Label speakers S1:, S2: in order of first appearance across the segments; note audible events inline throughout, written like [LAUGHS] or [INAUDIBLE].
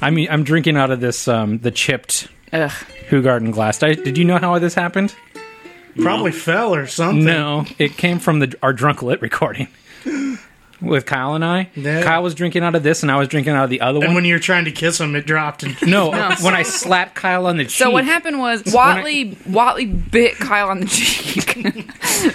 S1: I mean, I'm drinking out of this um, the chipped
S2: Ugh.
S1: Hoogarden glass. Did, I, did you know how this happened?
S3: Probably fell or something.
S1: No, it came from the our drunk lit recording with Kyle and I.
S3: Yeah.
S1: Kyle was drinking out of this, and I was drinking out of the other
S3: And
S1: one.
S3: when you were trying to kiss him, it dropped. And [LAUGHS]
S1: no, when I slapped Kyle on the cheek.
S2: So what happened was Watley Watley bit Kyle on the [LAUGHS]
S4: [LAUGHS]
S2: cheek.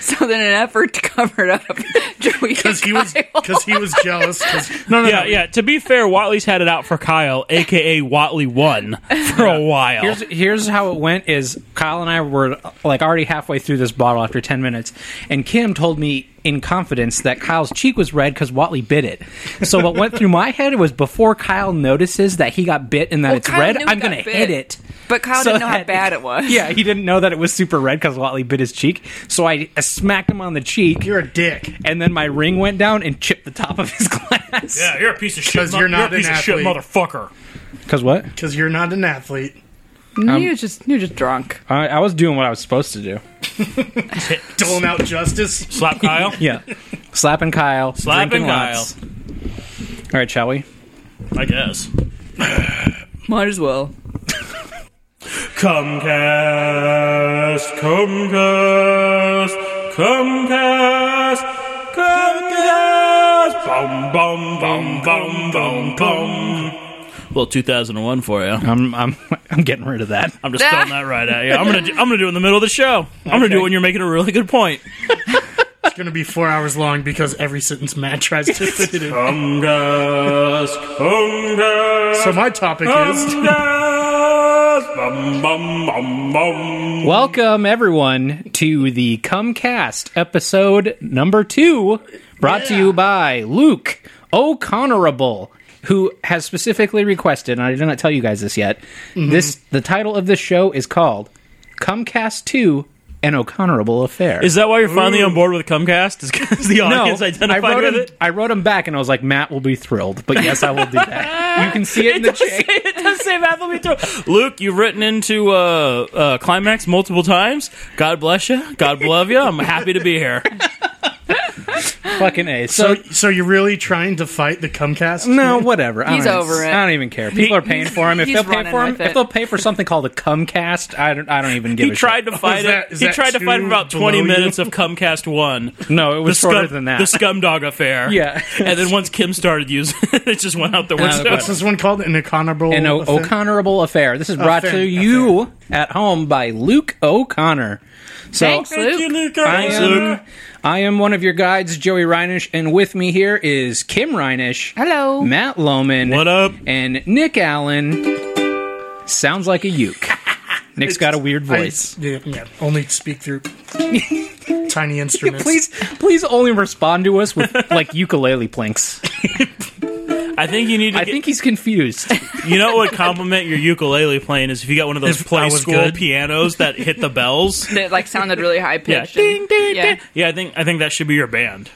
S2: so then an effort to cover it up, [LAUGHS] Joey
S3: because
S1: [LAUGHS]
S3: he was because he was jealous. 'cause-
S1: No, no,
S4: Yeah,
S1: no.
S4: yeah. To be fair, Watley's had it out for Kyle, aka Watley One, for a while.
S1: Here's, here's how it went is Kyle and I were like already halfway through this bottle after 10 minutes and Kim told me in confidence that Kyle's cheek was red cuz Watley bit it. So what went through my head was before Kyle notices that he got bit and that
S2: Well,
S1: it's
S2: Kyle
S1: red,
S2: knew he
S1: I'm
S2: got
S1: going to
S2: bit.
S1: hit it.
S2: But Kyle
S1: So
S2: didn't know how
S1: that-
S2: bad it was.
S1: Yeah, he didn't know that it was super red cuz Watley bit his cheek. So I uh, smacked him on the cheek
S3: You're a dick.
S1: and then my ring went down and chipped the top of his [LAUGHS] glass.
S4: yeah, you're a piece of shit.
S3: 'Cause you're not
S4: a piece
S3: an
S4: of shit,
S3: athlete.
S4: motherfucker.
S1: Cuz what?
S3: Because you're not an athlete.
S4: Um,
S2: you was Mm, just you were just drunk.
S1: I, I was doing what I was supposed to do.
S3: Doling out justice. [LAUGHS]
S4: Slap Kyle.
S1: Yeah. Slapping Kyle.
S4: Slapping
S1: drinking
S4: Kyle.
S1: lots. All right, shall we?
S4: I guess.
S2: Might as well.
S4: Comcast, Comcast, Comcast, Comcast. Bum bum bum bum bum bum. Well, 2001 for you.
S1: I'm I'm [LAUGHS] I'm getting rid of that.
S4: I'm just
S3: [LAUGHS]
S4: throwing that right at you. I'm gonna do, I'm gonna do it in the middle of the show. I'm gonna do it when you're making a really good point.
S3: It's going to be four hours long because every sentence Matt
S1: [LAUGHS]
S3: tries to fit it in.
S4: Comcast, Comcast,
S3: So my topic
S1: Um,
S3: is
S4: Comcast, bum bum bum bum.
S1: Welcome everyone to the Comcast episode number two, brought to you by Luke O'Connorable, who has specifically requested, and I did not tell you guys this yet.
S4: Mm-hmm.
S1: This the title of this show is called Comcast Two: An O'Connorable Affair.
S4: Is that why you're finally on board with Comcast? Is 'cause the
S1: no,
S4: audience
S1: I
S4: identified
S1: wrote
S4: with
S1: him,
S4: it? [LAUGHS]
S1: I wrote him back, and I was like, Matt will be thrilled. But yes, I will do that. you can see it in the chat.
S4: [LAUGHS] it does say Matt will be thrilled. Luke, you've written into uh, uh, Climax multiple times. God bless you. God [LAUGHS] love you. I'm happy to be here.
S1: Fucking
S4: [LAUGHS]
S1: a.
S3: so. So you're really trying to fight the Comcast?
S1: No, whatever. I
S2: He's
S1: don't-
S2: over it.
S1: I don't even care. People are paying for him. If
S2: he's
S1: they'll pay
S2: running
S1: for him,
S2: with it.
S1: if they'll pay for something called a Comcast, I don't. I don't even give
S4: He
S1: a
S4: tried to fight
S3: is that-
S4: it.
S3: is
S4: He
S3: that
S4: tried to fight
S3: too
S4: about 20
S3: below you?
S4: minutes of Comcast One.
S1: shit. No, it was shorter than that.
S4: The scumdog affair.
S1: Yeah.
S4: and then once Kim started using it, it just went out
S1: Out
S4: the
S1: of the
S4: window.
S3: What's this one called? An O'Connor
S1: An o- O'Connorable affair. This is brought
S3: Affair,
S1: to you at home by Luke O'Connor. So
S2: Thanks, Luke.
S1: I am, I am one of your guides, Joey Reinish, and with me here is Kim Reinish.
S2: Hello.
S1: Matt Lohman.
S4: What up?
S1: And Nick Allen. Sounds like a
S4: [LAUGHS]
S1: uke. Nick's got a weird voice.
S3: yeah, yeah, only speak
S1: [LAUGHS]
S3: through tiny instruments.
S1: Please, please only respond to us
S4: [LAUGHS]
S1: with like ukulele plinks.
S4: I think you need to.
S1: I
S4: get,
S1: think he's confused.
S4: you know what would compliment your ukulele playing is if you got one of those
S3: If I
S4: play
S3: was
S4: school
S3: good.
S4: pianos that hit the bells.
S2: That like sounded really high
S4: Yeah,
S2: pitched.
S4: ding, ding,
S2: Yeah.
S4: ding. Yeah, I think I think that should be your band.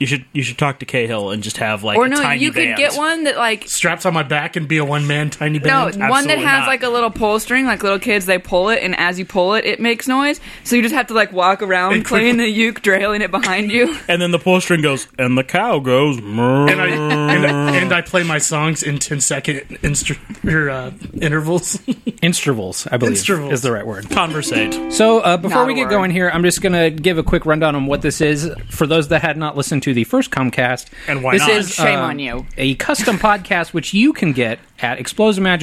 S4: You should you should talk to Cahill and just have like
S2: Or
S4: a
S2: no,
S4: tiny
S2: you could
S4: band.
S2: get one that like
S3: Straps on my back and be a one man tiny
S2: no
S3: band.
S2: one that
S4: Absolutely
S2: has
S4: not.
S2: like a little pull string. Like little kids, they pull it, and as you pull it, it makes noise. So you just have to like walk around
S3: And
S2: playing the uke, trailing it behind you.
S4: and then the pull string goes, and the cow goes.
S3: And I, and,
S4: Mm.
S3: I, and I play my songs in 10 second instru- or, uh, intervals.
S1: Instravals, I believe,
S3: Instravals.
S1: is the right word.
S4: Conversate.
S1: So uh, before
S2: Not
S1: we
S2: a
S1: get
S2: word.
S1: going here, I'm just gonna give a quick rundown on what this is for those that had not listened to the first Comcast.
S4: And why
S1: this
S4: not? Uh,
S1: Is,
S3: Uh,
S2: Shame
S1: um,
S2: on you.
S1: A custom podcast which you can get at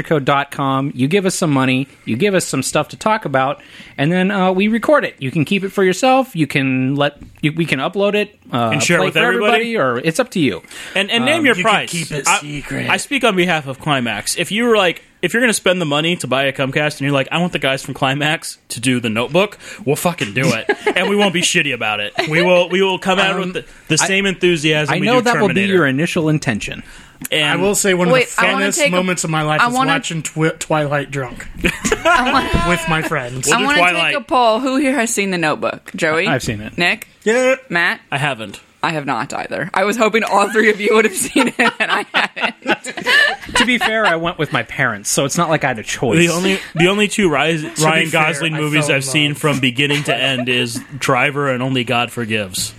S1: explosivemagico.com. You give us some money, you give us some stuff to talk about, and then uh, we record it. You can keep it for yourself. You can let you, we can upload it uh,
S4: And share it
S1: play
S4: with
S1: for
S4: everybody?
S1: or it's up to you.
S4: And and name your
S3: you can
S4: price.
S3: keep it
S4: I,
S3: secret.
S4: I speak on behalf of Climax. If you were like, if you're going to spend the money to buy a Comcast, and you're like, I want the guys from Climax to do the Notebook, we'll fucking do [LAUGHS] it, and we won't be shitty about it. We will we will come out with the, the same enthusiasm.
S1: I
S4: we
S1: know
S4: do
S1: that will be
S4: Terminator.
S1: your initial intention.
S4: And
S3: I will say one
S2: Wait,
S3: of the
S2: I wanna
S3: funnest
S2: take a-
S3: moments of my life
S2: I
S3: is
S2: wanna-
S3: watching twi- Twilight drunk with my friends.
S2: I want to
S4: Twilight.
S2: take a poll. Who here has seen the Notebook? Joey,
S1: I've seen it.
S2: Nick,
S3: yeah.
S2: Matt,
S4: I haven't.
S2: I have not either. I was hoping all three of you would have seen it, and I haven't.
S1: to be fair, I went with my parents, so it's not like I had a choice.
S4: The only the only two Ryan, Ryan
S3: fair,
S4: Gosling
S3: I
S4: movies
S3: fell in
S4: I've seen
S3: love.
S4: from beginning to end is Driver and Only God Forgives.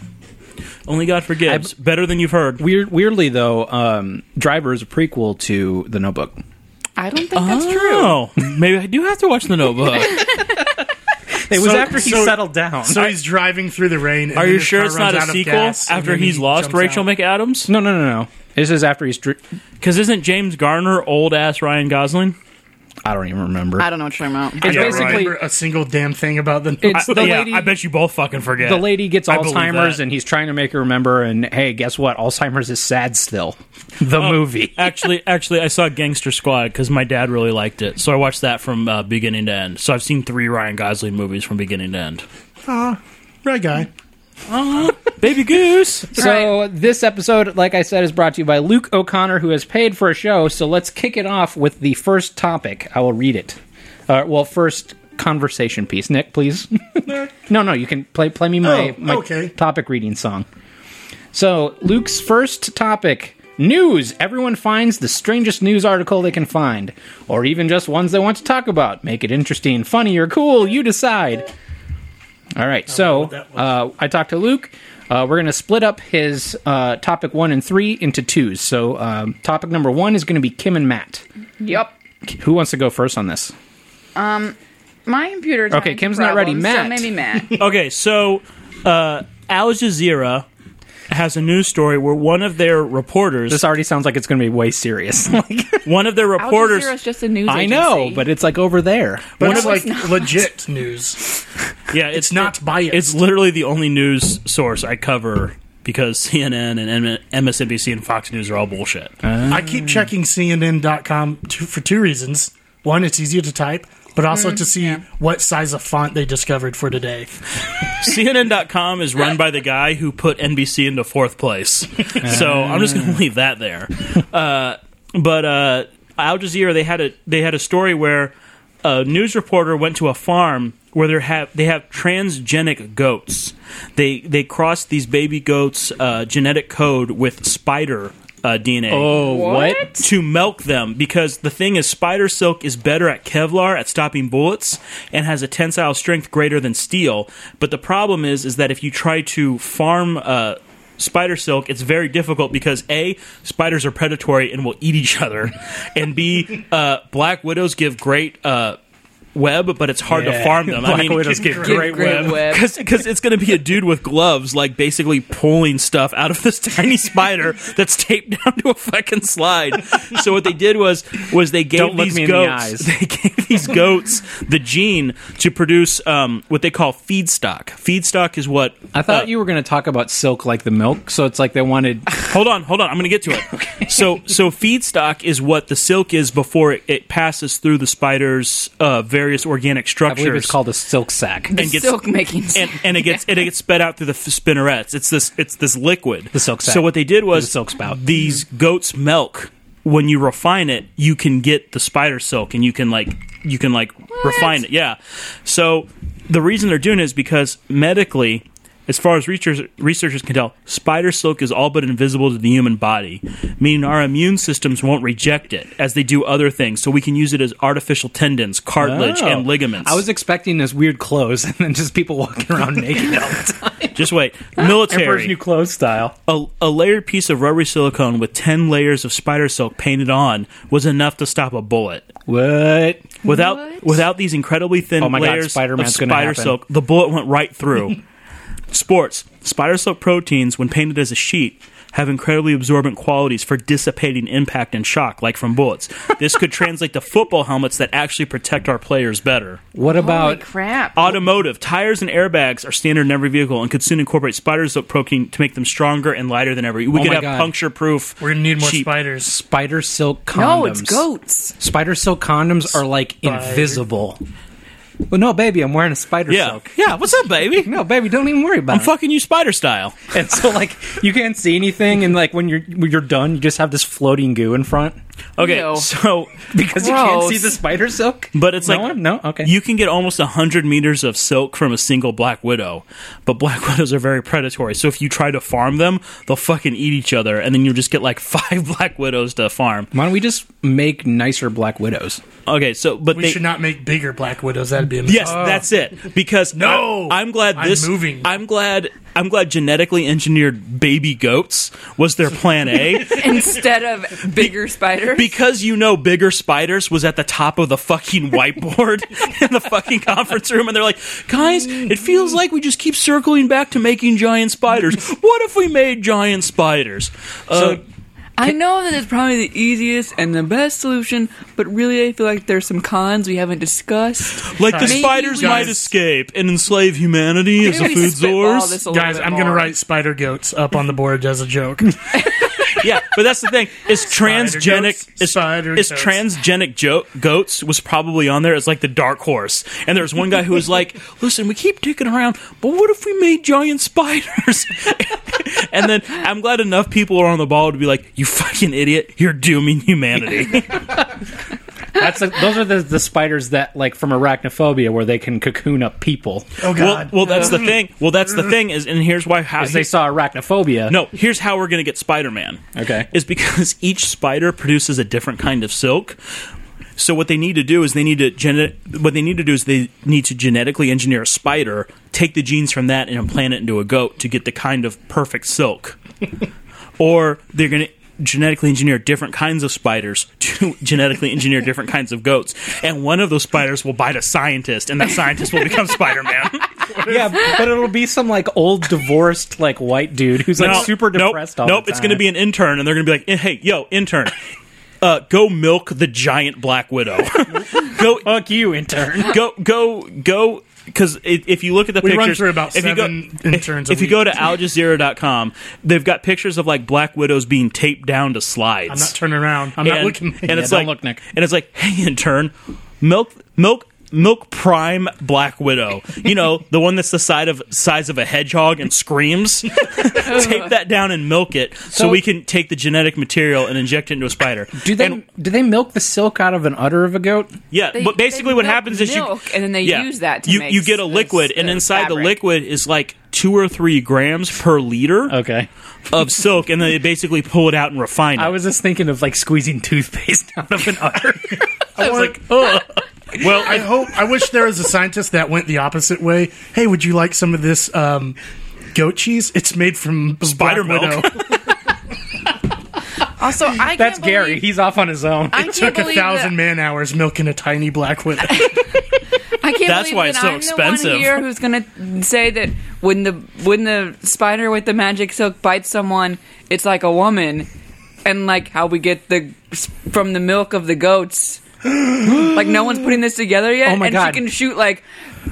S4: Only God Forgives. Better than you've heard.
S1: Weird, weirdly though, um, Driver is a prequel to The Notebook.
S2: I I don't think that's true.
S4: Oh, maybe I do have to watch The Notebook. [LAUGHS]
S1: It was
S3: So-
S1: after he
S3: so-
S1: settled down.
S3: So he's driving through the rain. and
S4: Are
S3: then
S4: you
S3: his
S4: sure
S3: car
S4: it's
S3: runs
S4: not a
S3: out of
S4: sequel
S3: gas, and
S4: after
S3: then
S4: he's
S3: he
S4: lost
S3: jumps
S4: Rachel
S3: out.
S4: McAdams?
S1: no, no, no, no. This is after he's. Dr-
S4: Because isn't James Garner old ass Ryan Gosling?
S1: I don't even remember.
S2: I don't know what you're talking about.
S1: It's
S3: Yeah, right.
S1: basically
S3: Remember a single damn thing about the.
S1: it's
S4: I,
S1: the
S4: yeah,
S1: lady.
S4: I bet you both fucking forget.
S1: the lady gets
S4: I believe
S1: Alzheimer's,
S4: that.
S1: and he's trying to make her remember. And hey, guess what? Alzheimer's is sad still. The movie. [LAUGHS]
S4: Oh, actually, actually, I saw Gangster Squad because my dad really liked it, so I watched that from uh, beginning to end. So I've seen three Ryan Gosling movies from beginning to end.
S3: Uh, right guy.
S4: Baby Goose. [LAUGHS]
S1: [LAUGHS] So this episode, like I said, is brought to you by Luke O'Connor, who has paid for a show. So let's kick it off with the first topic. I will read it. Uh, well, first conversation piece. Nick, please. [LAUGHS] no, no, you can play play me my,
S3: Oh,
S1: my
S3: okay.
S1: topic reading song. So Luke's first topic. News! Everyone finds the strangest news article they can find, or even just ones they want to talk about. Make it interesting, funny, or cool, you decide. All right, so uh, I talked to Luke. Uh, we're going to split up his uh, topic one and three into twos. So, um, topic number one is going to be Kim and Matt.
S2: Yep.
S1: Who wants to go first on this?
S2: My computer's
S1: Okay,
S2: having
S1: Kim's not ready.
S2: problems,
S1: Matt.
S2: So maybe
S1: [LAUGHS]
S2: Matt.
S4: Okay, so uh, Al Jazeera has a news story where one of their reporters,
S1: This already sounds like it's going to be way serious. [LAUGHS] like,
S4: one of their
S2: Al
S4: reporters,
S2: Jazeera's just a news
S1: I
S2: agency.
S1: know, but it's like over there.
S3: But
S4: One
S3: it's
S4: of-
S3: like legit news.
S4: yeah,
S3: It's not biased.
S4: It's literally the only news source I cover because CNN and M- MSNBC and Fox News are all bullshit.
S3: I
S4: Mm.
S3: keep checking CNN.com to, for two reasons. One, it's easier to type, but also
S4: Mm,
S3: to see what size of font they discovered for today.
S4: CNN.com is run by the guy who put NBC into fourth place. So I'm just going to leave that there. Uh, but uh, Al Jazeera they had a they had a story where a news reporter went to a farm where they have they have transgenic goats. They they cross these baby goats uh, genetic code with spider uh, DNA
S1: Oh, what?
S4: to milk them because the thing is spider silk is better at kevlar at stopping bullets and has a tensile strength greater than steel but the problem is is that if you try to farm uh, spider silk it's very difficult because a spiders are predatory and will eat each other [LAUGHS] and b uh, black widows give great uh, web but it's hard to
S1: Yeah.
S4: farm them
S1: Black
S4: i mean [LAUGHS]
S1: Widows give great,
S2: great
S1: web. [LAUGHS]
S2: web.
S4: because it's going to be a dude with gloves, like basically pulling stuff out of this [LAUGHS] tiny spider that's taped down to a fucking slide. So what they did was was they gave
S1: Don't look
S4: these
S1: me in the
S4: goats
S1: eyes.
S4: [LAUGHS] they gave these goats the gene to produce um, what they call feedstock. Feedstock is what
S1: I thought you were going to talk about silk like the milk, so it's like they wanted.
S4: hold on, hold on. I'm going to get to
S1: [LAUGHS]
S4: it. So, so feedstock is what the silk is before it, it passes through the spider's uh, various
S1: I believe
S4: organic
S1: it's
S4: structures.
S1: called a silk sack.
S4: and gets-
S2: silk making.
S4: and, and it gets and it gets sped out through the f- spinnerets. It's this it's this liquid. The
S1: silk sac.
S4: So what they did was
S1: The silk spout. Mm-hmm.
S4: These goats' milk. When you refine it, you can get the spider silk, and you can like you can like refine it. Yeah. So the reason they're doing it is because medically. As far as researchers, researchers can tell, spider silk is all but invisible to the human body, meaning our immune systems won't reject it as they do other things. So we can use it as artificial tendons, cartilage,
S1: Oh.
S4: and ligaments.
S1: I was expecting this weird clothes, [LAUGHS] and then just people walking around [LAUGHS] naked all the time.
S4: just wait.
S1: [LAUGHS]
S4: Military
S1: Emperor's New Clothes style.
S4: a, a layered piece of rubbery silicone with 10 layers of spider silk painted on was enough to stop a bullet.
S1: What?
S4: Without
S2: What?
S4: without these incredibly thin
S1: Oh my God,
S4: layers of
S1: Spider-Man's gonna
S4: spider
S1: happen.
S4: silk, the bullet went right through. Sports. Spider silk proteins, when painted as a sheet, have incredibly absorbent qualities for dissipating impact and shock, like from bullets. This could translate to football helmets that actually protect our players better.
S1: What
S2: Holy
S1: about
S2: crap!
S4: Automotive tires and airbags are standard in every vehicle and could soon incorporate spider silk protein to make them stronger and lighter than ever. We could
S1: Oh my
S4: have
S1: God.
S4: puncture-proof.
S3: We're gonna need more
S4: cheap-
S3: spiders.
S1: spider silk condoms?
S2: no, it's goats. [LAUGHS]
S1: Spider silk condoms are like invisible. Well, no, baby, I'm wearing a spider
S4: Yeah,
S1: silk.
S4: yeah. What's up, baby?
S1: No, baby, don't even worry about
S4: I'm
S1: it.
S4: fucking you spider style.
S1: and [LAUGHS] so, like, you can't see anything, and like when you're when you're done, you just have this floating goo in front
S4: Okay,
S2: Ew.
S4: so
S1: [LAUGHS] because you can't
S2: Gross.
S1: see the spider silk.
S4: but it's
S1: no
S4: like
S1: one? no, okay.
S4: You can get almost hundred meters of silk from a single black widow, but black [LAUGHS] widows are very predatory. So if you try to farm them, they'll fucking eat each other, and then you'll just get like [LAUGHS] five black widows to farm.
S1: Why don't we just make nicer Black Widows?
S4: Okay, so but
S3: We
S4: they,
S3: should not make bigger Black Widows. That'd be a
S4: Yes,
S3: mistake.
S4: that's it. Because
S3: Uh. No!
S4: I, am glad
S3: I'm
S4: this.
S3: moving.
S4: I'm glad I'm glad genetically engineered baby goats was their
S3: [LAUGHS]
S4: plan A
S2: instead of bigger spiders.
S4: because you know bigger spiders was at the top of the fucking
S3: [LAUGHS]
S4: whiteboard in the fucking conference room and they're like guys it feels like we just keep circling back to making giant spiders what if we made giant spiders uh,
S2: I know that it's probably the easiest and the best solution, but really I feel like there's some cons we haven't discussed.
S4: like the
S3: Maybe
S4: spiders
S2: we-
S4: might escape and enslave humanity as a
S2: Maybe we
S4: food
S2: spitball
S4: source
S2: this a little
S3: Guys,
S2: bit
S3: I'm going to
S2: more.
S3: write spider goats up on the board as a joke.
S4: [LAUGHS] yeah, but that's the thing. Is transgenic
S3: goats,
S4: is,
S3: spider
S4: is
S3: goats.
S4: transgenic jo- goats was probably on there as like the dark horse. And there's one guy who was like, "Listen, we keep dicking around, but what if we made giant spiders?" [LAUGHS] and then I'm glad enough people are on the ball to be like, "You fucking idiot, you're dooming humanity."
S1: That's the those are the, the spiders that like from arachnophobia where they can cocoon up people.
S3: [LAUGHS] Oh,
S4: well,
S3: God.
S4: well, that's the thing. Well, that's the thing is, and here's why. How,
S1: Because they saw arachnophobia.
S4: No, here's how we're going to get Spider Man.
S1: Okay.
S4: Is because [LAUGHS] each spider produces a different kind of silk. So what they need to do is they need to gene- what they need to do is they need to genetically engineer a spider, take the genes from that and implant it into a goat to get the kind of perfect silk. or they're going to genetically engineer different kinds of spiders [LAUGHS] to genetically engineer different kinds of goats and one of those spiders will bite a scientist and that scientist will become [LAUGHS] spider-man
S1: yeah, but it'll be some like old divorced like white dude who's like
S4: No,
S1: super depressed.
S4: Nope,
S1: all
S4: nope
S1: the
S4: it's
S1: time.
S4: going to be an intern, and they're going to be like, "Eh, "Hey, yo,
S1: [LAUGHS]
S4: intern, uh, go milk the giant black widow. go,
S1: fuck you, intern.
S4: go, go, go." Because if you look at the
S3: We
S4: pictures,
S3: run through about
S4: if you go-
S3: seven interns a
S4: If you
S3: week.
S4: go to aljazeera.com, they've got pictures of like black widows being taped down to slides.
S3: I'm not turning around. I'm not
S4: and,
S3: looking.
S4: and it's
S1: don't
S4: like,
S1: look, Nick.
S4: and it's like, hey, intern, milk, milk, milk, prime black widow. You know, the one that's the side of size of a hedgehog and screams. [LAUGHS] Tape that down and milk it, so,
S1: So-
S4: we can take the genetic material and inject it into a spider.
S1: Do they
S4: And-
S1: do they milk the silk out of an udder of a goat?
S4: yeah,
S2: They-
S4: but basically,
S2: they
S4: what
S2: milk
S4: happens is you
S2: milk, and then they
S4: yeah,
S2: use that to
S4: you
S2: make
S4: you get a
S2: s-
S4: liquid,
S2: s-
S4: and
S2: uh,
S4: inside the
S2: fabric.
S4: liquid is like two or three grams per liter
S1: Okay,
S4: of silk, and then they basically pull it out and refine it.
S1: I was just thinking of like squeezing toothpaste out of an udder.
S3: I was like,
S4: well,
S3: [LAUGHS] I hope. I wish there was a scientist that went the opposite way. Hey, would you like some of this um, goat cheese? It's made from
S4: Spider
S3: Black [LAUGHS]
S4: milk.
S3: Widow.
S2: Also, I
S1: That's
S2: can't
S1: Gary.
S2: believe-
S1: He's off on his own.
S2: I can't
S3: Took a
S2: believe that-
S3: thousand man hours milking a tiny black widow.
S2: I can't
S4: That's
S2: believe
S4: why
S2: that
S4: it's so
S2: I'm The
S4: expensive.
S2: one here who's gonna say that when the when the spider with the magic silk bites someone, it's like a woman, and like how we get the from the milk of the
S4: [GASPS]
S2: goats. like no one's putting this together yet,
S1: Oh my
S2: and
S1: God.
S2: she can shoot like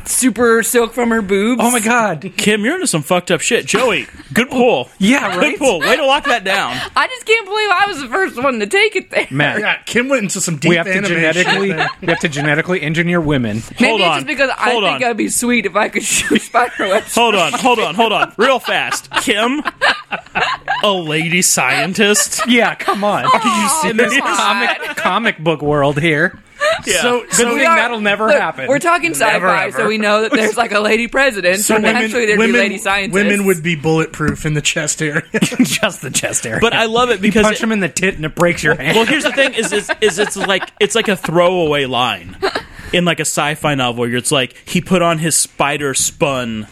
S2: super silk from her boobs.
S1: oh my god!
S4: Kim, you're into some fucked up shit. Joey, good pull.
S1: Yeah,
S4: Good
S1: right.
S4: pull. Way to lock that down.
S2: I just can't believe I was the first one to take it there.
S1: Matt,
S3: yeah, Kim went into some deep
S1: we have to
S3: animation
S1: genetically
S3: there.
S1: we have to genetically engineer women.
S2: [LAUGHS] Maybe
S4: Hold
S2: it's
S4: on.
S2: just because I
S4: Hold
S2: think
S4: on.
S2: I'd be sweet if I could [LAUGHS] shoot spider webs.
S4: Hold on, hold on, hold on. Real fast.
S2: [LAUGHS]
S4: Kim, a
S2: [LAUGHS]
S4: lady scientist.
S1: Yeah, come on.
S2: Aw,
S1: in this
S2: come on.
S1: comic comic book world here.
S4: Yeah.
S3: So,
S1: Good
S3: so
S1: thing that'll never
S2: Look,
S1: happen.
S2: We're talking sci-fi,
S4: ever.
S2: so we know that there's like a lady president,
S3: so
S2: and
S3: women,
S2: actually there'd
S3: women,
S2: be lady scientists.
S3: women would be bulletproof in the chest area.
S1: [LAUGHS] just the chest area.
S4: but I love it because
S1: punch him in the tit and it breaks your hand.
S4: Well, here's the thing: is it's, is it's like it's like a throwaway line in like a sci-fi novel. Where it's like he put on his spider spun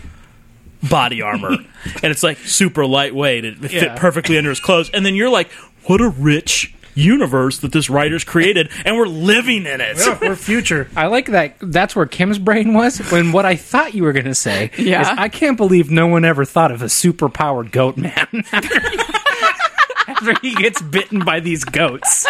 S4: body armor, and it's like super lightweight. It fit
S1: Yeah.
S4: perfectly under his clothes, and then you're like, "What a rich universe that this writer's created, and we're living in it."
S3: Yeah, We're future.
S1: I like that. That's where Kim's brain was. When what I thought you were going to say
S2: Yeah.
S1: is, I can't believe no one ever thought of a superpowered goat man. [LAUGHS] After after he gets bitten by these goats,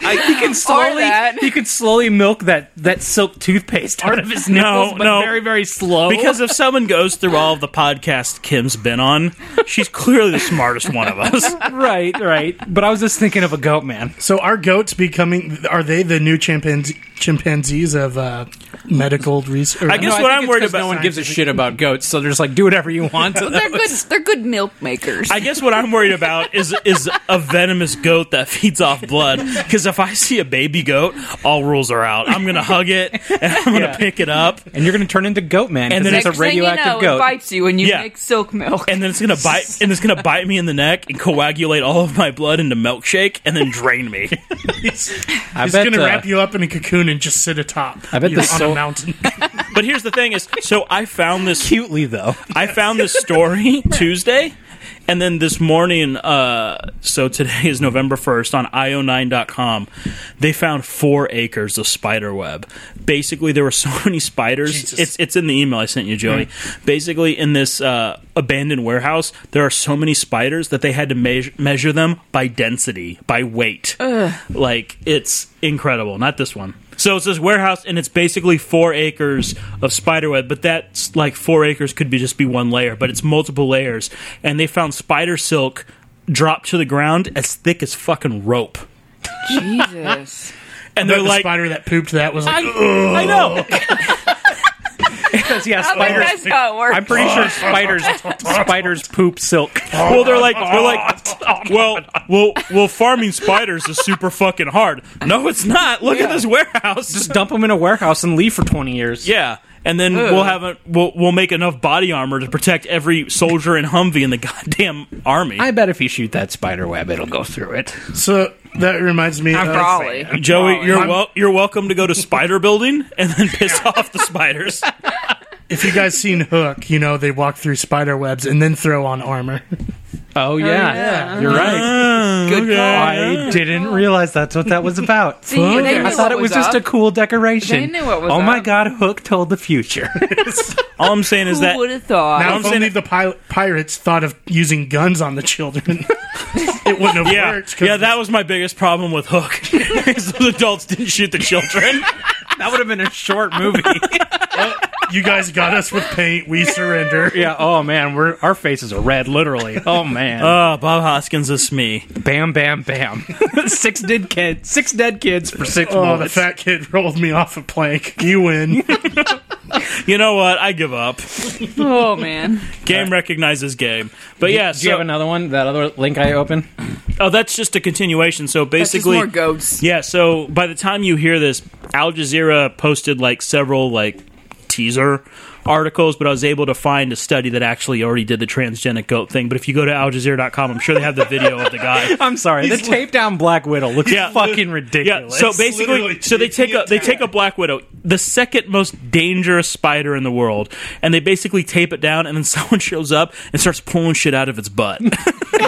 S1: he can slowly
S2: that.
S1: he can slowly milk that that silk toothpaste out of his
S4: No,
S1: nipples, but
S4: no.
S1: very very slow. [LAUGHS]
S4: Because if someone goes through all of the podcasts Kim's been on, she's clearly the smartest one of us.
S1: right, right. But I was just thinking of a goat man.
S3: So are goats becoming? Are they the new chimpanze- chimpanzees of uh, medical research?
S4: I guess
S1: I
S4: what
S1: think
S4: I'm
S1: it's
S4: worried
S1: 'cause
S4: about-
S1: No one gives a shit about goats, so they're just like, do whatever you want.
S2: They're good. They're good milk makers.
S4: I guess what I'm worried about is is a venomous goat that feeds off blood. Because if I see a baby goat, all rules are out. I'm gonna hug it and I'm gonna
S1: Yeah.
S4: pick it up,
S1: [LAUGHS] and you're going to turn into goat man because
S4: And then
S1: it's a
S4: next
S1: radioactive
S2: thing you know,
S1: goat.
S2: It bites you and you
S4: Yeah.
S2: make
S1: [LAUGHS]
S2: silk milk.
S4: and then it's gonna bite and it's gonna bite me in the neck and coagulate all of my blood into milkshake and then drain me.
S1: I
S3: He's
S1: bet,
S3: gonna
S1: uh,
S3: wrap you up in a cocoon and just sit atop.
S1: I bet
S3: you know,
S1: the
S3: on
S1: soul-
S3: a mountain.
S4: But here's the thing: is so I found this
S1: cutely though.
S4: I found this story Tuesday, and then this morning, uh, so today is November 1st, on io9.com, they found four acres of spider web. Basically, there were so many spiders.
S3: Jesus.
S4: It's, it's in the email I sent you, Joey. Basically, in this uh, abandoned warehouse, there are so many spiders that they had to measure, measure them by density, by weight. Like, it's incredible. Not this one. So it's this warehouse, and it's basically four acres of spiderweb, but that's like four acres could be just be one layer, but it's multiple layers. And they found spider silk dropped to the ground as thick as fucking rope.
S1: [LAUGHS]
S2: Jesus.
S4: And
S3: the
S4: they're like,
S3: spider that pooped that was
S4: I,
S3: like,
S4: I know.
S1: Because yeah, spiders.
S2: That's how it works.
S1: I'm pretty [LAUGHS] sure spiders spiders poop silk.
S4: Well, they're like, they're like, well, well, well, farming spiders is super fucking hard. No, it's not. Look at this warehouse.
S1: Just dump them in a warehouse and leave for 20 years.
S4: Yeah, and then we'll have a we'll, we'll make enough body armor to protect every soldier and Humvee in the goddamn army.
S1: I bet if you shoot that spider web, it'll go through it.
S3: so that reminds me. of,
S2: Probably.
S4: Joey, you're
S3: I'm-
S4: wel- you're welcome to go to spider building and then piss off the spiders.
S3: if you guys seen Hook, you know they walk through spider webs and then throw on armor.
S1: Oh yeah,
S2: yeah.
S1: you're right.
S2: Good call.
S1: I didn't realize that's what that was about.
S2: [LAUGHS] See, they knew
S1: I thought
S2: what
S1: it was
S2: was
S1: just a
S2: up.
S1: cool decoration.
S2: They knew what was
S1: oh my
S2: up.
S1: god, Hook told the future.
S2: [LAUGHS]
S4: All I'm saying is
S2: Who
S4: that
S2: would have thought?
S3: Now,
S4: I'm
S3: if
S4: saying
S3: only
S4: it-
S3: the pil- pirates thought of using guns on the children, [LAUGHS] it wouldn't have
S4: yeah,
S3: worked. 'cause
S4: yeah, that was my biggest problem with Hook. [LAUGHS] is those adults didn't shoot the children.
S1: that would have been a short movie.
S3: you guys got us with paint. We surrender.
S1: [LAUGHS] yeah. Oh man, we're our faces are red, literally. Oh man.
S4: Oh, Bob Hoskins is me.
S1: bam, bam, bam. [LAUGHS] six dead kids. Six dead kids for six
S3: Oh, the
S1: bullets.
S3: fat kid [LAUGHS] rolled me off a plank. You win.
S4: You know what? I give up.
S2: [LAUGHS] oh
S1: [LAUGHS]
S2: man.
S4: Game recognizes game. But yeah,
S1: Do you have
S4: so,
S1: another one? That other link I open?
S4: oh, that's just a continuation. So
S2: That's just
S4: basically,
S2: more goats.
S4: Yeah, so by the time you hear this, Al Jazeera posted like several like teaser articles, but I was able to find a study that actually already did the transgenic goat thing. But if you go to aljazeera.com, I'm sure they have the video of the
S1: [LAUGHS]
S4: guy.
S1: I'm sorry. the tape down Black Widow looks
S4: Yeah.
S1: fucking
S4: Yeah,
S1: ridiculous.
S4: so basically,
S3: literally
S4: so they take a they take a black widow, the second most dangerous spider in the world, and they basically tape it down, and then [LAUGHS] someone shows up and starts pulling shit out of its butt. [LAUGHS]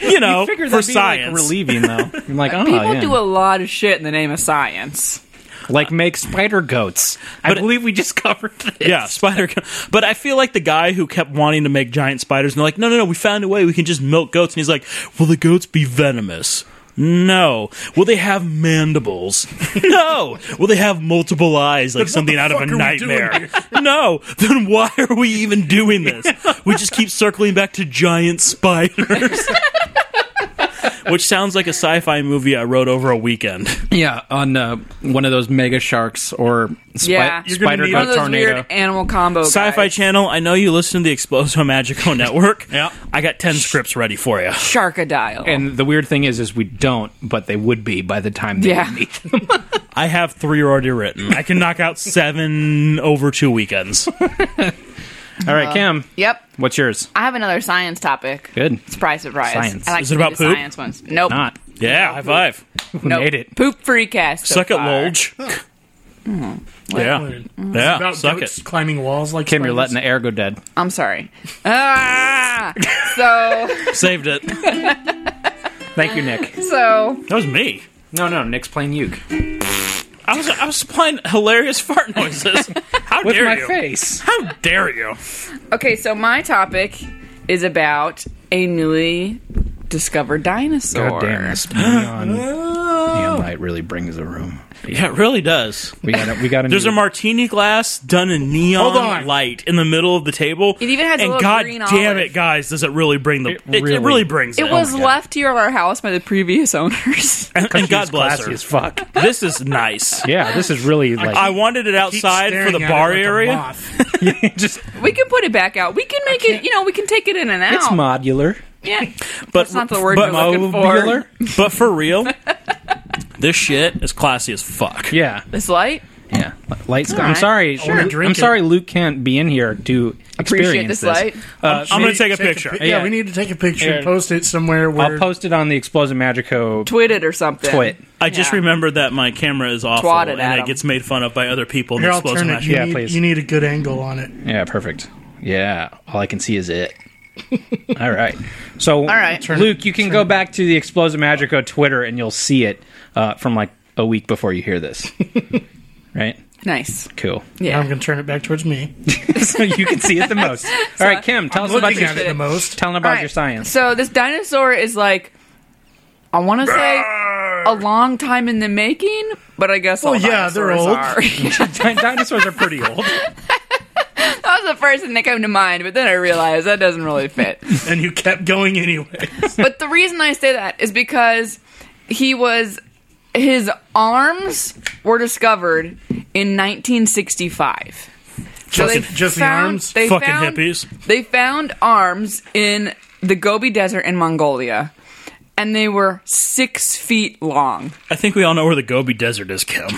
S4: you know,
S1: I figure
S4: for
S1: that'd be like
S4: science.
S1: relieving [LAUGHS] though. I'm like, oh,
S2: People
S1: yeah.
S2: do a lot of shit in the name of science.
S1: like make spider goats. I
S4: But-
S1: believe we just [LAUGHS] covered this.
S4: Yeah, spider. go- But I feel like the guy who kept wanting to make giant spiders, and they're like, no, no, no, we found a way. We can just milk goats. And he's like, will the goats be venomous? No. Will they have mandibles? [LAUGHS] no. Will they have multiple eyes like something out of a
S3: fuck are we doing
S4: nightmare? [LAUGHS] No. Then why are we even doing this? We just keep circling back to giant spiders. [LAUGHS] Which sounds like a sci-fi movie I wrote over a weekend.
S1: Yeah, on uh, one of those mega sharks or spi-
S2: Yeah. You're
S3: gonna
S1: spider
S3: need
S2: One
S1: goat
S2: of those
S1: tornado.
S2: weird animal combo.
S4: Sci-Fi
S2: guys.
S4: Channel, I know you listen to the Exploso [LAUGHS] Magico Network. yeah. I got 10 scripts ready for you.
S2: Sharkadile.
S1: and the weird thing is, is we don't, but they would be by the time they
S2: Yeah.
S1: would meet.
S4: I have three already written. I can knock out seven over two [LAUGHS] weekends.
S1: [LAUGHS] All right, Cam,
S2: yep.
S1: what's yours?
S2: I have another science topic.
S1: Good.
S2: Surprise, surprise.
S1: Science.
S2: I like
S4: Is
S2: to
S4: it
S2: do
S4: about
S2: the
S4: poop?
S2: Science ones. Nope.
S1: Not
S4: Yeah, high five.
S1: we
S2: Nope.
S1: made it.
S2: Poop free cast. So
S4: suck it,
S2: far.
S4: Lolge. Yeah. Yeah,
S3: About
S4: suck
S3: goats
S4: it.
S3: climbing walls like
S1: Kim, you're
S3: spiders.
S1: letting the air go dead.
S2: I'm sorry. Ah! so,
S4: Saved it. [LAUGHS] That
S1: Thank you, Nick.
S2: so
S4: was me.
S1: no, no, Nick's playing uke
S4: I was I was supplying hilarious fart [LAUGHS] noises. How
S1: with
S4: dare
S1: my
S4: you?
S1: face.
S4: How dare you?
S2: Okay, so my topic is about a newly discovered dinosaur.
S1: God damn this neon, neon light really brings the room.
S4: Yeah, it really does.
S1: We got it. We got
S4: There's a martini glass done in neon
S3: Hold on.
S4: light in the middle of the table.
S2: It even has a
S4: and
S2: little
S4: god
S2: green
S4: damn
S2: olive.
S4: it, guys, does it really bring the? It, it really,
S1: really-
S4: brings it.
S2: It was
S4: Oh my God.
S2: left here at our house by the previous owners. [LAUGHS]
S4: And, and God bless
S1: classy
S4: her.
S1: as fuck.
S4: This is nice.
S3: [LAUGHS]
S1: Yeah, this is really like
S4: I wanted it
S3: Keep
S4: outside for
S3: staring
S4: the
S3: at it
S4: bar
S3: like a
S4: area. [LAUGHS]
S3: moth.
S1: just
S2: we can put it back out. We can make it, you know, we can take it in and out.
S1: it's modular.
S2: Yeah.
S4: But
S2: That's not the word
S4: but,
S2: you're looking
S1: Mobular?
S2: [LAUGHS] for.
S4: but for real, this shit is classy as fuck.
S1: Yeah,
S2: This light?
S1: yeah. Lights.
S2: All
S1: I'm
S2: right.
S1: sorry.
S3: wanna drink
S1: I'm
S3: it.
S1: sorry. Luke can't be in here to experience
S2: Appreciate this light.
S4: Uh, I'm gonna take a picture.
S3: pi- yeah,
S1: Yeah.
S3: we need to take a picture
S1: Yeah.
S3: and post it somewhere where
S1: I'll post it on the Explosive Magico
S2: Twit it or something.
S1: twit.
S4: I just
S2: Yeah.
S4: remembered that my camera is awful
S2: Twatted
S4: and
S2: at
S4: it
S2: him.
S4: gets made fun of by other people. in
S3: Here,
S4: the
S3: I'll
S4: Explosive
S3: turn it.
S4: Magic.
S3: You,
S1: Yeah,
S3: need,
S1: please.
S3: you need a good angle on it.
S1: Yeah, perfect. Yeah, all I can see is it. all right. So, all
S2: right. Turn
S1: Luke, you can go back to the Explosive Magico Twitter and you'll see it uh, from like a week before you hear this. right?
S2: Nice.
S1: Cool.
S2: Yeah.
S3: I'm going to turn it back towards me.
S1: [LAUGHS] so you can see it the most. All right, Kim, tell us about
S3: Looking
S1: your
S3: at it the most.
S1: tell them about
S2: All
S1: your
S2: right. [LAUGHS]
S1: science.
S2: So this dinosaur is like, I want to say a long time in the making, but I guess all
S3: yeah, they're
S2: dinosaurs
S3: old.
S2: are. [LAUGHS]
S1: Dinosaurs are pretty old.
S2: that was the first thing that came to mind, but then I realized that doesn't really fit.
S3: And you kept going anyway.
S2: but the reason I say that is because he was his arms were discovered in 1965. So
S3: Just-
S2: they
S3: just the
S2: found-
S3: arms?
S2: They
S4: Fucking
S2: found,
S4: hippies.
S2: They found arms in the Gobi Desert in Mongolia, and they were six feet long.
S4: I think we all know where the Gobi Desert is, Kim.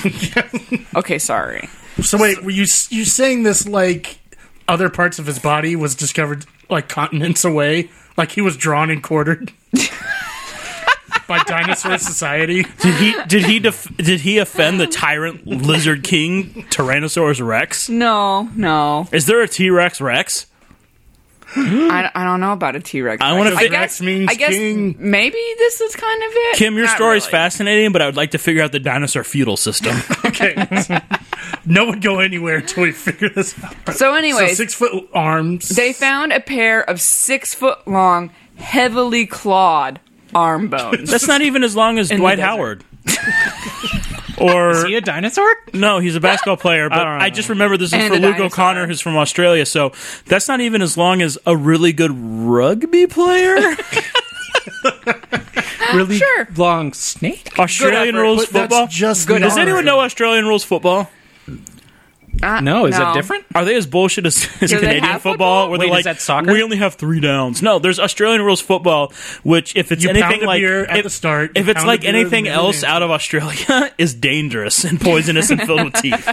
S2: Okay, sorry.
S3: So wait, were you you saying this like other parts of his body was discovered like continents away, like he was drawn
S2: [LAUGHS]
S3: and quartered by dinosaur society?
S4: did he did he def- did he offend the tyrant lizard king Tyrannosaurus Rex?
S2: No, no,
S4: Is there a T Rex Rex?
S2: I, I don't know about a T Rex.
S4: I wanna
S2: I
S4: fix-
S2: guess
S3: Rex means
S2: I guess
S3: king.
S2: maybe this is kind of it.
S4: Kim, your
S2: Not
S4: story's
S2: really.
S4: fascinating, but I would like to figure out the dinosaur feudal system.
S3: Okay, [LAUGHS] no one go anywhere until we figure this out.
S2: So,
S3: So
S2: anyways,
S3: six foot arms.
S2: They found a pair of six foot long, heavily clawed arm bones.
S4: That's not even as long as
S2: the
S4: Dwight
S2: desert.
S4: Howard. or
S1: See a dinosaur?
S4: no, he's a basketball player, but
S1: don't know.
S4: I just remember this is
S2: And
S4: for
S2: a
S4: Luke
S2: dinosaur.
S4: O'Connor, who's from Australia. So that's not even as long as a really good rugby player.
S1: Really
S2: Sure.
S1: long snake?
S4: Australian
S2: effort,
S4: rules
S3: but that's
S4: football.
S3: just
S4: Good Does
S3: not-
S4: anyone know Australian rules football?
S1: [LAUGHS]
S2: Uh,
S1: No, is that different?
S4: Are they as bullshit as, as
S2: Do they
S4: Canadian
S2: have
S4: football?
S2: football?
S4: Where
S1: Wait,
S4: they're
S1: is
S4: like,
S1: that soccer?
S4: we only have three downs. No, there's Australian rules football, which if it's
S3: You
S4: anything
S3: pound a
S4: like
S3: beer at
S4: if,
S3: the start,
S4: if
S3: you
S4: it's
S3: pound
S4: like
S3: a beer
S4: anything
S3: in the
S4: else
S3: middle.
S4: out of Australia, [LAUGHS] is dangerous and poisonous and filled with teeth.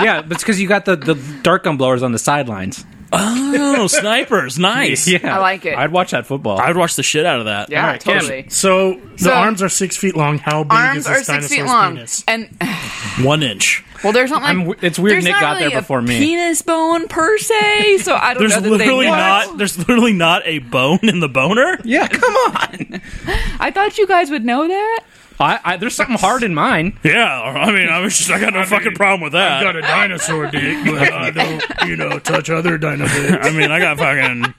S1: Yeah, but it's because you got the, the dark gun blowers on the sidelines.
S4: Oh, snipers, nice.
S1: Yeah.
S2: I like it.
S1: I'd watch that football.
S4: I'd watch the shit out of that.
S2: Yeah,
S1: All right, Kim.
S2: totally.
S3: So the
S2: So-
S3: arms are six feet long. How big is
S2: Arms
S3: this
S2: are six feet
S3: dinosaur's
S2: long,
S3: penis?
S2: and [LAUGHS]
S4: One inch.
S2: well, there's not like
S1: I'm w- it's weird
S2: there's
S1: Nick
S2: not
S1: got there
S2: really a
S1: before me.
S2: Penis bone per se, so I don't
S4: There's
S2: know. That
S4: literally
S2: they know.
S4: not. There's literally not a bone in the boner.
S1: yeah, come on.
S2: I thought you guys would know that.
S1: I, I, there's something hard in mine.
S4: Yeah, I mean, I was just, I got no fucking problem with that.
S3: a dinosaur dick, but I don't, you know, touch other dinosaurs.
S4: I mean, I got fucking,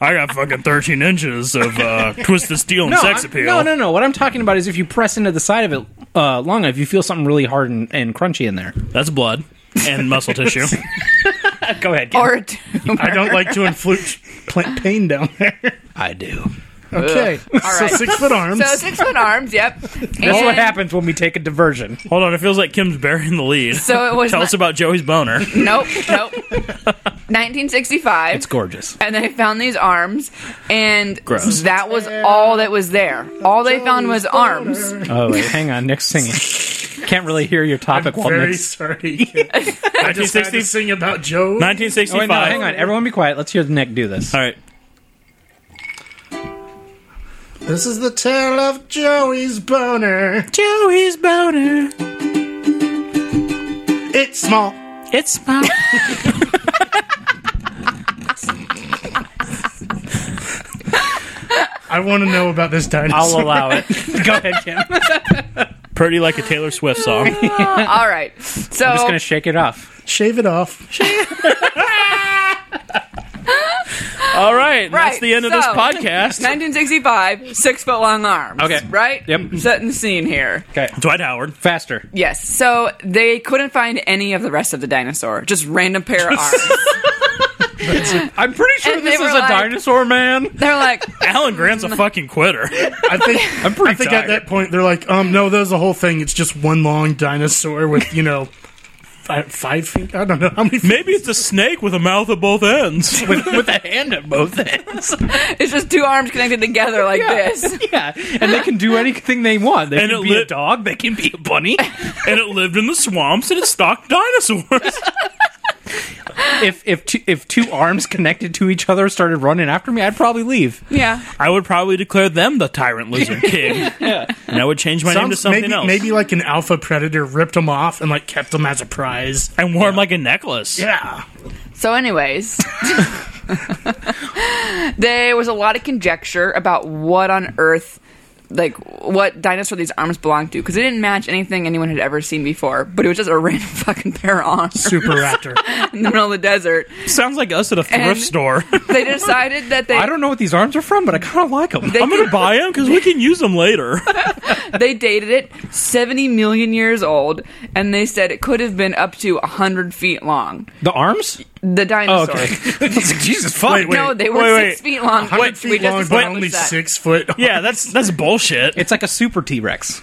S4: I got fucking thirteen inches of uh, twisted steel and
S1: No,
S4: sex
S1: I'm-
S4: appeal.
S1: no, no, no. What I'm talking about is if you press into the side of it uh, long enough, you feel something really hard and, and crunchy in there.
S4: That's blood and muscle [LAUGHS] tissue.
S1: Go ahead.
S2: Or [LAUGHS] a tumor.
S3: I don't like to inflict plant pain down there.
S1: I do.
S3: Okay, [LAUGHS] so
S2: right.
S3: six foot arms.
S2: so six foot arms. Yep.
S1: That's what happens when we take a diversion.
S4: Hold on, it feels like Kim's burying the lead.
S2: So it was
S4: Tell
S2: not-
S4: us about Joey's [LAUGHS] boner.
S2: Nope. Nope. 1965.
S1: It's gorgeous.
S2: and they found these arms, and
S4: Gross.
S2: that was all that was there. All they found was arms.
S1: [LAUGHS] Oh, wait, hang on. Nick's singing. Can't really hear your topic while
S3: Very
S1: Nick's.
S3: sorry. I just had to
S4: 1960
S3: sing about Joe.
S4: 1965.
S1: Oh, wait, no, hang on. Everyone be quiet. Let's hear Nick do this.
S4: All right.
S3: This is the tale of Joey's boner.
S4: Joey's boner.
S3: It's small.
S4: It's my.
S3: I want to know about this
S1: [LAUGHS] I'll uh,
S3: dinosaur.
S1: allow it. [LAUGHS] Go ahead, Kim. I'm just
S4: Pretty like a Taylor Swift song.
S2: [LAUGHS] all [LAUGHS] right. So
S1: going to shake it off.
S3: [LAUGHS] Shave it off.
S4: All right, and that's
S2: Right,
S4: the end of
S2: so-
S4: this podcast.
S2: 1965, six foot long arms.
S1: Okay.
S2: Right?
S1: Yep.
S2: Setting the scene here.
S1: Okay.
S4: Dwight Howard.
S1: Faster.
S2: Yes. So they couldn't find any of the rest of the dinosaur. Just random pair
S4: [LAUGHS]
S2: of arms.
S1: I'm pretty sure
S2: And they
S1: this is
S2: were
S1: a
S2: like-
S1: dinosaur man.
S2: They're like,
S4: Alan Grant's
S2: [LAUGHS]
S4: a fucking quitter.
S3: I think.
S1: I'm pretty
S3: I think
S1: tired.
S3: at that point they're like, um, no, there's a whole thing. It's just one long dinosaur with you know, fi- five fingers. I don't know how many.
S4: Maybe it's a snake with a mouth at both ends.
S1: with, with a hand at both ends.
S2: It's just two arms connected together like this.
S1: Yeah, and they can do anything they want. They
S4: And
S1: can
S4: it
S1: be a
S4: lit-
S1: dog. They can be a bunny.
S2: [LAUGHS]
S4: and it lived in the swamps and it stalked dinosaurs.
S1: if if two, if two arms connected to each other started running after me, I'd probably leave.
S2: Yeah.
S4: I would probably declare them the
S2: [LAUGHS]
S4: tyrant lizard king. And I would change my name to
S3: Sounds-
S4: something
S3: maybe,
S4: else.
S3: maybe like an alpha predator ripped him off and like kept him as a prize.
S4: And wore him like a necklace.
S3: Yeah,
S2: So, anyways, [LAUGHS] there was a lot of conjecture about what on earth, like what dinosaur these arms belonged to, because it didn't match anything anyone had ever seen before. But it was just a [LAUGHS] random fucking pair of arms
S3: super [LAUGHS] raptor.
S2: in the middle of the desert.
S4: Sounds like us at a thrift
S2: And-
S4: store.
S2: They decided that they
S1: I don't know what these arms are from, but I kind of like them.
S2: [LAUGHS] they,
S4: I'm going to buy them because we can use them later.
S2: [LAUGHS] they dated it 70 million years old, and they said it could have been up to 100 feet long.
S1: The arms?
S2: The
S1: Oh,
S2: dinosaur.
S1: okay. [LAUGHS] Jesus fuck.
S3: Wait, wait.
S2: No, they were
S4: wait,
S2: six
S4: wait.
S2: feet long.
S3: Hundred feet long, but
S2: established
S3: only
S2: that.
S3: six foot.
S4: yeah, that's that's bullshit.
S1: It's like a super T Rex.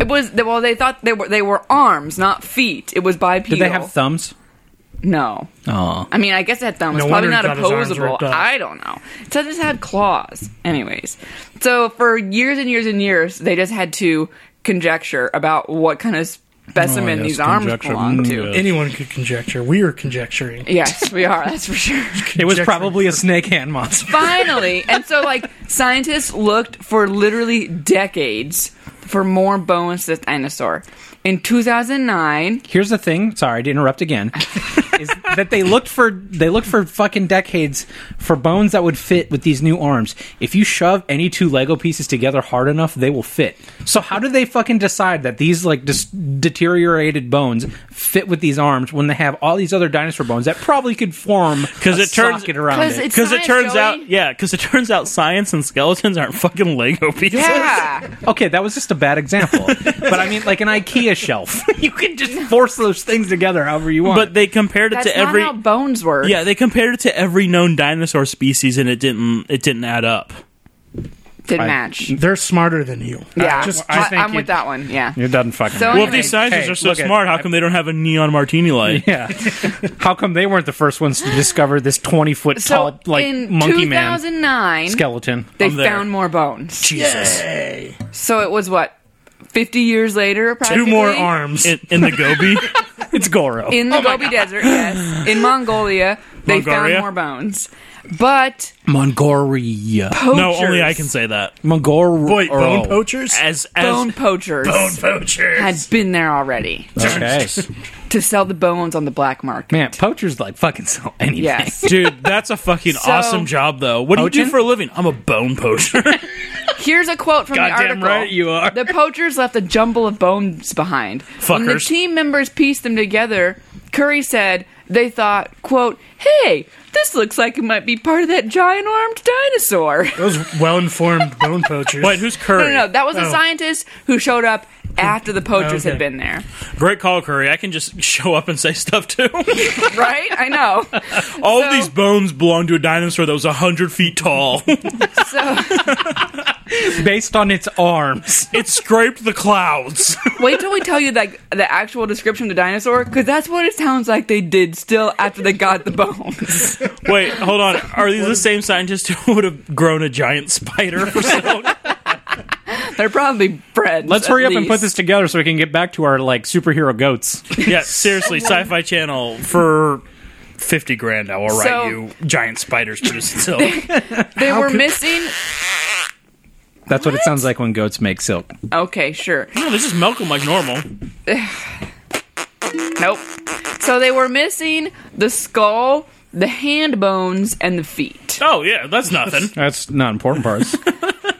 S2: It was well. They thought they were they were arms, not feet. It was bipedal.
S1: Did they have thumbs?
S2: no.
S1: Oh.
S2: I mean, I guess it had thumbs.
S3: No
S2: It's probably not
S3: wonder he got his arms
S2: opposable.
S3: ripped off.
S2: I don't know. It said it had claws. Anyways, so for years and years and years, they just had to conjecture about what kind of specimen
S1: Oh, yes,
S2: these arms
S1: conjecture.
S2: belong
S1: Mm,
S2: to.
S1: yeah.
S3: Anyone could conjecture. We are conjecturing.
S2: Yes, we are. That's
S1: [LAUGHS]
S2: for sure.
S1: It was
S3: Conjecturing.
S1: probably a snake hand monster.
S2: Finally, and so like scientists looked for literally decades for more bones to this dinosaur. In 2009,
S1: Here's the thing. Sorry to interrupt again. [LAUGHS] is that they looked for they looked for fucking decades for bones that would fit with these new arms. If you shove any two Lego pieces together hard enough, they will fit. So how do they fucking decide that these like dis- deteriorated bones fit with these arms when they have all these other dinosaur bones that probably could form because
S4: it turns-
S1: socket around
S2: 'Cause
S1: it?
S2: it's
S4: Because it
S2: science,
S4: turns
S2: Joey.
S4: out, yeah, because it turns out science and skeletons aren't fucking Lego pieces.
S2: yeah.
S1: Okay, that was just a bad example. [LAUGHS] but I mean, like an IKEA shelf, [LAUGHS] you can just force those things together however you want.
S4: But they compared it
S2: That's
S4: to every
S2: not how bones work.
S4: yeah, they compared it to every known dinosaur species, and it didn't it didn't add up.
S2: did match.
S3: They're smarter than you.
S2: Yeah,
S3: just, just
S2: I,
S3: thank
S2: am
S3: you.
S2: with that one. Yeah.
S1: it doesn't fucking.
S2: So-
S1: matter.
S4: Well, if
S2: Anyway.
S4: these scientists
S1: Hey,
S4: are so
S1: look at-
S4: smart, how come they don't have a neon martini light?
S2: [LAUGHS]
S1: Yeah. [LAUGHS] How come they weren't the first ones to discover this 20 foot
S2: So
S1: tall, like,
S2: in
S1: monkey man
S2: 2009,
S1: skeleton?
S2: they
S4: I'm there.
S2: found more bones.
S4: Jesus,
S2: So it was what 50 years later.
S3: Two
S2: practically?
S3: more arms.
S4: in, in
S2: [LAUGHS]
S4: the Gobi.
S1: It's Goro.
S2: in the Gobi Desert. Yes, in Mongolia, they
S4: Mongolia?
S2: found more bones. But
S1: Mongoria.
S2: poachers,
S4: No, only I can say that.
S1: Mongoria.
S3: Wait, bone
S1: Oh,
S3: poachers?
S4: As as
S2: Bone poachers
S3: Bone poachers.
S2: had been there already
S1: Okay. [LAUGHS]
S2: to sell the bones on the black market.
S1: Man, poachers like fucking sell anything.
S2: Yes.
S4: Dude, that's a
S2: [LAUGHS]
S4: fucking
S2: So-
S4: awesome job, though. What do you
S1: Poaching?
S4: do for a living? I'm a bone poacher.
S2: Here's a quote from the
S1: Goddamn
S2: article.
S1: right you are.
S2: The poachers left a jumble of bones behind. When the
S4: Fuckers.
S2: team members pieced them together, Curry said they thought, quote, Hey, this looks like it might be part of that giant armed dinosaur.
S3: [LAUGHS]
S2: [LAUGHS]
S3: Those well informed bone poachers.
S4: Wait, who's
S2: No,
S4: Curry?
S2: no, no. That was a
S3: Oh.
S2: scientist who showed up after the poachers had
S3: Okay.
S2: been there.
S4: Great call, Curry. I can just [LAUGHS] show up and say stuff
S2: [LAUGHS]
S4: too.
S2: Right?
S1: [LAUGHS]
S2: I know.
S4: All
S2: So-
S4: of these bones belong to a dinosaur that was hundred
S2: [LAUGHS]
S4: feet tall.
S2: So
S1: [LAUGHS] Based on its arms.
S4: it scraped the
S2: [LAUGHS]
S4: clouds.
S2: wait till we tell you like the actual description of the dinosaur, because that's what it sounds like they did still after they got the bones. [LAUGHS]
S4: Wait, hold on. Are these the same scientists who would have grown a giant spider for so long?
S2: [LAUGHS] They're probably
S1: [LAUGHS]
S2: friends.
S1: Let's
S2: at
S1: hurry up and put
S2: least.
S1: this together so we can get back to our, like, superhero goats.
S4: Yeah, seriously, Sci-Fi Channel for fifty grand. I will write
S2: So-
S4: you giant spiders
S2: [LAUGHS]
S4: produce itself.
S2: They were missing.
S1: That's what, it sounds like when goats make silk.
S2: Okay, sure.
S4: no, they just milk them like normal.
S2: Nope. So they were missing the skull, the hand bones, and the feet.
S4: Oh yeah, that's nothing.
S1: That's not important parts.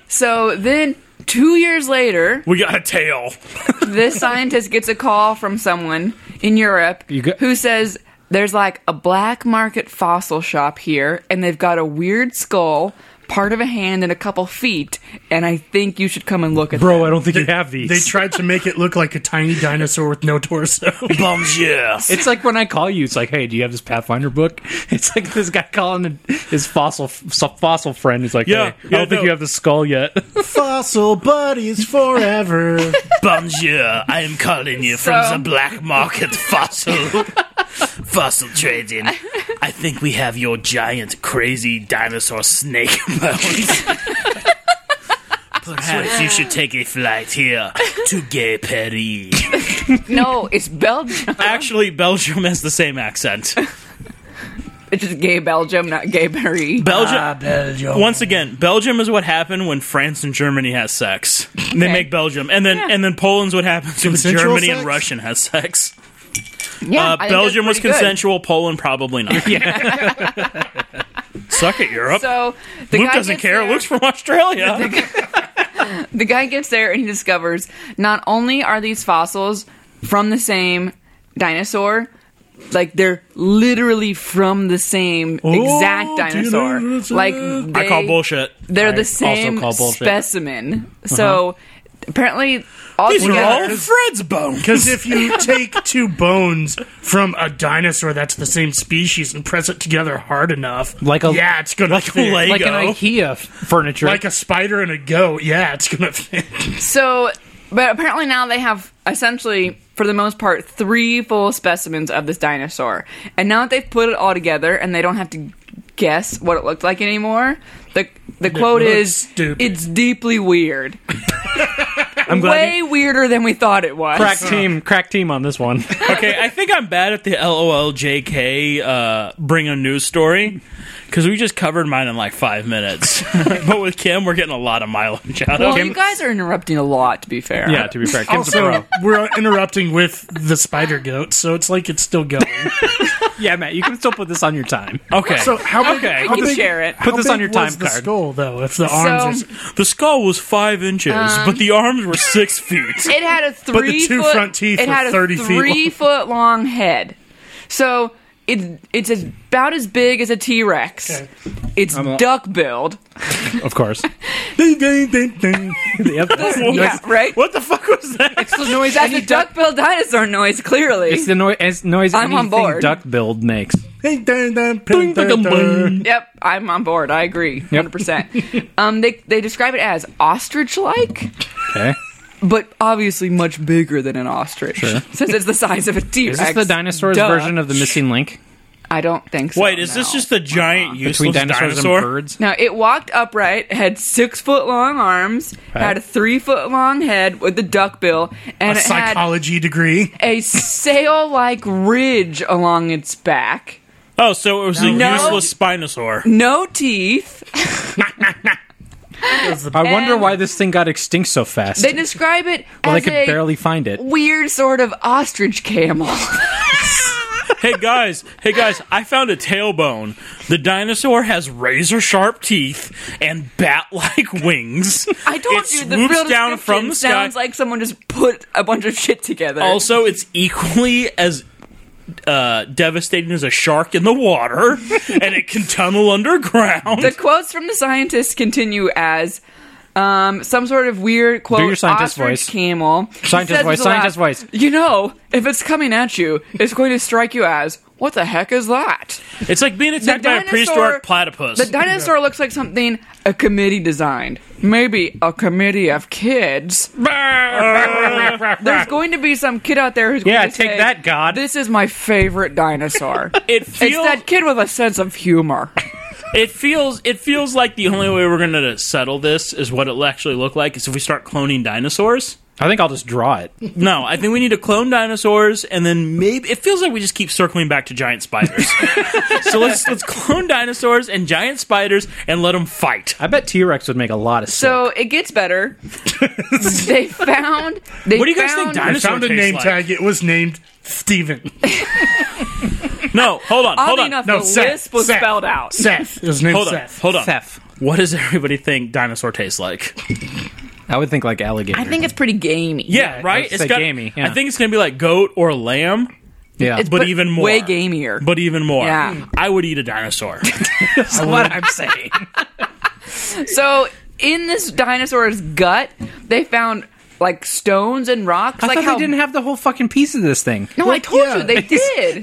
S2: So then, two years later,
S4: We got
S2: [LAUGHS]
S4: a tail. [LAUGHS]
S2: this scientist gets a call from someone in Europe
S1: You got-
S2: who says there's like a black market fossil shop here, and they've got a weird skull, part of a hand and a couple feet, and I think you should come and look
S1: [LAUGHS]
S2: at
S1: Bro,
S2: them.
S1: I don't think you have these.
S3: They tried to make it look like a tiny dinosaur with
S1: [LAUGHS]
S3: no torso.
S4: Bums, yeah.
S1: It's like when I call you, it's like, hey, do you have this Pathfinder book? [LAUGHS] It's like this guy calling his fossil fossil friend. He's like,
S4: Yeah,
S1: yeah,
S4: yeah,
S1: I don't think
S4: no.
S1: you have the skull
S3: [LAUGHS]
S1: yet.
S3: Fossil buddies forever.
S4: Bonjour, I am calling you
S2: So-
S4: from the black market
S5: [LAUGHS]
S4: fossil fossil trading. I think we have your giant crazy dinosaur snake [LAUGHS] bones. Perhaps you should take a flight here to Gay Paris.
S2: No, it's Belgium. [LAUGHS]
S4: Actually, Belgium has the same accent.
S2: It's just gay Belgium, not gay Barry.
S4: Belgium.
S3: Belgium.
S4: Once again, Belgium is what happened when France and Germany has sex. They
S2: Okay.
S4: make Belgium, and then
S2: Yeah.
S4: and then Poland's what happens when
S3: Consensual
S4: Germany and
S3: sex?
S4: Russian has sex.
S2: Yeah, I
S4: Uh,
S2: think that's
S4: Belgium was
S2: pretty good.
S4: consensual. Poland probably
S2: [LAUGHS]
S4: not. [LAUGHS] Suck it, Europe.
S2: So the
S4: Luke
S2: guy
S4: doesn't
S2: gets
S4: care.
S2: there-
S4: Luke's from Australia.
S2: The guy gets there and he discovers not only are these fossils from the same dinosaur, like they're literally from the same
S4: Oh,
S2: exact dinosaur.
S3: dinosaur.
S2: Like
S4: I
S2: they- [LAUGHS]
S4: call bullshit. Uh-huh.
S2: They're
S1: I also
S2: the same
S1: call bullshit.
S2: specimen. So apparently, all
S4: These are all
S2: together,
S4: Fred's bones.
S3: Because if
S1: [LAUGHS]
S3: you take two bones from a dinosaur that's the same species and press it together hard enough,
S1: Like a-
S3: yeah, it's gonna
S4: like a
S3: fit.
S4: leg.
S1: like an
S4: go.
S1: IKEA f- furniture.
S3: like a spider and a goat. Yeah, it's gonna [LAUGHS] fit.
S2: So, but apparently now they have essentially, for the most part, three full specimens of this dinosaur. And now that they've put it all together and they don't have to guess what it looked like anymore, the the quote
S3: looks
S2: is
S3: stupid.
S2: it's deeply weird.
S1: [LAUGHS] I'm glad.
S2: Way weirder than we thought it was.
S1: crack team, crack team on this [LAUGHS] one.
S4: okay, I think I'm bad at the LOLJK uh, bring a news story because we just covered mine in like five minutes. [LAUGHS] but with Kim, we're getting a lot of mileage out
S2: Well,
S4: of
S2: you
S4: him.
S2: guys are interrupting a lot, to be fair.
S1: yeah, to be fair, Kim's a
S3: also,
S1: pro.
S3: we're interrupting with the spider goat, so it's like it's still going.
S1: Yeah, Matt, you can still put this on your time.
S4: Okay,
S3: So how big?
S4: Okay.
S3: how
S2: We can
S3: big-
S2: share it.
S3: how
S1: Put this
S3: big
S1: on your
S3: was
S1: time
S3: the
S1: card.
S3: skull though, if the arms.
S2: So-
S3: are, s-
S4: the skull was five inches, but the arms were six feet.
S2: It had a three
S3: the two
S2: foot,
S3: front teeth
S2: It
S3: were
S2: had a
S3: 30 feet long.
S2: three foot long head. So it, it's as- about as big as a T Rex.
S3: Okay.
S2: It's
S1: a-
S2: duck billed.
S1: Of [LAUGHS] course.
S3: ding, ding, ding, ding.
S1: [LAUGHS] Yep.
S2: Yeah, right?
S4: [LAUGHS] What the fuck was that?
S2: It's the noise. That's a duck-billed dinosaur noise, clearly.
S1: It's the noi- it's noise
S2: I'm on
S1: anything
S2: board.
S1: duck build makes.
S3: Ding, ding, ding,
S1: Ding, ding,
S3: ding, ding.
S2: yep, I'm on board. I agree, hundred percent. Um, they they describe it as ostrich-like,
S1: Okay.
S2: but obviously much bigger than an ostrich, since it's the size of a T-Rex.
S1: Is this the dinosaur's
S2: Duh.
S1: version of the missing link
S2: I don't think so.
S4: Wait, is
S2: no.
S4: this just a giant useless
S1: between dinosaurs
S4: dinosaur?
S1: and birds?
S2: Now it walked upright, had six foot long arms, had a three foot long head with the duck bill, and
S3: A
S2: it had
S3: psychology degree.
S2: a sail like ridge along its back.
S4: Oh, so it was a
S2: No.
S4: useless [LAUGHS] spinosaur.
S2: No teeth.
S1: I wonder
S2: And-
S1: why this thing got extinct so fast.
S2: They describe
S4: [LAUGHS]
S2: it
S1: well, they
S2: as
S1: could
S2: a
S1: barely find it.
S2: weird sort of ostrich camel. [LAUGHS]
S4: hey guys, hey guys, I found a tailbone. The dinosaur has razor sharp teeth and bat like [LAUGHS] wings.
S2: I told
S4: it
S2: you
S4: swoops
S2: the real
S4: down
S2: description
S4: from the sky.
S2: sounds like someone just put a bunch of shit together.
S4: also, it's equally as uh, devastating as a shark in the water, and it can tunnel underground.
S2: the quotes from the scientists continue as um, some sort of weird quote.
S1: your scientist
S2: ostrich
S1: voice.
S2: Camel. He
S1: Scientist
S2: says
S1: voice,
S2: this
S1: scientist
S2: aloud,
S1: voice.
S2: You know, if it's coming at you, it's going to strike you as what the heck is that?
S4: it's like being
S2: The
S4: attacked by a prehistoric platypus.
S2: The dinosaur looks like something a committee designed. Maybe a committee of
S4: [LAUGHS]
S2: kids. There's going to be some kid out there who's
S1: Yeah,
S2: going to
S1: take
S2: say,
S1: that, God.
S2: This is my favorite dinosaur.
S4: [LAUGHS] it
S2: It's
S4: feels
S2: that kid with a sense of humor.
S4: It feels it feels like the only way we're going to settle this is what it'll actually look like is if we start cloning dinosaurs.
S1: I think I'll just draw it.
S4: No, I think we need to clone dinosaurs and then maybe it feels like we just keep circling back to giant spiders. [LAUGHS] so let's let's clone dinosaurs and giant spiders and let them fight.
S1: I bet T Rex would make a lot of sense.
S2: So it gets
S4: [LAUGHS]
S2: better. they found. They
S4: What do you guys think
S2: found-
S4: dinosaur-
S3: I found a
S4: tastes
S3: name
S4: like.
S3: tag. It was named
S2: [LAUGHS]
S3: Steven.
S4: No, hold on, hold
S2: Oddly
S4: on.
S2: enough,
S3: No,
S2: the
S3: Seth,
S2: lisp was
S3: Seth,
S2: spelled out.
S3: Seth. His name's
S4: hold on.
S3: Seth.
S4: Hold on.
S1: Seth.
S4: What does everybody think dinosaur tastes like?
S1: I would think like alligator.
S2: I think it's pretty gamey.
S4: Yeah, right?
S1: let's say gamey, yeah.
S4: I think it's going to be like goat or lamb,
S1: yeah.
S2: It's
S4: But
S2: put-
S4: even more.
S2: Way gamier.
S4: but even more.
S2: Yeah.
S1: [LAUGHS]
S4: I would eat a dinosaur.
S1: That's what I'm saying.
S2: So in this dinosaur's gut, they found like stones and rocks.
S1: I
S2: like
S1: thought
S2: how
S1: they didn't have the whole fucking piece of this thing.
S2: no, I told
S3: yeah.
S2: you they did.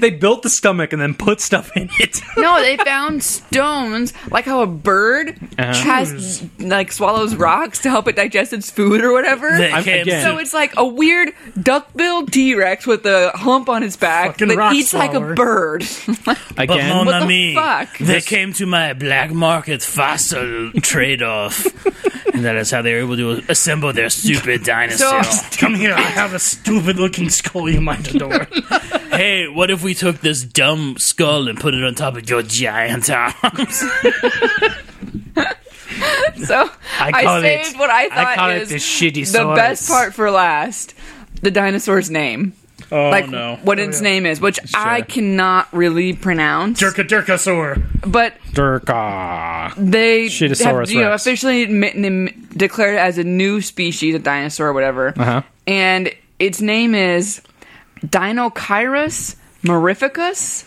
S1: [LAUGHS] They built the stomach and then put stuff in [LAUGHS] it.
S2: no, they found stones, like how a bird
S4: Uh-huh.
S2: has like swallows rocks to help it digest its food or whatever.
S4: They
S1: I'm-
S4: came
S1: again-
S4: to-
S2: so it's like a weird duck-billed T-Rex with a hump on his back
S3: Fucking
S2: that
S3: rock
S2: eats like a
S3: swallower.
S2: bird.
S4: But
S1: Again,
S4: mon
S2: What the
S4: ami,
S2: fuck?
S4: they came to my black market fossil trade [LAUGHS] off. and that is how they were able to assemble their [LAUGHS] stupid dinosaur.
S3: Come here, I have a stupid looking skull you might
S2: [LAUGHS]
S3: adore.
S4: hey, what if we took this dumb skull and put it on top of your giant arms?
S2: So I,
S4: call
S2: saved
S4: it-
S2: what I
S1: I
S2: thought
S1: call it
S2: is
S1: the shitty
S2: the best part for last. The dinosaur's name.
S4: [LAUGHS] oh,
S2: like
S4: no.
S2: what its name is, which I cannot really pronounce.
S3: Durka Durkasaur.
S2: But
S1: Durka.
S2: they
S1: Shitosaurus
S2: have, you know,
S1: Rex.
S2: officially admit- n- declared it as a new species, a dinosaur, whatever.
S1: Uh-huh.
S2: And its name is Dinochirus morificus.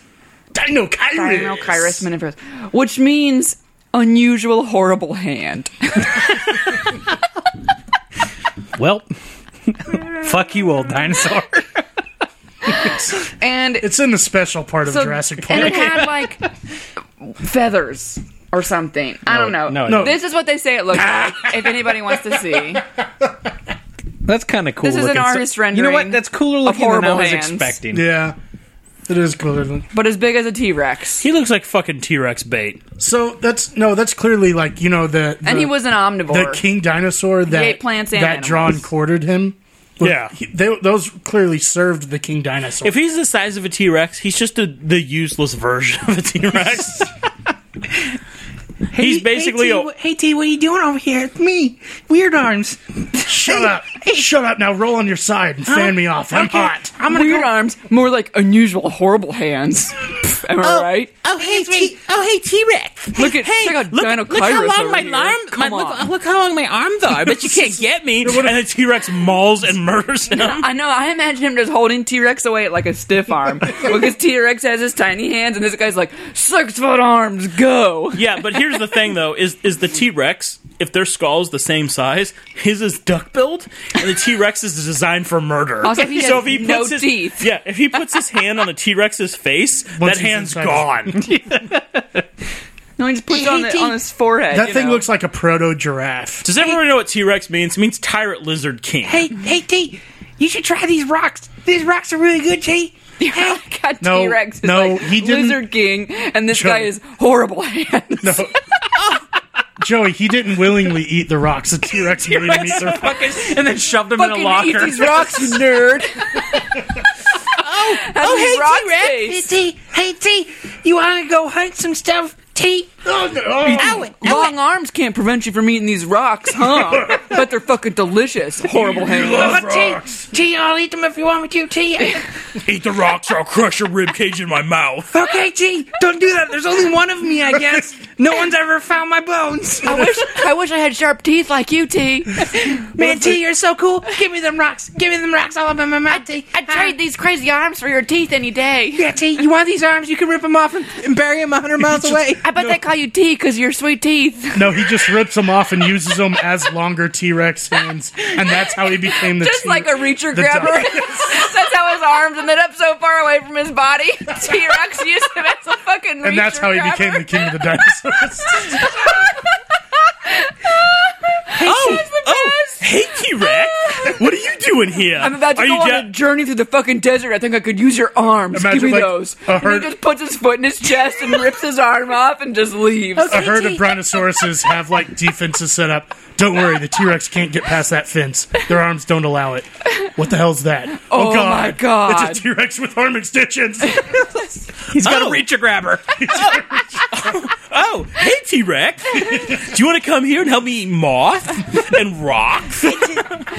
S3: Dino Kyrie.
S2: Dinochirus morificus, which means unusual, horrible hand.
S1: Well, [LAUGHS] fuck you, old dinosaur. [LAUGHS]
S2: And
S3: It's in the special part of
S2: So-
S3: Jurassic
S2: And
S3: Park.
S2: it had like feathers or something. I don't know.
S1: no, it No.
S2: This is what they say it looks like. if anybody wants to see,
S1: That's kind of cool.
S2: This is an
S1: looking. So-
S2: artist
S1: You know what?
S2: rendering
S1: That's cooler
S2: of
S1: looking than I
S2: horrible
S1: was
S2: hands.
S1: expecting.
S3: yeah. It is cooler than
S2: but as big as a T Rex,
S4: He looks like fucking T Rex bait.
S3: So that's no, that's clearly like, you know, the, the
S2: and he was an
S3: the
S2: omnivore.
S3: king dinosaur that
S2: ate plants and
S3: that
S2: animals.
S3: John quartered him.
S4: Yeah.
S3: He- they, those clearly served the king dinosaur.
S4: If he's the size of a T Rex, he's just a, the useless version of a T [LAUGHS] Rex. he's basically [LAUGHS] a.
S1: hey T, what are you doing over here? It's me, Weird Arms.
S3: Shut up! Shut up! Now roll on your side and fan me off. I'm hot.
S1: I'm gonna
S2: Weird
S1: go.
S2: arms, more like unusual, horrible hands. [LAUGHS] Pff, Am I right?
S5: Oh hey, T- oh hey, T Rex!
S2: Look at- check out Dino
S5: look how
S2: Kairos
S5: long
S2: over
S5: my
S2: here.
S5: arm, my,
S2: Come on.
S5: look, look how long my arms are. But you can't get
S2: [LAUGHS]
S5: me.
S4: And the T Rex mauls and murders him.
S2: I know. I imagine him just holding T Rex away like a stiff arm because T Rex has his tiny hands, and this guy's like six foot arms. Go.
S4: Yeah, but here's the thing though: is is the T Rex if their skull's the same size, his is duck billed, and the T Rex is designed for murder.
S2: Also, he has no
S4: his,
S2: teeth.
S4: yeah, if he puts his hand on a T
S1: [LAUGHS]
S4: Rex's face, that
S3: he's
S4: hand's
S3: inside
S4: gone.
S2: No, he just puts it on, the, on his forehead.
S3: That
S2: you
S3: thing
S2: know?
S3: looks like a proto giraffe.
S4: Does everyone know what T Rex means? It means tyrant lizard king.
S1: Hey, hey T, you should try these rocks. These rocks are really good, T.
S2: [LAUGHS] got
S3: No,
S2: T Rex.
S3: no,
S2: like
S3: he didn't-
S2: Lizard King, and this
S3: Sure.
S2: guy is horrible [LAUGHS] hands.
S3: [LAUGHS] No. Joey, he didn't willingly eat the rocks. [LAUGHS] The T Rex made him eat their
S4: Fucking- [LAUGHS] and then shoved him in a
S2: Fucking eat
S4: locker.
S2: these rocks,
S3: [LAUGHS]
S2: you nerd. oh,
S5: Oh
S2: hey,
S5: hey, T Rex! T, hey T, you want to go hunt some stuff? T,
S3: Oh, no. Oh.
S5: Owen,
S2: Long arms can't prevent you from eating these rocks,
S3: [LAUGHS]
S2: huh? but they're fucking delicious. Horrible hands.
S3: Love
S5: Oh, T,
S3: rocks.
S5: T, I'll eat them if you want me to. T,
S4: Eat the rocks or I'll crush your rib cage in my mouth.
S5: okay, T, don't do that. There's only one of me, I guess. No one's ever found my bones.
S2: I wish I wish I had sharp teeth like you, T.
S5: Man, T, you're so cool. Give me them rocks. Give me them rocks all up in my mouth, T.
S2: I'd trade these crazy arms for your teeth any day.
S5: Yeah, T, you want these arms? You can rip them off and, and bury them [LAUGHS] 100 miles away.
S2: I bet they call you T because of your sweet teeth.
S3: [LAUGHS] No, he just rips them off and uses them as longer T Rex hands, and that's how he became the
S2: Just
S3: T-
S2: like a reacher
S3: the
S2: grabber.
S3: dog.
S2: [LAUGHS] that's how his arms ended up so far away from his body. [LAUGHS] T Rex used him as a fucking reacher
S3: and that's how he
S2: grabber. [LAUGHS]
S3: became the king of the dinosaurs.
S4: oh, oh, hey T Rex, what are you doing here?
S2: I'm about to
S4: are
S2: go
S4: you
S2: on
S4: da-
S2: a journey through the fucking desert. I think I could use your arms.
S3: Imagine,
S2: Give me
S3: like,
S2: those.
S3: a
S2: And
S3: herd-
S2: he just puts his foot in his chest and rips his arm off and just leaves.
S3: a herd of brontosauruses have like defenses set up. Don't worry, the T Rex can't get past that fence. Their arms don't allow it. What the hell's that?
S2: Oh, my God.
S3: It's a T Rex with
S2: [LAUGHS]
S3: arm extensions.
S1: He's got
S4: Oh.
S1: a reacher
S4: [LAUGHS]
S1: grabber.
S4: Oh, hey T Rex, [LAUGHS] do you want to come here and help me eat moth and rocks?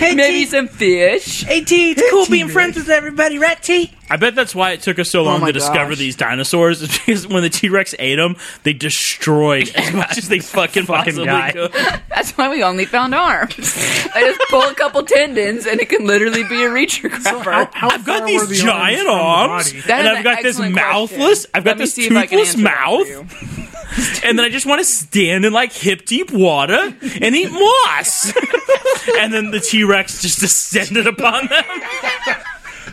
S2: Maybe some fish.
S5: Hey, T, it's cool being friends with everybody, right, T?
S4: I bet that's why it took us so long
S2: Oh my
S4: to discover
S2: gosh.
S4: these dinosaurs. [LAUGHS] Is because when the T Rex ate them, they destroyed [LAUGHS] as much as they fucking, possibly
S1: guy.
S4: could.
S2: That's why we only found arms. I just pull a couple tendons and it can literally be a [LAUGHS] reacher grabber.
S4: I've got these giant arms,
S2: That
S4: and
S2: is
S4: I've
S2: an
S4: got this
S2: excellent
S4: mouthless.
S2: question.
S4: I've got
S2: Let me
S4: this
S2: see if I can answer
S4: toothless
S2: that for
S4: mouth.
S2: you.
S4: and then I just want to stand in like hip deep water and eat moss. [LAUGHS] and then the T Rex just descended upon
S1: [LAUGHS]
S4: them.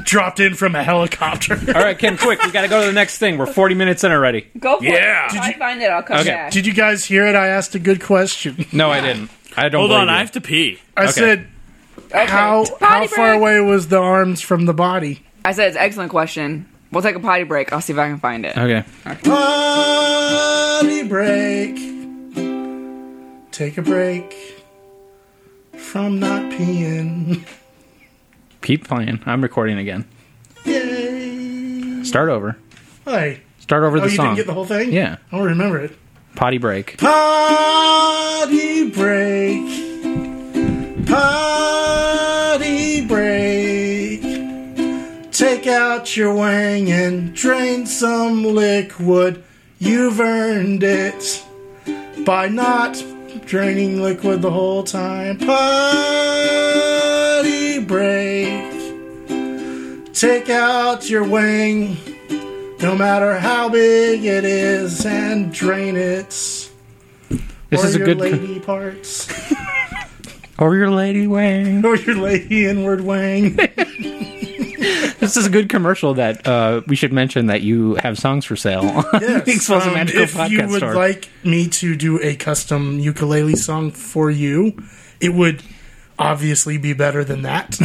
S3: dropped in from a helicopter. [LAUGHS]
S1: All right, Ken, quick. We got to go to the next thing. We're 40 minutes in already.
S2: Go for
S4: Yeah.
S2: it.
S4: Did
S2: If I find it, I'll come
S1: Okay.
S2: back.
S3: Did you guys hear it? I asked a good question.
S1: No, I didn't. I don't
S4: Hold
S1: believe
S4: on,
S1: you.
S4: I have to pee.
S3: I said,
S2: Okay.
S3: how
S2: Potty
S3: how far
S2: break.
S3: away was the arms from the body?
S2: I said it's an excellent question. We'll take a potty break. I'll see if I can find it.
S1: Okay.
S3: Potty break. Take a break from not peeing. [LAUGHS]
S1: Keep playing. I'm recording again.
S3: Yay!
S1: Start over.
S3: Hey,
S1: Start over
S3: oh,
S1: the
S3: you
S1: song.
S3: didn't get the whole thing?
S1: Yeah.
S3: I don't remember it.
S1: Potty break.
S3: Potty break. Potty break. Take out your wang and drain some liquid. You've earned it by not draining liquid the whole time. Potty break. Take out your wang, no matter how big it is, and drain it.
S1: This
S3: or
S1: is a
S3: your
S1: good.
S3: lady parts.
S1: [LAUGHS]
S3: [LAUGHS]
S1: or your lady wang.
S3: or your lady inward
S1: [LAUGHS]
S3: wang.
S1: This is a good commercial that uh, we should mention that you have songs for sale. [LAUGHS] on the Explosive
S3: Um,
S1: Magical
S3: if
S1: Podcast
S3: you would
S1: Store.
S3: like me to do a custom ukulele song for you, it would obviously be better
S1: [LAUGHS]
S3: than that.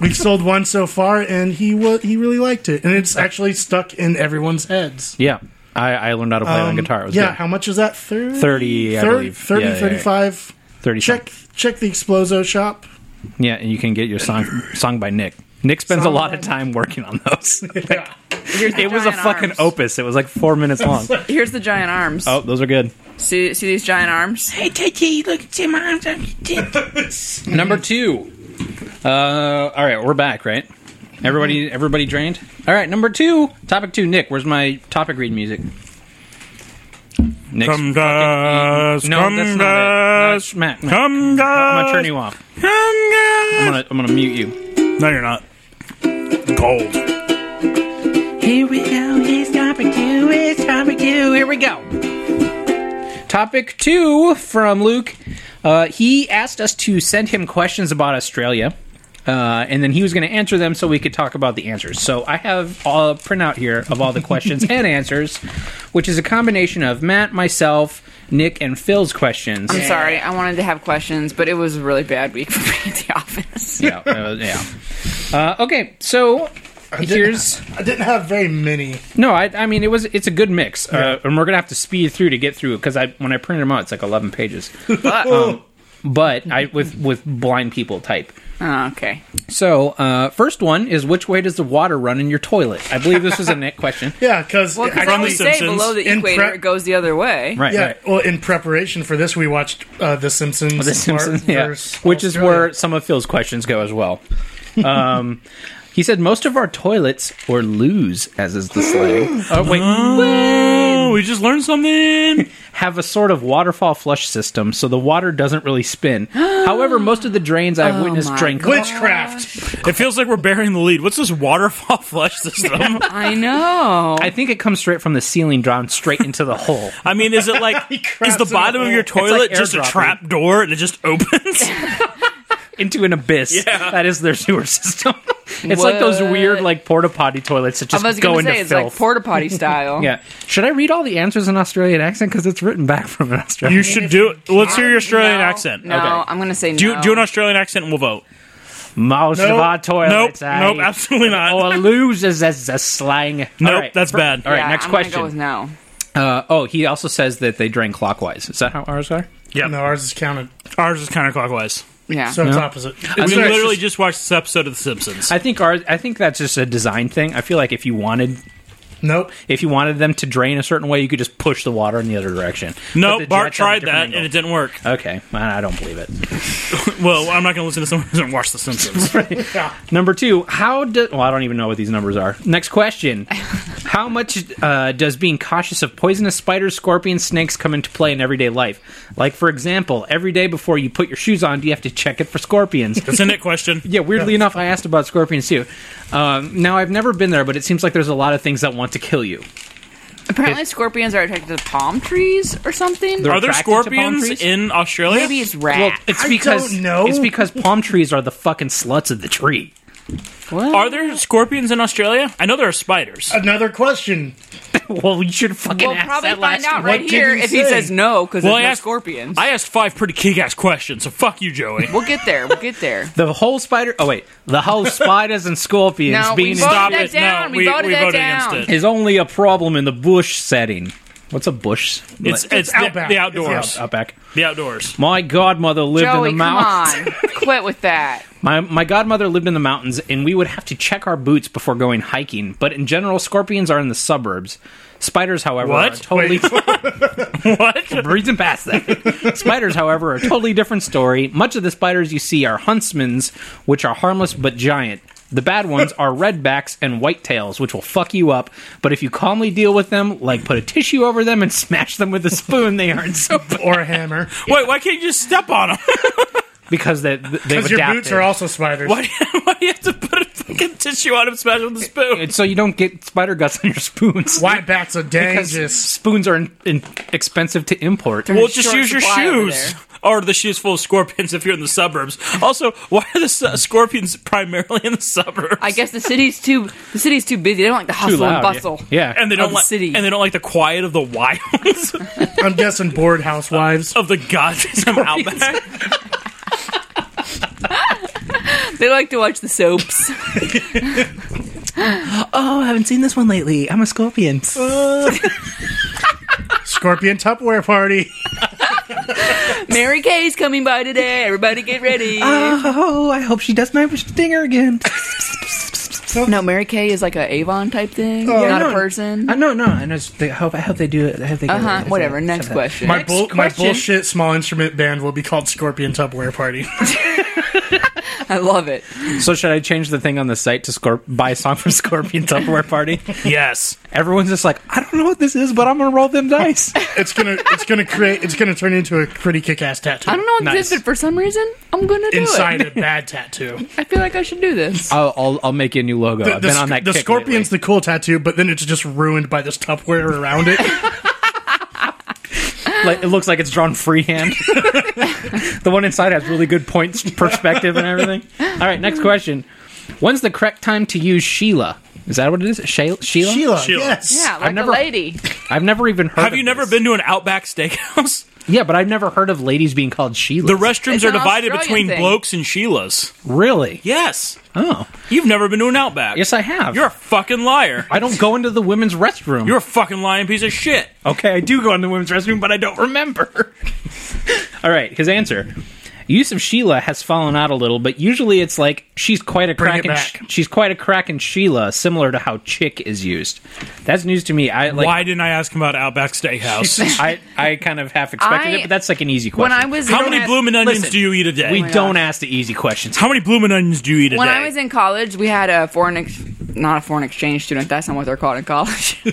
S3: We've sold one so far, and he wa- he really liked it, and it's actually stuck in everyone's heads.
S1: yeah. I, I learned how to play it on
S3: Um,
S1: guitar. It was
S3: yeah,
S1: good.
S3: how much is that? 30,
S1: 30, I believe.
S3: 30
S1: Yeah, yeah, yeah.
S3: 35.
S1: 30
S3: Check check the Exploso shop.
S1: Yeah, and you can get your song song by Nick. Nick spends a
S3: Song
S1: lot
S3: by
S1: of time working on those.
S3: Yeah.
S2: Here's the
S1: it was a
S2: giant
S1: fucking
S2: arms.
S1: opus. It was like four minutes long.
S2: Here's the giant arms.
S1: Oh, those are good.
S2: See, see these giant arms?
S5: Hey, Titi, look at your arms on your dick.
S1: Number two. Uh, all right, we're back, right? Everybody, everybody drained. All right, number two, topic two. Nick, where's my topic read music? Nick's
S4: Come guys,
S1: no,
S4: come
S1: that's not it. No,
S4: guys,
S1: it's Matt, Matt,
S4: come
S1: I'm gonna turn
S4: guys,
S1: you off.
S4: come guys.
S1: I'm gonna, I'm gonna mute you.
S4: No, you're not. Gold.
S5: Here we go, it's topic two, it's topic two, here we go.
S1: Topic two from Luke. Uh, he asked us to send him questions about Australia, uh, and then he was going to answer them so we could talk about the answers. So I have a printout here of all the
S5: [LAUGHS]
S1: questions and answers, which is a combination of Matt, myself, Nick, and Phil's questions.
S2: I'm sorry. I wanted to have questions, but it was a really bad week for [LAUGHS] me at the office.
S1: yeah, uh, yeah. Uh, okay, so here's
S3: I didn't have very many.
S1: no. I, I mean, it was it's a good mix, uh, and we're gonna have to speed through to get through because I when I printed them out, it's like eleven pages, Um,
S2: But,
S1: but I with with blind people type.
S2: oh, okay.
S1: So uh, first one is which way does the water run in your toilet? I believe this was a Nick question.
S3: Yeah, because
S2: Well, because
S4: From
S2: we
S4: The
S2: say
S4: Simpsons,
S2: below the
S3: in
S2: equator,
S3: prep-
S2: it goes the other way.
S1: [LAUGHS] Right,
S3: Yeah,
S1: right. Oh,
S3: well, in preparation for this, we watched uh, The Simpsons.
S1: The Simpsons, yeah. which is where some of Phil's questions go as well. Um, [LAUGHS] he said most of our toilets or loos, as is the slang. oh
S4: Mm-hmm.
S1: wait.
S4: Oh, we just learned something.
S1: [LAUGHS] have a sort of waterfall flush system, so the water doesn't really
S2: [GASPS]
S1: spin. However, most of the drains I've witnessed
S2: Oh my
S1: drain
S2: God.
S1: clean.
S3: witchcraft.
S4: It feels like we're burying the lead. What's this waterfall [LAUGHS] flush
S1: [LAUGHS]
S4: system?
S2: I know.
S1: I think it comes straight from the ceiling, drawn straight into the
S2: [LAUGHS]
S1: hole. [LAUGHS]
S4: I mean, is it like is
S3: craps
S4: the
S3: in
S4: bottom
S3: a
S4: of your
S3: hole.
S1: It's like
S4: toilet just a
S1: airdropping.
S4: trap door and it
S1: [LAUGHS]
S4: just opens?
S1: into an abyss.
S4: Yeah.
S1: That is their sewer system. [LAUGHS] it's like those
S2: What?
S1: weird like porta potty toilets that
S2: I
S1: just
S2: was
S1: go
S2: going
S1: into
S2: to say, it's like
S1: filth.
S2: porta potty style.
S1: yeah. Should I read all the answers in Australian accent because it's written back from an Australian?
S4: You should do it. Let's hear your Australian
S2: No,
S4: accent.
S2: No,
S1: Okay.
S2: I'm going to say no.
S4: Do do an Australian accent and we'll vote.
S1: [LAUGHS] Most of
S3: Nope.
S1: our toilets. eh?
S4: nope. Nope. [LAUGHS] Absolutely not.
S1: [LAUGHS] Or losers as a slang.
S4: nope.
S1: All right.
S4: That's bad.
S1: All right.
S2: Yeah,
S1: next
S2: I'm gonna
S1: question.
S2: Go with no.
S1: Uh, oh, he also says that they drain clockwise. Is that how ours are?
S4: Yeah.
S3: No, ours is counted,
S4: Ours is counterclockwise.
S2: Yeah.
S3: so it's opposite.
S4: We
S3: It's
S4: literally just watched this episode of The Simpsons.
S1: I think our I think that's just a design thing. I feel like if you wanted
S3: nope.
S1: if you wanted them to drain a certain way, you could just push the water in the other direction. But
S4: no,
S1: the
S4: Bart
S1: jet's on a
S4: tried that
S1: different
S4: and it
S1: angle.
S4: didn't work.
S1: Okay, well, I don't believe it.
S4: Well, I'm not going to listen to someone who doesn't watch The Simpsons.
S1: [LAUGHS] Number two, how do? Well, I don't even know what these numbers are. Next question: How much uh, does being cautious of poisonous spiders, scorpions, snakes come into play in everyday life? Like, for example, every day before you put your shoes on, do you have to check it for
S4: [LAUGHS]
S1: scorpions?
S4: That's a Nick question.
S1: Yeah, weirdly enough, I asked about scorpions too. Um, now I've never been there, but it seems like there's a lot of things that want to kill you.
S2: Apparently, scorpions are attracted to palm trees or something.
S1: They're
S4: Are there
S1: attracted to palm trees?
S4: scorpions in Australia?
S2: Maybe it's rats.
S1: Well, it's
S3: I
S1: because
S3: don't know.
S1: it's because palm trees are the fucking sluts of the tree. [LAUGHS]
S2: What?
S4: Are there scorpions in Australia? I know there are spiders.
S3: Another question.
S1: Well, you should fucking
S2: We'll
S1: ask
S2: probably
S1: that
S2: find
S1: last
S2: out
S1: one.
S2: right
S3: What did
S2: here
S3: he
S2: if he
S3: say?
S2: says no because
S4: Well,
S2: there's
S4: I
S2: no
S4: asked-
S2: scorpions.
S4: I asked five pretty kick-ass questions, so fuck you, Joey.
S2: we'll get there. We'll get there.
S1: The whole spider. Oh wait, the
S2: [LAUGHS]
S1: whole spiders and scorpions
S2: No, we
S1: being
S2: voted
S1: stopped
S2: that down.
S4: No,
S2: We voted that down.
S4: against it.
S1: is only a problem in the bush setting. What's a bush?
S4: It's it's, the-
S3: outback.
S4: the
S3: It's outback.
S4: outdoors.
S1: outback.
S4: The outdoors.
S1: My godmother lived
S2: Joey,
S1: in the
S2: come
S1: mountains. [LAUGHS]
S2: on, [LAUGHS] quit with that.
S1: My my godmother lived in the mountains, and we would have to check our boots before going hiking. But in general, scorpions are in the suburbs. Spiders, however,
S4: What?
S1: are totally
S4: What?
S1: breezing past that. spiders, however, are a totally different story. Much of the spiders you see are huntsmans, which are harmless but giant. The bad ones are redbacks and whitetails, which will fuck you up. But if you calmly deal with them, like put a tissue over them and [LAUGHS] smash them with a spoon, they aren't so [LAUGHS] bad
S3: [LAUGHS] Or a hammer.
S4: Wait, why can't you just step on them?
S1: because they they've
S3: Because
S1: adapted.
S3: your boots are also spiders.
S4: [LAUGHS] why, do you, why do you have to put a fucking tissue on them, smash with a spoon?
S1: It's so you don't get spider guts on your spoons.
S3: [LAUGHS] White bats are
S1: Because
S3: dangerous.
S1: spoons are in, in expensive to import.
S4: Well, just
S2: short
S4: use your
S2: supply over
S4: shoes. Or the shoes full of scorpions if you're in the suburbs. Also, why are the su- scorpions primarily in the suburbs?
S2: I guess the city's too the city's too busy. They don't like the hustle and
S1: loud,
S2: bustle.
S1: Yeah.
S4: and they don't
S2: the
S4: like
S2: city.
S4: and they don't like the quiet of the wilds [LAUGHS]
S3: I'm guessing bored housewives.
S4: of
S2: [LAUGHS]
S4: the goddamn outback.
S2: They like to watch the soaps. [LAUGHS]
S1: oh, I haven't seen this one lately. I'm a scorpion.
S3: Scorpion
S1: [LAUGHS]
S3: Tupperware party.
S2: Mary Kay's coming by today. Everybody get [GASPS] ready.
S1: Oh, I hope she does my stinger again.
S2: no, Mary Kay is like a Avon type thing. not a person.
S1: Uh, no, no. I know. it's- they- I hope. I hope they do it. I hope they. get
S2: Uh huh.
S1: it.
S2: Whatever.
S1: It's
S2: Next
S1: something.
S2: question.
S3: My, bull, my
S1: question.
S3: bullshit small instrument band will be called Scorpion Tupperware
S1: [LAUGHS]
S3: party.
S2: I love it.
S1: So should I change the thing on the site to Scorp- buy a song from [LAUGHS] Scorpion Tupperware Party?
S4: yes.
S1: Everyone's just like, I don't know what this is, but I'm gonna roll them
S2: [LAUGHS]
S1: dice.
S3: it's gonna it's gonna create it's gonna turn into a pretty kick ass tattoo.
S2: I don't know what
S1: Nice.
S2: this is, but for some reason, I'm gonna do
S3: Inside
S2: it. [LAUGHS]
S3: a bad tattoo.
S2: I feel like I should do this.
S1: I'll, I'll, I'll make you a new logo.
S3: The,
S1: I've
S3: the
S1: Uh, been
S3: sc-
S1: on that.
S3: the
S1: kick
S3: scorpion's
S1: lately.
S3: the cool tattoo, but then it's just ruined by this Tupperware around it.
S1: Like, it looks like it's drawn freehand. [LAUGHS] the one inside has really good points, perspective, and everything. All right, next question. When's the correct time to use Sheila? Is that what it is? She- Sheila?
S3: [LAUGHS] Sheila,
S4: Sheila.
S3: yes.
S2: Yeah, like
S1: never-
S2: a lady.
S1: I've never even heard.
S4: Have
S1: of
S4: you never
S1: this.
S4: been to an outback steakhouse? [LAUGHS]
S1: Yeah, but I've never heard of ladies being called Sheila.
S4: The restrooms
S2: It's
S4: are
S2: an
S4: divided
S2: Australian
S4: between
S2: thing.
S4: blokes and Sheilas.
S1: really?
S4: Yes.
S1: Oh,
S4: You've never been to an outback.
S1: yes, I have.
S4: You're a fucking liar.
S1: I don't go into the women's restroom.
S4: You're a fucking lying piece of shit.
S1: okay, I do go into the women's restroom, but I don't remember. [LAUGHS] All right, his answer. Use of Sheila has fallen out a little, but usually it's like she's quite a
S3: Bring
S1: crack.
S3: it
S1: in
S3: back.
S1: Sh- she's quite a crack in Sheila, similar to how chick is used. That's news to me. I like.
S4: Why didn't I ask him about Outback
S1: [LAUGHS]
S4: Steakhouse?
S1: I I kind of half expected
S2: I-
S1: it, but that's like an easy question.
S2: When I was
S4: How
S2: in-
S4: many bloomin' onions do you eat a day?
S1: we don't ask the easy questions. [LAUGHS]
S4: How many bloomin' onions do you eat a
S2: When
S4: day?
S2: I was in college, we had a foreign, ex- not a foreign exchange student. That's not what they're called in college. [LAUGHS]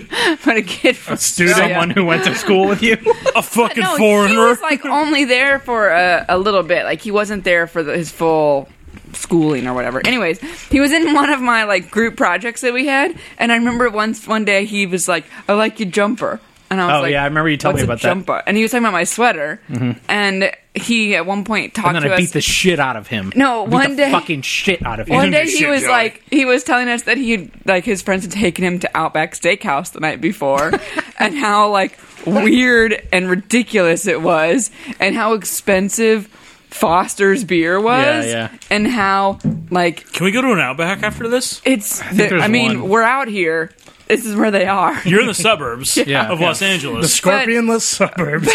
S2: but a kid from
S3: student.
S2: Australia.
S1: Someone who went to school with
S2: [LAUGHS]
S1: you.
S4: a fucking
S2: no, he
S4: foreigner.
S2: was like only there for a, a little bit. Like he wasn't there for the, his full schooling or whatever. Anyways, he was in one of my like group projects that we had, and I remember once one day he was like, "I like your jumper." And I was
S1: Oh,
S2: like,
S1: yeah, I remember you telling me
S2: "What's
S1: about
S2: a
S1: that." Mm-hmm.
S2: jumper?" And he was talking about my sweater, and he at one point talked
S1: I'm
S2: to
S1: gonna
S2: us.
S1: beat the shit out of him.
S2: No,
S1: beat
S2: one
S1: the
S2: day-
S1: fucking shit out of him.
S2: One
S4: do
S2: day he
S4: shit,
S2: was
S4: Joey.
S2: like he was telling us that he like his friends had taken him to Outback Steakhouse the
S1: [LAUGHS]
S2: night before and how like weird and ridiculous it was and how expensive Foster's beer was
S1: Yeah, yeah.
S2: and how like
S4: Can we go to an Outback after this?
S2: it's the- I,
S1: there's
S2: mean
S1: one.
S2: we're out here this is where
S1: [LAUGHS]
S2: they are
S4: You're
S2: [LAUGHS]
S4: in the suburbs
S1: Yeah.
S4: of
S1: Yeah.
S4: Los
S3: The
S4: Angeles.
S2: [LAUGHS]
S3: scorpionless suburbs.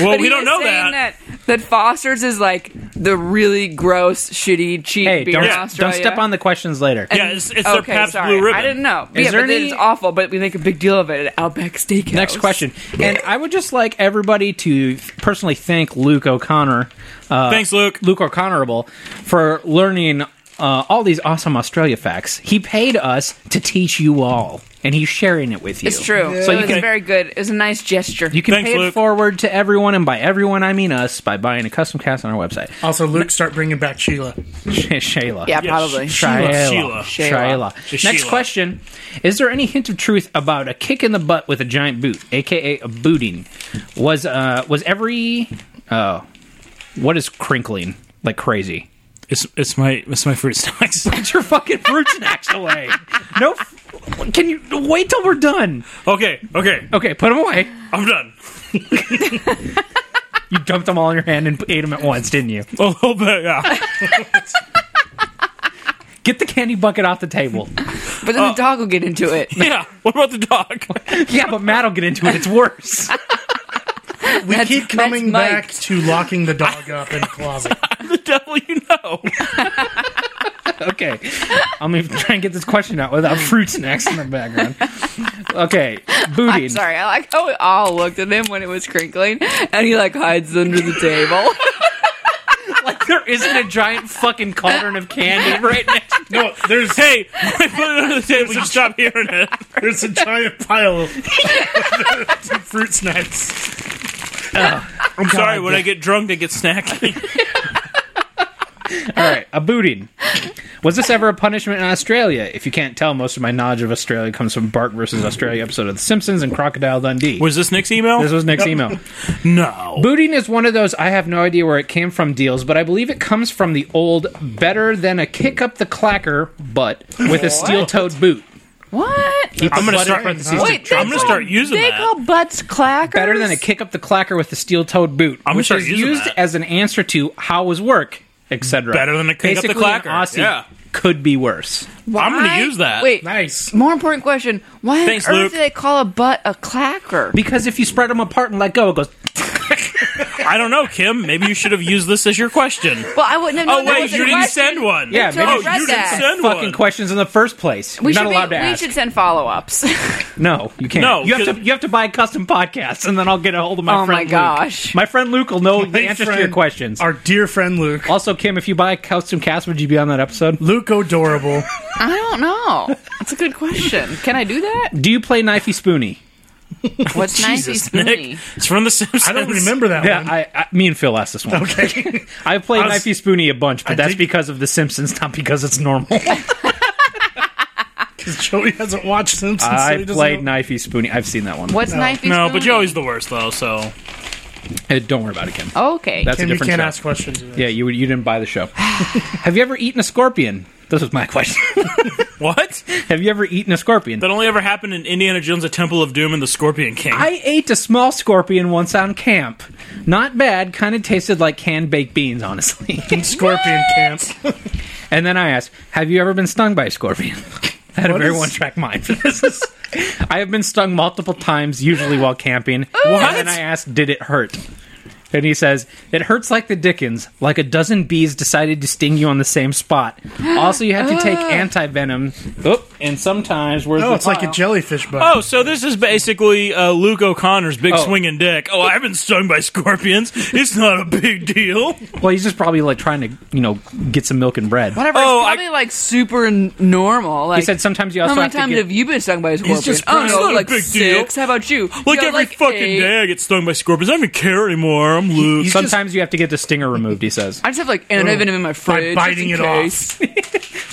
S4: well,
S2: But
S4: we
S2: he
S4: don't
S2: was
S4: know
S2: saying
S4: that.
S2: that that Foster's is like the really gross shitty cheap
S1: Hey,
S2: beer
S1: don't,
S2: in
S1: don't
S2: Australia.
S1: step on the questions later.
S4: Yeah, it's, it's their Pabst
S2: sorry.
S4: Blue Ribbon.
S2: I didn't know.
S1: Is
S2: yeah,
S1: there
S2: but
S1: any-
S2: it's awful, but we make a big deal of it at Outback Steakhouse.
S1: Next question. And I would just like everybody to personally thank Luke O'Connor,
S4: Thanks, Luke.
S1: Luke O'Connorable, for learning uh, all these awesome Australia facts. He paid us to teach you all, and he's sharing it with you.
S2: It's true.
S1: So you
S2: it
S1: can
S2: was very good. It was a nice gesture.
S1: you can
S4: Thanks,
S1: pay it
S4: Luke.
S1: forward to everyone, and by everyone I mean us by buying a custom cast on our website. [LAUGHS]
S3: Also, Luke, start bringing back Sheila.
S1: Shayla.
S2: yeah, probably.
S1: Shayla.
S4: Sheila.
S1: Shayla.
S4: Shayla.
S1: Next
S4: Shayla.
S1: question. Is there any hint of truth about a kick in the butt with a giant boot, aka a booting? Was uh was every oh what is crinkling? Like crazy. [LAUGHS]
S4: It's it's my it's my fruit snacks. [LAUGHS]
S1: It's your fucking fruit snacks away. No f- can you wait till we're done?
S4: okay, okay,
S1: Okay, put them away.
S4: I'm done. [LAUGHS]
S1: You dumped them all in your hand and ate them at once, didn't you?
S4: A little bit, yeah.
S1: Get the candy bucket off the [LAUGHS] table.
S2: But
S4: Oh.
S2: then the dog will get into
S4: [LAUGHS]
S2: it.
S4: Yeah. [LAUGHS] What about the dog?
S1: Yeah, but Matt'll get into it. It's worse.
S3: We keep coming
S2: that's Mike.
S3: back to locking
S2: [LAUGHS]
S3: the dog up in the closet.
S4: the devil you know.
S1: Okay. I'm going to try and get this question out without [LAUGHS] fruit snacks in the background. Okay. Booting.
S2: Sorry, I like how we all looked at him when it was crinkling, and he like hides under the
S1: [LAUGHS]
S2: table.
S1: Like, there isn't a giant fucking cauldron of candy right next to
S3: No, there's
S4: Hey, I put it under the table. You stop hearing [LAUGHS] it.
S3: there's a giant pile of [LAUGHS] fruit snacks.
S4: I'm sorry. When I get drunk, I get snacky.
S1: All right. A booting. Was this ever a punishment in Australia? If you can't tell, most of my knowledge of Australia comes from Bart versus Australia episode of The Simpsons and Crocodile Dundee.
S4: [LAUGHS] Was this Nick's email?
S1: this was Nick's [LAUGHS] email.
S4: no.
S1: Booting is one of those I have no idea where it came from deals, but I believe it comes from the old better than a kick up the clacker butt with a steel toed boot.
S2: what?
S4: I'm gonna
S1: Butt in
S4: start-
S1: parentheses
S4: Wait,
S1: to
S4: I'm gonna start using
S2: they
S4: that.
S2: call butts clackers.
S1: better than a kick up the clacker with a steel toed boot,
S4: I'm gonna
S1: which
S4: start
S1: is
S4: using
S1: used
S4: that.
S1: as an answer to how was work, etc.
S4: Better than a kick up the
S1: Basically, an
S4: clacker,
S1: Aussie
S4: yeah.
S1: could be worse.
S4: I'm gonna
S2: Why-
S4: use that.
S2: Wait,
S3: Nice.
S2: more important question: Why
S4: Thanks,
S2: on earth
S4: Luke.
S2: do they call a butt a clacker?
S1: Because if you spread them apart and let go, it goes.
S4: I don't know, Kim. Maybe you should have used this as your question.
S2: well, I wouldn't have known.
S4: Oh
S2: that
S4: wait,
S2: was a
S4: you didn't
S2: question.
S4: send one.
S1: Yeah,
S2: Until
S1: maybe
S2: I
S4: oh,
S2: read
S4: you didn't
S2: that.
S4: send
S1: fucking
S4: one.
S1: questions in the first place.
S2: We
S1: You're
S2: should
S1: not allowed
S2: be,
S1: to
S2: we
S1: ask.
S2: should send follow-ups.
S1: No, you can't.
S4: No,
S1: you have to.
S4: 'cause-
S1: You have to buy custom podcasts, and then I'll get a hold of my
S2: Oh
S1: friend.
S2: my
S1: Luke.
S2: gosh.
S1: my friend Luke will know the
S3: Hey,
S1: answers to
S3: friend,
S1: your questions.
S3: Our dear friend Luke.
S1: Also, Kim, if you buy a custom cast, would you be on that episode?
S3: Luke Adorable.
S2: [LAUGHS] I don't know. That's a good question. Can I do that?
S1: Do you play Knifey Spoonie?
S2: What's nice
S4: Jesus,
S2: and spoony?
S4: Nick. It's from The Simpsons.
S1: [LAUGHS]
S3: I don't remember that
S1: Yeah,
S3: one. [LAUGHS]
S1: I, I, me and Phil asked this one. [LAUGHS]
S3: okay.
S1: I played
S3: I was-
S1: Knifey Spoonie a bunch, but
S3: I
S1: that's
S3: dig-
S1: because of The Simpsons, not because it's
S3: [LAUGHS]
S1: normal.
S3: Because Joey hasn't watched Simpsons. so
S1: I
S3: he doesn't
S1: played
S3: know.
S1: Knifey Spoonie. I've seen that one.
S2: What's knife?
S4: No, but Joey's the worst though. So
S1: Uh, don't worry about it, Kim.
S2: Okay.
S1: That's
S3: Kim,
S1: a
S3: you
S1: different
S3: can't
S1: show.
S3: ask questions. of that.
S1: Yeah, you you didn't buy the
S3: [LAUGHS]
S1: show. Have you ever eaten a scorpion? This was my question. [LAUGHS]
S4: what?
S1: Have you ever eaten a scorpion?
S4: That only ever happened in Indiana Jones: The Temple of Doom and the Scorpion King.
S1: I ate a small scorpion once on camp. Not bad. Kind of tasted like canned baked beans, honestly.
S3: Scorpion Camp.
S1: [LAUGHS] and then I asked, "Have you ever been stung by a scorpion?" [LAUGHS] I had a
S3: What
S1: very
S3: is-
S1: one-track mind for this. [LAUGHS] I have been stung multiple times, usually while camping.
S4: What?
S1: And then I asked, "Did it hurt?" And he says, "It hurts like the Dickens. Like a dozen bees decided to sting you on the same spot. Also, you have to take anti venom. Oop, and sometimes where's
S3: No,
S1: the
S3: Oh, it's like a
S1: vial?
S3: jellyfish bug.
S4: Oh, so this is basically uh, Luke O'Connor's big
S1: Oh.
S4: swinging dick. Oh, I've been stung by scorpions. It's not a big deal.
S1: Well, he's just probably like trying to, you know, get some milk and bread.
S2: Whatever.
S4: Oh,
S2: it's
S4: I-
S2: probably like super n- normal. Like
S1: He said sometimes you also
S2: How many
S1: have to
S2: times
S1: get-
S2: have you been stung by a scorpion?
S4: just
S2: I don't
S4: pretty-
S2: know,
S4: it's not a
S2: like
S4: big
S2: six.
S4: deal.
S2: How about you?
S4: Like
S2: You got,
S4: every fucking
S2: eight.
S4: day, I get stung by scorpions. I don't even care anymore. I'm Luke.
S3: He's
S1: Sometimes you have to get the stinger removed, he says,
S2: I just have like antivenom in my fridge, just
S3: biting
S2: in
S3: it off.
S2: case.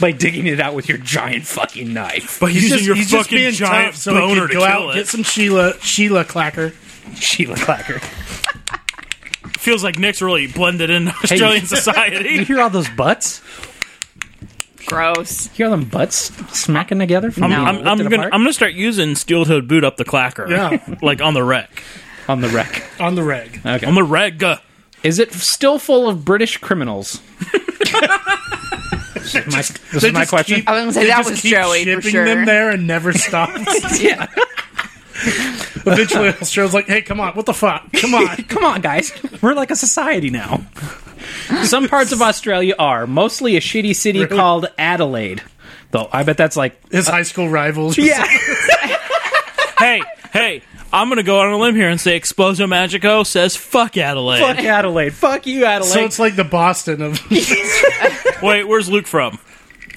S1: by digging it out with your giant fucking knife.
S4: but
S3: He's
S4: using
S3: just,
S4: your
S3: he's just
S4: fucking
S3: being
S4: giant
S3: tough so he
S4: boner
S3: could
S4: to
S3: go out,
S4: kill it.
S3: get some Sheila Sheila clacker.
S1: Sheila Clacker.
S4: Feels like Nick's really blended [LAUGHS] into
S1: [LAUGHS]
S4: Australian
S1: You
S4: society.
S1: hear all those butts?
S2: Gross.
S1: You hear them butts smacking together? From
S4: I'm,
S1: being
S4: I'm,
S1: lifted
S4: I'm gonna
S1: apart?
S4: I'm gonna start using steel toed boot up the clacker.
S3: Yeah.
S4: [LAUGHS] like on the wreck.
S1: on the wreck.
S3: on the reg.
S4: On the wreck. uh,
S1: Is it still full of British
S3: [LAUGHS]
S1: criminals? this is my, this
S3: they
S1: is my
S3: just
S1: question.
S2: I was gonna say
S3: They
S2: Oh, that
S3: just
S2: was
S3: keep
S2: Joey for
S3: shipping
S2: sure.
S3: them there and
S2: [LAUGHS]
S3: never stops.
S1: Yeah. [LAUGHS]
S3: Eventually, Australia's like, "Hey, come on, what the fuck? Come on."
S1: Come on, guys. We're like a society now. Some parts of Australia are mostly a shitty city
S3: Really?
S1: called Adelaide. Though I bet that's like
S3: His high school rivals.
S1: [LAUGHS]
S4: hey, hey. I'm gonna go on a limb here and say Exploso Magico says fuck Adelaide.
S1: Fuck Adelaide. Fuck you, Adelaide.
S4: [LAUGHS]
S3: So it's like the Boston of
S4: Wait, where's Luke from?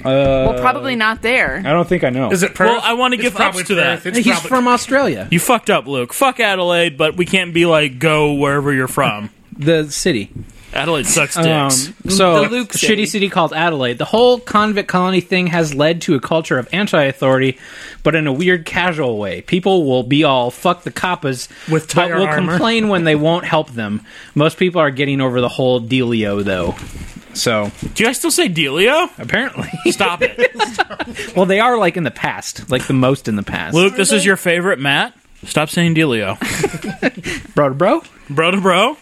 S2: well, probably not there.
S1: I don't think I know.
S3: Is it Perth?
S4: Well, I wanna
S3: It's
S4: give
S3: probably
S4: ups to that.
S3: Perth. It's
S1: He's
S3: probably-
S1: from Australia,
S4: You fucked up, Luke. Fuck Adelaide, but we can't be like go wherever you're from.
S1: the city.
S4: Adelaide sucks
S1: Um,
S4: dicks.
S1: so,
S2: The Luke City.
S1: shitty city called Adelaide. The whole convict colony thing has led to a culture of anti-authority, but in a weird, casual way. People will be all "fuck the coppers"
S3: With
S1: but
S3: tire
S1: will
S3: armor.
S1: complain when they won't help them. Most people are getting over the whole dealio, though. So
S4: Do you guys still say Delio?
S1: apparently, [LAUGHS]
S4: Stop it,
S1: well, they are like in the past, like the most in the past.
S4: [LAUGHS] Luke. This is your favorite, Matt. Stop saying Delio,
S1: bro, to bro.
S4: bro to bro.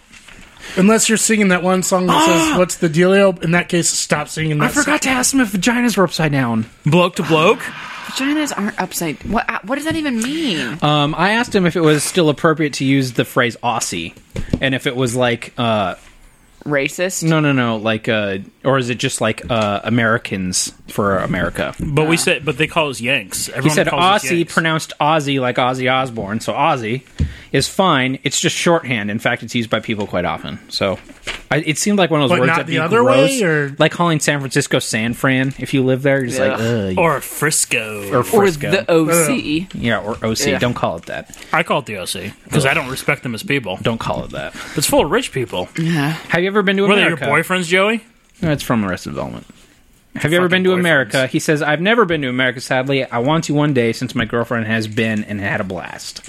S3: Unless you're singing that one song that
S2: [GASPS]
S3: says, What's the dealio? In that case, stop singing that
S1: I forgot to ask them if vaginas were upside down.
S4: Bloke to bloke.
S2: Vaginas aren't upside. What? uh, What does that even mean?
S1: Um, I asked him if it was still appropriate to use the phrase "Aussie," and if it was like. Uh,
S2: Racist.
S1: No, no, no. Like, uh, or is it just like uh, Americans for America?
S4: But we said, but they call us Yanks. Everyone
S1: He said
S4: calls us
S1: Aussie,
S4: Yanks.
S1: pronounced Aussie like Ozzy Osbourne. So Aussie is fine. It's just shorthand. In fact, it's used by people quite often. So I, it seemed like one of those
S3: But
S1: words
S3: not
S1: that
S3: the
S1: be
S3: other
S1: gross.
S3: way, or-
S1: like calling San Francisco San Fran. If you live there, you're just like
S2: Ugh.
S1: Ugh, you-
S4: or Frisco.
S1: or
S2: or
S1: Frisco.
S2: the E? OC.
S1: yeah, or OC.
S2: Yeah.
S1: Don't call it that.
S4: I call it the OC because I don't respect them as people.
S1: Don't call it that.
S4: It's full of rich people.
S1: Have you ever been to
S4: Whether your
S1: America?
S4: boyfriend's Joey,
S1: No, it's from Arrested Development. Have you ever been to
S4: Fucking boyfriends.
S1: America? He says, I've never been to America, sadly. I want to one day since my girlfriend has been and had a blast.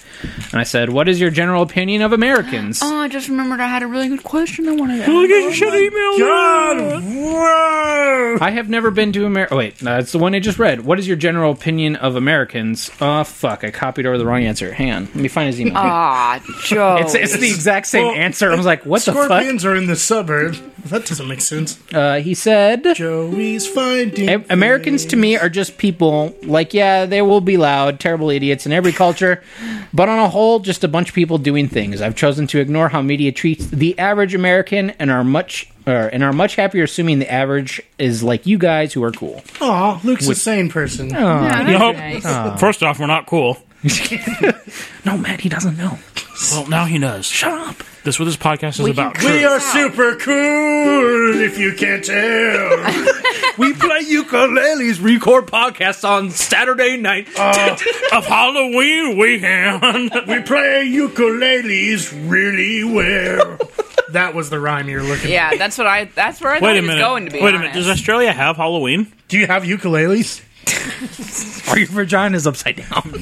S1: And I said, What is your general opinion of Americans?
S2: Oh, I just remembered I had a really good question I wanted to
S4: look at you should email.
S3: God, whoa!
S1: I have never been to America. Wait, no, that's the one I just read. What is your general opinion of Americans? Oh, fuck. I copied over the wrong answer. Hang on. Let me find his email.
S2: Ah, Joe.
S1: it's, it's the exact same
S3: Well,
S1: answer. I was like, What the fuck?
S3: Scorpions are in the suburb. That doesn't make sense.
S1: Uh, he said.
S3: Joey's finding.
S1: A- Americans to me are just people. Like, yeah, they will be loud, terrible idiots in every culture, but on a whole, just a bunch of people doing things. I've chosen to ignore how media treats the average American and are much or, and are much happier assuming the average is like you guys who are cool.
S3: Aw, Luke's a sane person.
S2: Yeah, that's
S4: Nope.
S2: nice.
S1: Ah.
S4: First off, we're not cool.
S1: No, Matt, he doesn't know.
S4: Well, now he knows. Shut up. This is what this podcast is about.
S3: We are super cool, if you can't tell.
S1: We play ukuleles, record podcasts on Saturday night.
S4: of Halloween [LAUGHS] weekend.
S3: we play ukuleles really well. that was the rhyme you're looking
S2: Yeah, that's what I. That's where I thought
S4: Wait a
S2: it was
S4: minute.
S2: going to be.
S4: Wait a minute. Does Australia have Halloween?
S3: for. Do you have ukuleles?
S1: Are your vaginas upside [LAUGHS] down?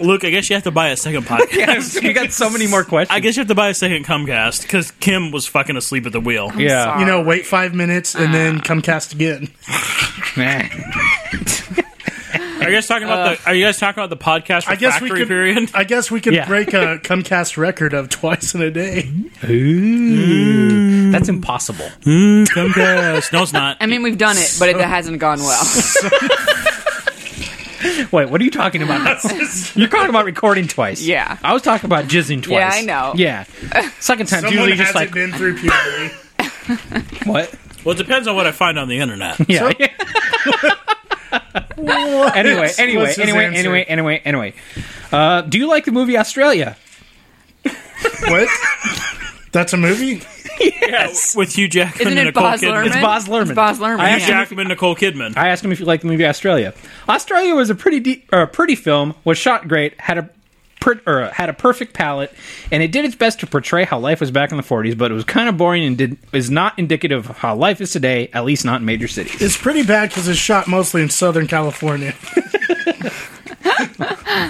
S4: Luke, I guess you have to buy a second
S2: [LAUGHS]
S4: podcast.
S1: you got so many more questions.
S4: I guess you have to buy a second Comcast because Kim was fucking asleep at the wheel.
S1: yeah.
S2: sorry.
S3: You know, wait five minutes and
S1: Ah.
S3: then come cast again.
S4: Are you guys talking about the? Are you guys talking about the podcast
S3: I guess we
S4: factory
S3: could. [LAUGHS]
S4: period?
S3: I guess we could
S1: Yeah.
S3: break a Comcast record of twice in a day.
S1: Ooh, that's impossible.
S4: Comcast. No, it's not.
S2: I mean, we've done it, but it hasn't gone
S4: [LAUGHS]
S2: well.
S1: Wait, what are you talking about? You're talking about recording twice.
S2: Yeah.
S1: I was talking about jizzing twice.
S2: I know.
S1: Yeah. Second time,
S3: Someone
S1: usually just
S3: hasn't
S1: like,
S3: been through puberty.
S1: what?
S4: Well, it depends on what I find on the internet.
S1: Yeah. [LAUGHS] anyway,
S3: What's
S1: anyway,
S3: his
S1: anyway,
S3: answer?
S1: anyway, anyway, anyway. Uh, do you like the movie Australia?
S3: What? That's a movie?
S4: Uh, With Hugh Jackman
S2: Isn't
S4: and
S2: it
S4: Nicole
S2: Boz
S4: Kidman.
S2: Lerman?
S1: It's Boz Lerman.
S2: It's Boz Lerman.
S1: I
S4: Hugh
S1: Yeah.
S4: Jackman, Nicole Kidman.
S1: I asked him if he liked the movie Australia. Australia was a pretty deep, or a pretty film. Was shot great. Had a per, or had a perfect palette, and it did its best to portray how life was back in the '40s. But it was kind of boring and did, is not indicative of how life is today. At least not in major cities.
S3: It's pretty bad because it's shot mostly in Southern California.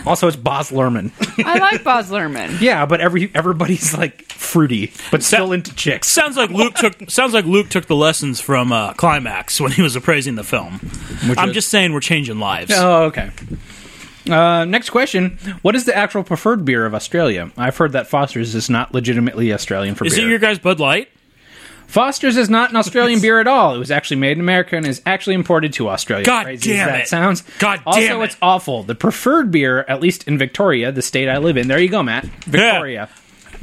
S1: Also, it's Boz Lerman.
S2: I like Boz
S4: [LAUGHS]
S2: Lerman.
S1: yeah, but every everybody's like fruity, but still into chicks.
S4: Sounds like Luke took. Sounds like Luke took the lessons from uh, Climax when he was appraising the film. I'm
S1: is-
S4: just saying we're changing lives.
S1: Oh, okay. Uh, next question: What is the actual preferred beer of Australia? I've heard that Foster's is not legitimately Australian for
S4: Is
S1: beer.
S4: it your guys' Bud Light?
S1: Foster's is not an Australian beer at all. It was actually made in America and is actually imported to Australia.
S4: God
S1: Crazy as
S4: damn
S1: that
S4: it.
S1: sounds.
S4: God
S1: also,
S4: damn it.
S1: it's awful. The preferred beer, at least in Victoria, the state I live in. There you go, Matt. Victoria.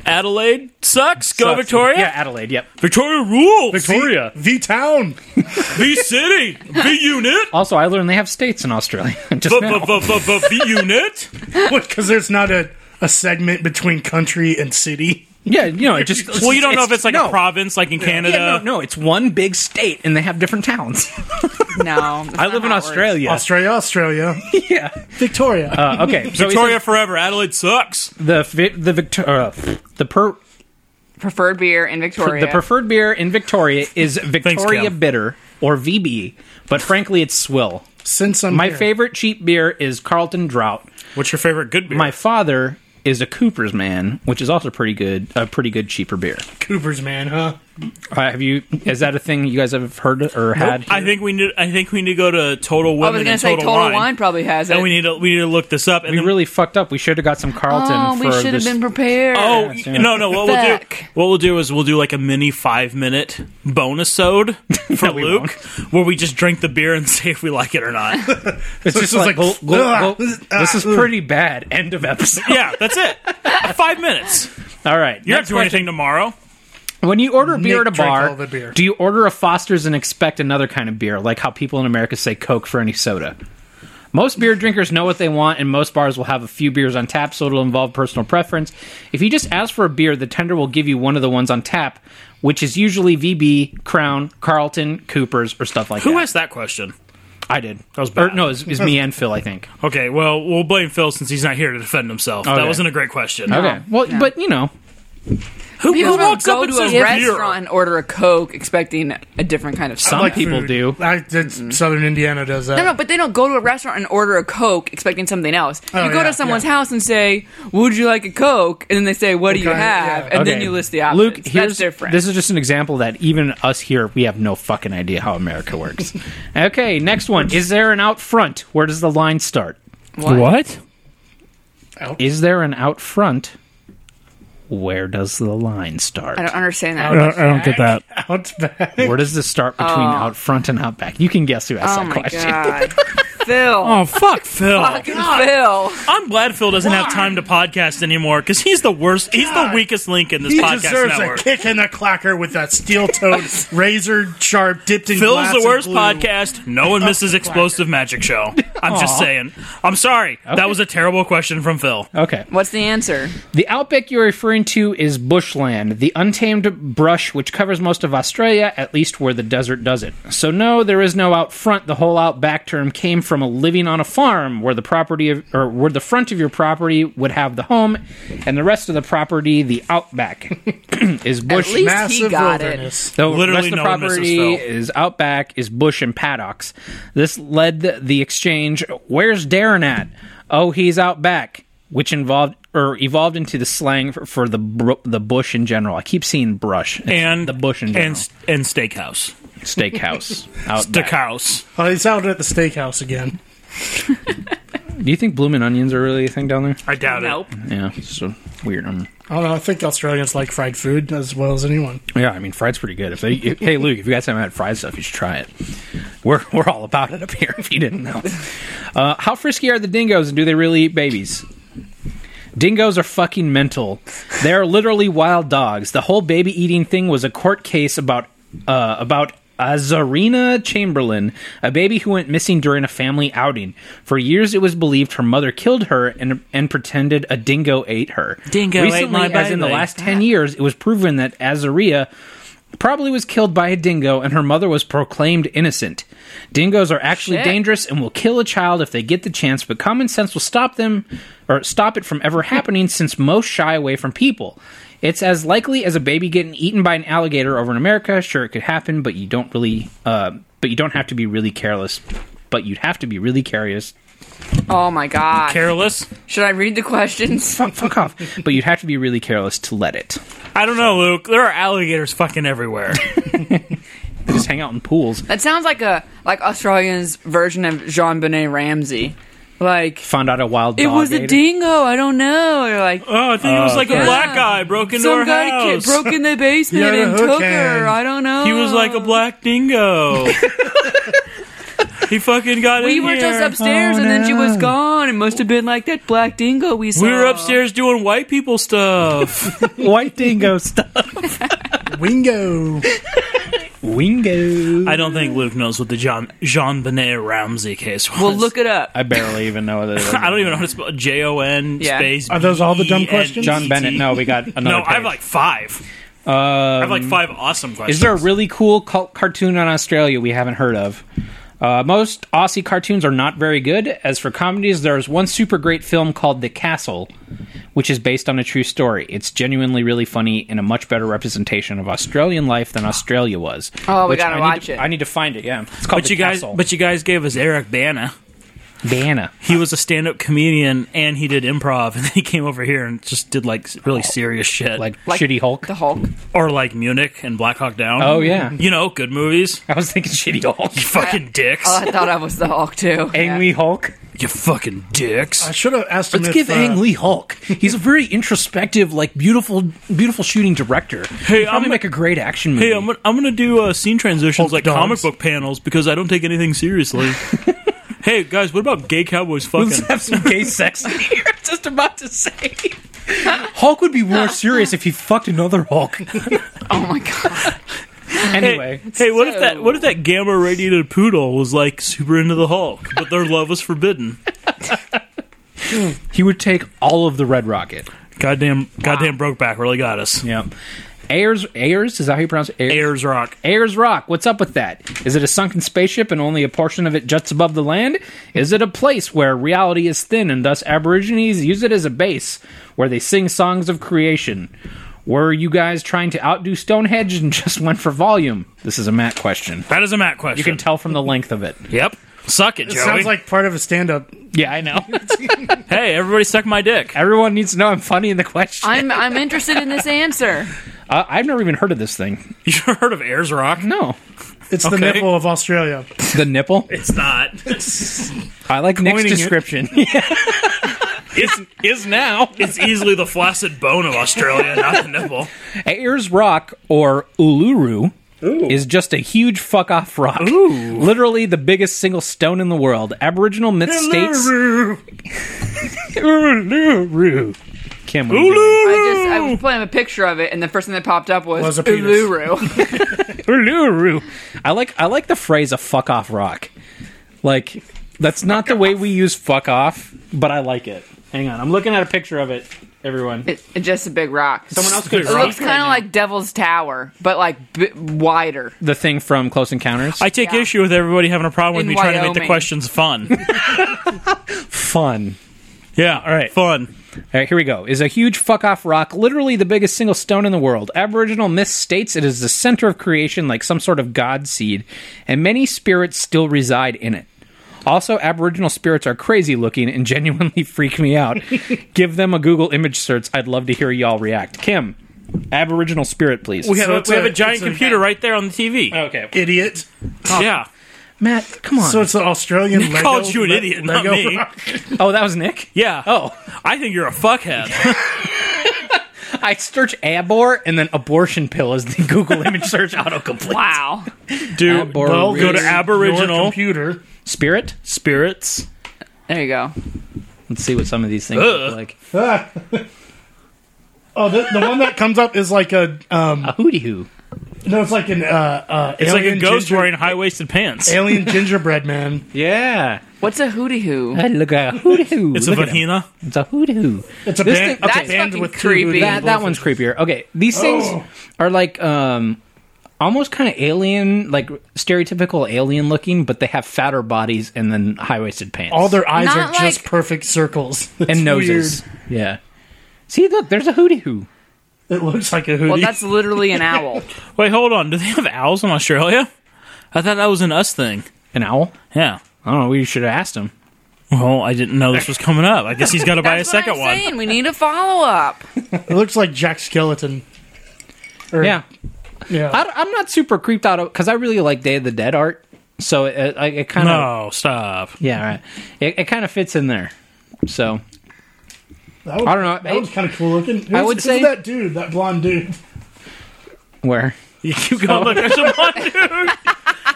S4: Adelaide sucks. Go
S1: Sucks.
S4: Victoria.
S1: Yeah, Adelaide. Yep.
S4: Victoria rules.
S3: The town.
S4: V City. V Unit.
S1: Also, I learned they have states in Australia. [LAUGHS] Just
S4: V-
S1: now.
S4: v- v- v- v- V Unit.
S3: Because there's not a, a segment between country and city.
S1: Yeah, you know, it just
S4: Well, you don't know if it's like
S1: no.
S4: a province, like in Canada.
S1: Yeah, no, no, it's one big state, and they have different towns.
S2: No, that's
S1: [LAUGHS] I
S2: not
S1: live in
S2: how it works.
S1: Australia.
S3: Australia, Australia,
S1: yeah.
S3: Victoria.
S1: Uh, okay. So he
S4: Victoria forever. Adelaide sucks.
S1: says the vi- the Victor- uh, the per-
S2: Preferred beer in Victoria.
S1: the preferred beer in Victoria is Victoria
S4: Kim.
S1: Bitter or VB, but frankly, it's swill.
S3: Since I'm
S1: My
S3: here.
S1: favorite cheap beer is Carlton Drought.
S4: What's your favorite good beer?
S1: My father is a Cooper's man, which is also pretty good. A pretty good cheaper beer.
S3: Cooper's man, huh?
S1: Uh, have you? Is that a thing you guys have heard or had?
S4: I think we need. I think we need to go to Total
S2: I
S4: Women
S2: was
S4: and
S2: gonna say
S4: Total,
S2: Total
S4: Wine.
S2: Wine, probably has it.
S4: And we need to we need to look this up. And
S1: we
S4: then-
S1: really fucked up. We should have got some Carlton.
S2: oh, we
S1: for
S2: should
S1: this-
S2: have been prepared.
S4: Oh
S1: Yes,
S4: y-
S1: yeah.
S4: no no what we'll do
S2: Fuck.
S4: what we'll do is we'll do like a mini five minute bonus
S1: [LAUGHS]
S4: ode for
S1: we
S4: Luke where we just drink the beer and [LAUGHS] say if we like it
S1: [LAUGHS]
S4: or not.
S1: It's just
S3: it's
S1: like,
S3: like,
S1: "Go- go-
S3: "Ugh,
S1: go- this is pretty bad. End of episode.
S4: [LAUGHS] yeah, that's it. Five minutes.
S1: All right.
S4: You're
S1: next
S4: not doing anything tomorrow.
S1: When you order beer at a
S3: Nick drank
S1: bar,
S3: all the beer.
S1: do you order a Foster's and expect another kind of beer, like how people in America say Coke for any soda? Most beer drinkers know what they want, and most bars will have a few beers on tap, so it'll involve personal preference. If you just ask for a beer, the tender will give you one of the ones on tap, which is usually VB, Crown, Carlton, Cooper's, or stuff like
S4: Who
S1: that.
S4: asked that question?
S1: I did. That
S4: was
S1: Or,
S4: bad.
S1: no, it's me and Phil, I think.
S4: Okay, well we'll blame Phil since he's not here to defend himself. That
S1: Okay.
S4: wasn't a great question.
S1: Okay. Well,
S2: Yeah.
S1: but you know,
S4: Who,
S2: People
S4: who
S2: don't
S4: walks
S2: go
S4: up and
S2: to
S4: says
S2: a
S4: beer?
S2: restaurant and order a Coke expecting a different kind of
S1: some
S2: soda.
S1: people
S3: food.
S1: do.
S3: I, that's- Southern Indiana does that.
S2: No, no, but they don't go to a restaurant and order a Coke expecting something else.
S3: Oh,
S2: you go
S3: yeah,
S2: to someone's
S3: yeah.
S2: house and say, "Would you like a Coke?" And then they say, "What do you
S3: Okay,
S2: have?"
S3: yeah.
S2: And
S1: Okay.
S2: then you list the options.
S1: Luke, here's,
S2: That's different.
S1: This is just an example that even us here, we have no fucking idea how America
S2: [LAUGHS]
S1: works. okay, next one. Is there an out front? Where does the line start?
S2: what?
S1: Is there an out front? Where does the line start?
S2: I don't understand
S3: I
S2: that.
S3: don't- I
S4: don't get that.
S3: Out back.
S1: Where does this start between out front and out back? You can guess who asked
S2: Oh
S1: that
S2: my
S1: question.
S2: god,
S3: [LAUGHS]
S2: Phil.
S4: Oh fuck Phil.
S2: Fucking Phil.
S4: I'm glad Phil doesn't have time to podcast anymore because he's the worst. He's the weakest link in this
S3: He
S4: podcast
S3: deserves
S4: network.
S3: a kick in the clacker with that steel-toed, razor-sharp, dipped in
S4: Phil's
S3: glass
S4: the
S3: and
S4: worst
S3: glue.
S4: podcast. No one misses Explosive Magic Show. I'm just saying. I'm sorry. That was a terrible question from Phil.
S1: [LAUGHS] Okay.
S2: What's the answer?
S1: The outback you're referring to is bushland, the untamed brush which covers most of Australia, at least where the desert does it. So, no, there is no out front. The whole outback term came from a living on a farm where the property of, or where the front of your property would have the home, and the rest of the property, the outback, [CLEARS THROAT] is bush.
S2: least-
S3: Massive
S2: He got it.
S3: wilderness.
S1: So
S4: Literally
S1: rest of the
S4: no one misses
S1: property
S4: Phil.
S1: is outback, is bush and paddocks. This led the, the exchange. Where's Darren at? Oh, he's out back, which involved or evolved into the slang for, for the bro- the bush in general. I keep seeing brush It's
S4: And
S1: the bush in general.
S4: and and steakhouse, [LAUGHS]
S1: steakhouse out back.
S4: steakhouse.
S3: Oh, he's out at the steakhouse again.
S1: Do you think blooming onions are really a thing down there?
S4: I doubt
S2: Nope.
S1: Yeah, it's so weird. Um,
S3: I don't know. Uh, I think Australians like fried food as well as anyone.
S1: yeah, I mean, fried's pretty good. If they, if- hey Luke, if you guys haven't had fried stuff, you should try it. We're [LAUGHS] we're all about it up here. If you didn't know, uh, how frisky are the dingoes, and do they really eat babies? Dingoes are fucking mental. They are literally wild dogs. The whole baby eating thing was a court case about uh, about Azarina Chamberlain, a baby who went missing during a family outing. For years, it was believed her mother killed her and and pretended a dingo ate her.
S4: Dingo ate
S1: Recently,
S4: my
S1: as in the
S4: baby.
S1: last ten years, it was proven that Azaria probably was killed by a dingo and her mother was proclaimed innocent. Dingoes are actually
S2: Shit.
S1: dangerous and will kill a child if they get the chance, but common sense will stop them or stop it from ever happening since most shy away from people. It's as likely as a baby getting eaten by an alligator over in America. Sure, it could happen, but you don't really, uh, but you don't have to be really careless. But you'd have to be really curious.
S2: Oh my god.
S4: Careless.
S2: Should I read the questions? [LAUGHS]
S1: Fuck, fuck off. But you'd have to be really careless to let it.
S4: I don't know, Luke. There are alligators fucking everywhere.
S1: They just hang out in pools.
S2: That sounds like a like Australians version of Jean Benet Ramsey. Like
S1: Found out a wild.
S2: it
S1: dog
S2: was
S1: ate
S2: a dingo. I don't know. You're like
S4: [LAUGHS] oh, I think it was like a black guy broke into
S2: some
S4: our
S2: guy ki-
S4: house.
S2: broke in the basement
S3: Yeah,
S2: and
S3: who
S2: took
S3: can?
S2: her. I don't know.
S4: he was like a
S2: [LAUGHS]
S4: black dingo. he fucking got
S2: We
S4: in
S2: were
S4: here.
S2: just upstairs and then she was gone. It must have been like that black dingo we saw.
S4: we were upstairs doing white people stuff. [LAUGHS]
S1: White dingo stuff.
S3: Wingo.
S1: Wingo.
S4: I don't think Luke knows what the John Jean Benet Ramsey case was.
S2: Well, look it up.
S1: I barely even know what it is.
S4: [LAUGHS] I don't even know how to spell J O N
S2: Yeah.
S4: space.
S3: Are those all the dumb
S4: B N E T.
S3: questions?
S1: John Bennett. No, we got another.
S4: [LAUGHS] No, I have
S1: page. Um,
S4: like five. I have like five awesome questions.
S1: Is there a really cool cult cartoon on Australia we haven't heard of? Uh, most Aussie cartoons are not very good. As for comedies, there is one super great film called The Castle, which is based on a true story. It's genuinely really funny and a much better representation of Australian life than Australia was.
S2: Oh, we
S1: which
S2: gotta
S1: I need
S2: watch
S1: to-
S2: it.
S1: I need to find it. Yeah, it's called
S4: But
S1: The
S4: you guys,
S1: Castle.
S4: but you guys gave us Eric Bana.
S1: Diana,
S4: He was a stand-up comedian and he did improv, [LAUGHS] and then he came over here and just did like really serious shit,
S1: like,
S2: Like
S1: Shitty Hulk.
S2: The Hulk.
S4: or like Munich and Black Hawk Down.
S1: Oh, yeah.
S4: you know, good movies.
S1: I was thinking Shitty Hulk.
S4: You fucking dicks.
S2: Oh, I thought I was the
S1: [LAUGHS]
S2: Hulk too.
S1: Ang Lee Hulk.
S4: you fucking dicks.
S3: I should have asked him.
S1: Let's
S3: if,
S1: give
S3: uh,
S1: Ang Lee Hulk. He's a very introspective, like beautiful, beautiful shooting director. Hey,
S4: I'm
S1: probably
S4: a-
S1: make a great action movie.
S4: Hey, I'm gonna, I'm gonna do uh, scene transitions
S3: Hulk
S4: like
S3: dogs.
S4: comic book panels because I don't take
S1: [LAUGHS]
S4: anything seriously. hey guys, what about gay cowboys
S1: Let's
S4: fucking?
S1: have some gay sex in here. [LAUGHS] I'm just about to say. Hulk would be more serious if he fucked another [LAUGHS] Hulk.
S2: Oh my god.
S1: [LAUGHS] Anyway,
S4: Hey, hey, what if that
S2: So-
S4: what if that gamma radiated poodle was like super into the Hulk, but their love was forbidden?
S1: he would take all of the Red Rocket.
S4: Goddamn, goddamn, Brokeback really got us.
S1: Yeah. Ayers, Ayers, is that how you pronounce it? Ayers,
S4: Ayers Rock.
S1: Ayers Rock. What's up with that? Is it a sunken spaceship and only a portion of it juts above the land? Is it a place where reality is thin and thus Aborigines use it as a base where they sing songs of creation? Were you guys trying to outdo Stonehenge and [LAUGHS] just went for volume? This is a Matt question.
S4: That is a Matt question.
S1: You can tell from the length of it.
S4: Yep. Suck it,
S3: It
S4: Joey.
S3: sounds like part of a stand-up.
S1: Yeah, I know. [LAUGHS]
S4: hey, everybody, suck my dick.
S1: Everyone needs to know I'm funny in the question.
S2: I'm I'm interested in this answer.
S1: Uh, I've never even heard of this thing.
S4: [LAUGHS] You ever heard of Ayers Rock?
S1: No.
S3: It's the
S4: Okay.
S3: nipple of Australia.
S1: The nipple?
S4: It's not.
S1: I like Nick's
S3: Pointing it.
S1: description.
S4: It's
S1: is now.
S4: it's easily the flaccid bone of Australia, not the nipple.
S1: Ayers Rock, or Uluru, is just a huge fuck off rock. Literally the biggest single stone in the world. Aboriginal myth states. Uluru. Kim, what are you doing?
S2: I just I was playing a picture of it, and the first thing that popped up was,
S3: Was a penis.
S2: Uluru. [LAUGHS]
S1: Uluru. I like I like the phrase a fuck off rock. Like that's not the way we use fuck off, but I like it. Hang on, I'm looking at a picture of it. Everyone,
S2: It- it's just a big rock.
S1: someone else could
S4: It
S2: it
S1: draw
S2: looks kind of like Devil's Tower, but like b- wider.
S1: the thing from Close Encounters.
S4: I take
S2: Yeah.
S4: issue with everybody having a problem with
S2: In
S4: me trying to make the
S2: Wyoming.
S4: questions fun.
S1: Fun.
S4: [LAUGHS] yeah, all right, fun.
S1: All right, here we go. Is a huge fuck off rock, literally the biggest single stone in the world. Aboriginal myth states it is the center of creation, like some sort of god seed, and many spirits still reside in it. Also, Aboriginal spirits are crazy looking and [LAUGHS] genuinely freak me
S4: [LAUGHS]
S1: out. Give them a Google image search. I'd love to hear y'all react. Kim, Aboriginal spirit, please.
S4: We have,
S3: So
S4: a,
S3: it's
S4: we have
S3: a-
S4: a Oh. giant
S3: it's a-
S4: computer right there on the TV.
S1: okay.
S3: Idiot.
S4: yeah,
S1: Matt, come on.
S3: So it's the Australian. Lego,
S4: called you an idiot, not
S3: Lego
S4: me.
S3: rock.
S1: oh, that was Nick?
S4: [LAUGHS] yeah.
S1: Oh, [LAUGHS]
S4: I think you're a fuckhead.
S1: I searched abor and then abortion pill as the Google image search autocomplete.
S4: [LAUGHS]
S2: Wow.
S4: [LAUGHS] Dude,
S1: Abor-
S3: [LAUGHS] Well,
S1: Go to
S3: your
S4: Aboriginal.
S3: computer.
S1: Spirit?
S4: spirits.
S2: There you go.
S1: Let's see what some of these things
S4: Ugh.
S1: look like.
S3: Ah. [LAUGHS] oh, the, the one that comes up is like a um,
S1: A hootie hoo.
S3: no, it's like an uh, uh,
S4: It's like a
S3: alien
S4: ghost
S3: ginger-
S4: wearing [LAUGHS] high waisted pants.
S3: alien gingerbread man.
S1: Yeah.
S2: What's a
S1: [LAUGHS]
S2: hootie hoo?
S1: I look at a hootie hoo.
S4: It's a vagina.
S1: It's a hootie hoo.
S3: It's a
S1: This
S3: band.
S1: thing-
S3: it's a
S2: That's
S3: band
S2: fucking
S3: with two
S2: creepy.
S3: hoodoo
S1: That that one's creepier. Okay, these things
S3: Oh.
S1: are like um almost kind of alien, like stereotypical alien looking, but they have fatter bodies and then high waisted pants.
S3: All their eyes
S2: Not
S3: are just
S2: like-
S3: perfect
S4: [LAUGHS]
S3: circles It's
S1: and noses. Yeah. See, look, there's a hootie hoo.
S3: weird. It looks like a hoodie.
S2: Well, that's literally an owl.
S4: Wait, hold on. Do they have owls in Australia? I thought that was an us thing.
S1: An owl?
S4: Yeah.
S1: I don't know. We should have asked him.
S4: Well, I didn't know this was coming up. I guess he's got to buy a
S2: That's what
S4: second
S2: I'm
S4: one.
S2: saying. We need a follow up.
S3: it looks like Jack Skeleton. Or-
S1: Yeah.
S3: yeah.
S1: I, am not super creeped out because I really like Day of the Dead art. So it, it, it kind of
S4: No, stop.
S1: Yeah, right. It, it kind of fits in there. So
S3: That was,
S1: I don't know.
S3: That was kind of cool looking. Who's,
S1: would
S3: who's
S1: say-
S3: that dude, that blonde dude.
S1: where?
S4: You keep going. Look, there's [LAUGHS] a one, dude.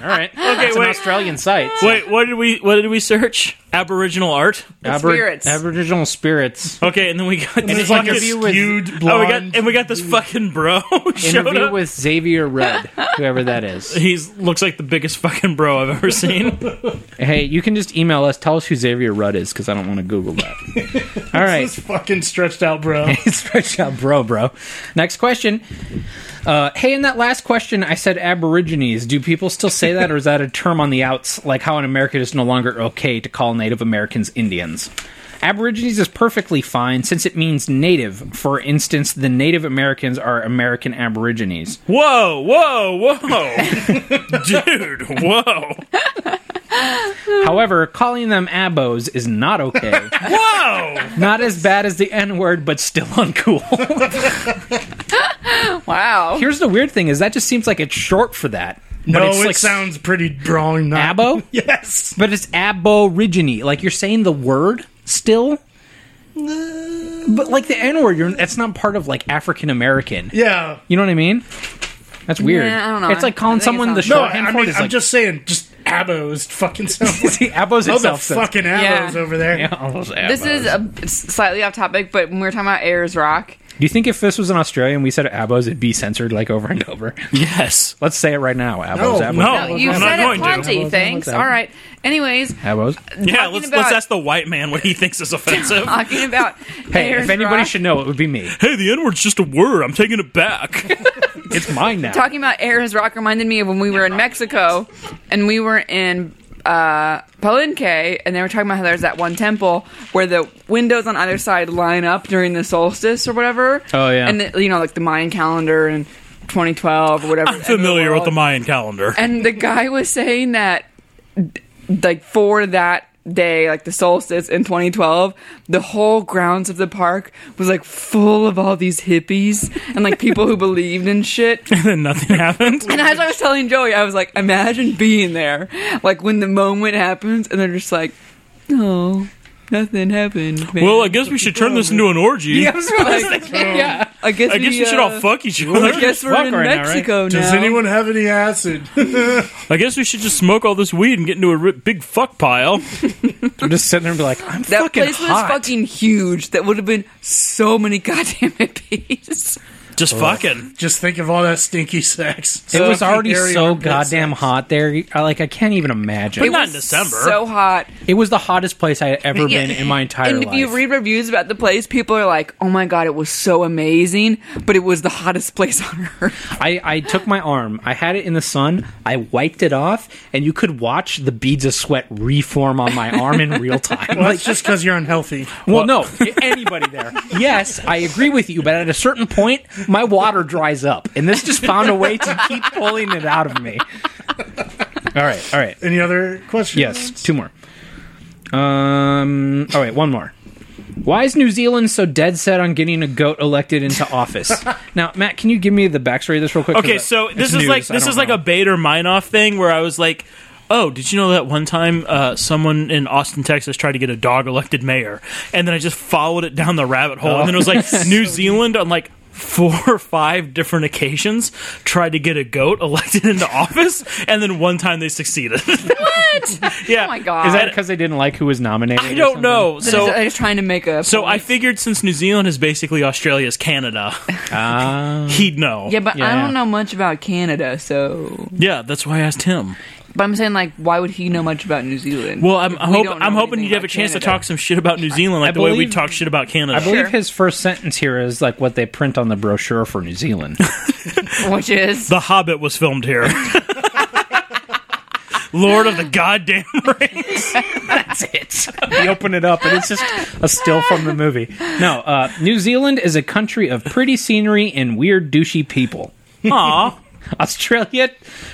S1: All right. Okay,
S4: wait.
S1: Australian site.
S4: Wait, what did we? What did we search? Aboriginal art.
S2: spirits.
S1: Aboriginal spirits.
S4: Okay, and then we got this
S3: There's like a
S4: fucking-
S1: interview with-
S3: skewed
S4: oh, we
S3: blonde.
S4: got and we got this fucking bro [LAUGHS] who [LAUGHS] showed
S1: Interview
S4: up.
S1: with Xavier Rudd, whoever that
S4: [LAUGHS]
S1: is.
S4: He looks like the biggest fucking bro I've ever seen. [LAUGHS]
S1: Hey, you can just email us. Tell us who Xavier Rudd is because I don't want to Google that. All right. [LAUGHS]
S3: This fucking stretched out, bro.
S1: Stretch out, bro, bro. Next question. Uh, hey, in that last question, I said Aborigines. Do people still say that, or is that a term on the outs, like how in America it is no longer okay to call Native Americans Indians? Aborigines is perfectly fine since it means native. For instance, the Native Americans are American Aborigines.
S4: Whoa, whoa, [LAUGHS] whoa, dude, whoa,
S1: However, calling them Abos is not
S3: [LAUGHS]
S1: okay.
S4: whoa.
S1: not as bad as the N word, but still
S3: [LAUGHS]
S1: uncool.
S2: Wow.
S1: Here's the weird thing: is that just seems like it's short for that.
S3: No,
S1: it's
S3: it
S1: like-
S3: sounds pretty drawing. Not.
S1: Abo.
S3: Yes.
S1: But it's aborigine. Like you're saying the word still. But like the N word, you're that's not part of like African American.
S3: Yeah.
S1: You know what I mean? That's weird.
S2: Yeah, I don't know.
S1: It's like
S2: I- I
S1: calling
S2: think it
S1: someone the
S2: sounds-
S3: No,
S1: shorthand
S3: I
S1: for it
S3: mean,
S1: is
S3: I'm
S1: like [LAUGHS]
S3: just saying, just abos fucking sounds like
S1: see, abos
S3: oh, the
S1: itself. [LAUGHS] says-
S3: fucking
S2: Yeah.
S3: abos over there.
S1: Yeah, almost
S2: This
S1: abos.
S2: is a, it's slightly off topic, but when we were talking about Ayers Rock,
S1: Do you think if this was in Australia and we said abos, it'd be censored like over and over?
S4: Yes.
S1: Let's say it right now. Abos,
S3: No,
S1: abos.
S4: no.
S2: No, you
S4: Oh, I'm not
S2: said it
S4: going to.
S2: plenty.
S1: Well,
S2: Thanks.
S1: well,
S2: All right. Anyways,
S1: Abos.
S4: Yeah,
S2: Talking
S4: let's let's
S2: about-
S4: ask the white man what he thinks
S2: [LAUGHS]
S4: is offensive.
S2: talking about
S1: [LAUGHS] Hey, if anybody
S2: Rock,
S1: should know, it would be me.
S4: hey, the N word's just a word. I'm taking it
S2: [LAUGHS]
S4: back.
S1: It's mine now.
S2: talking about Ayers Rock reminded me of when we were in Mexico, and we were in uh, Palenque, and they were talking about how there's that one temple where the windows on either side line up during the solstice or whatever.
S1: Oh, yeah.
S2: and the, you know like the Mayan calendar and 2012 or whatever.
S4: I'm familiar with the Mayan calendar.
S2: and the guy was saying that d- like for that day like the solstice in 2012 the whole grounds of the park was like full of all these hippies and like people who believed in shit
S4: And [LAUGHS] then nothing happened.
S2: [LAUGHS] and as i was telling joey i was like imagine being there like when the moment happens and they're just like no nothing happened man. [LAUGHS]
S4: Well, I guess we should turn this into an orgy.
S2: yeah i guess
S4: [LAUGHS] I guess we should
S2: uh,
S4: all fuck each
S2: I
S4: other.
S2: guess we're in
S1: fuck right now, right?
S2: Mexico now.
S3: Does anyone have any acid? [LAUGHS]
S4: I guess we should just smoke all this weed and get into a ri- big
S2: [LAUGHS]
S4: fuck pile.
S1: I'm just sitting there and be like, I'm
S2: that
S1: fucking
S2: place
S1: hot.
S2: was fucking huge. That would have been so many [LAUGHS] goddamn hippies.
S4: Just fucking.
S3: Just think of all that stinky sex.
S1: It was
S3: Fucking
S1: already
S3: hairy
S1: so
S3: armpit
S1: goddamn
S3: sex.
S1: hot there. I- Like I can't even imagine.
S4: But
S1: It,
S4: not in
S2: was
S4: December.
S2: So hot.
S1: was the hottest place I had ever been in my entire
S2: and
S1: life.
S2: if you read reviews about the place, people are like, "Oh my god, it was so amazing," but it was the hottest [LAUGHS] place on earth.
S1: I, I took my arm, I had it in the sun, I wiped it off, and you could watch the beads of sweat reform on my arm in real time.
S3: [LAUGHS]
S1: [LAUGHS]
S3: Well,
S1: Like,
S3: that's just because you're unhealthy.
S1: well, no, [LAUGHS] anybody there. Yes, I agree with you, but at a certain point, my water dries up, and this just found a way to keep pulling it out of me. All right, all right.
S3: Any other questions?
S1: Yes, two more. Um. All right, one more. Why is New Zealand so dead set on getting a goat elected into office? [LAUGHS] now, Matt, can you give me the backstory of this real quick?
S4: Okay,
S1: 'Cause
S4: so
S1: it's
S4: this is
S1: news,
S4: like
S1: I
S4: this
S1: don't
S4: is like
S1: know.
S4: a Bader Minoff thing where I was like, "Oh, did you know that one time uh, someone in Austin, Texas, tried to get a dog elected mayor?" And then I just followed it down the rabbit hole, and then it was like
S1: Oh. [LAUGHS]
S4: New Zealand on like four or five different occasions tried to get a goat elected into office, and then one time they succeeded. [LAUGHS] what? yeah.
S2: Oh my god!
S1: Is that because they didn't like who was nominated?
S4: I
S1: or
S4: don't
S1: something?
S4: know.
S2: so,
S4: So.
S2: I was trying to make a.
S4: So I figured since New Zealand is basically Australia's Canada, he'd know.
S2: yeah, but I
S1: Yeah.
S2: don't know much about Canada, so.
S4: yeah, that's why I asked him.
S2: But I'm saying, like, why would he know much about New Zealand?
S4: Well, I'm, I'm,
S2: We
S4: hope,
S2: don't know
S4: I'm hoping
S2: anything
S4: you'd have a
S2: about
S4: chance to
S2: Canada.
S4: talk some shit about New Zealand, like
S1: I
S4: the way we
S1: believe-
S4: talk shit about
S1: I
S4: Canada.
S1: believe
S2: Sure.
S1: his first sentence here is like what they print on the brochure for New [LAUGHS] Zealand.
S2: which is
S4: the Hobbit was filmed here. [LAUGHS] Lord of the Goddamn [LAUGHS] Rings.
S1: That's it. you open it up, and it's just a still from the movie. No, uh, New Zealand is a country of pretty scenery and weird, douchey people.
S4: Aw.
S1: Australia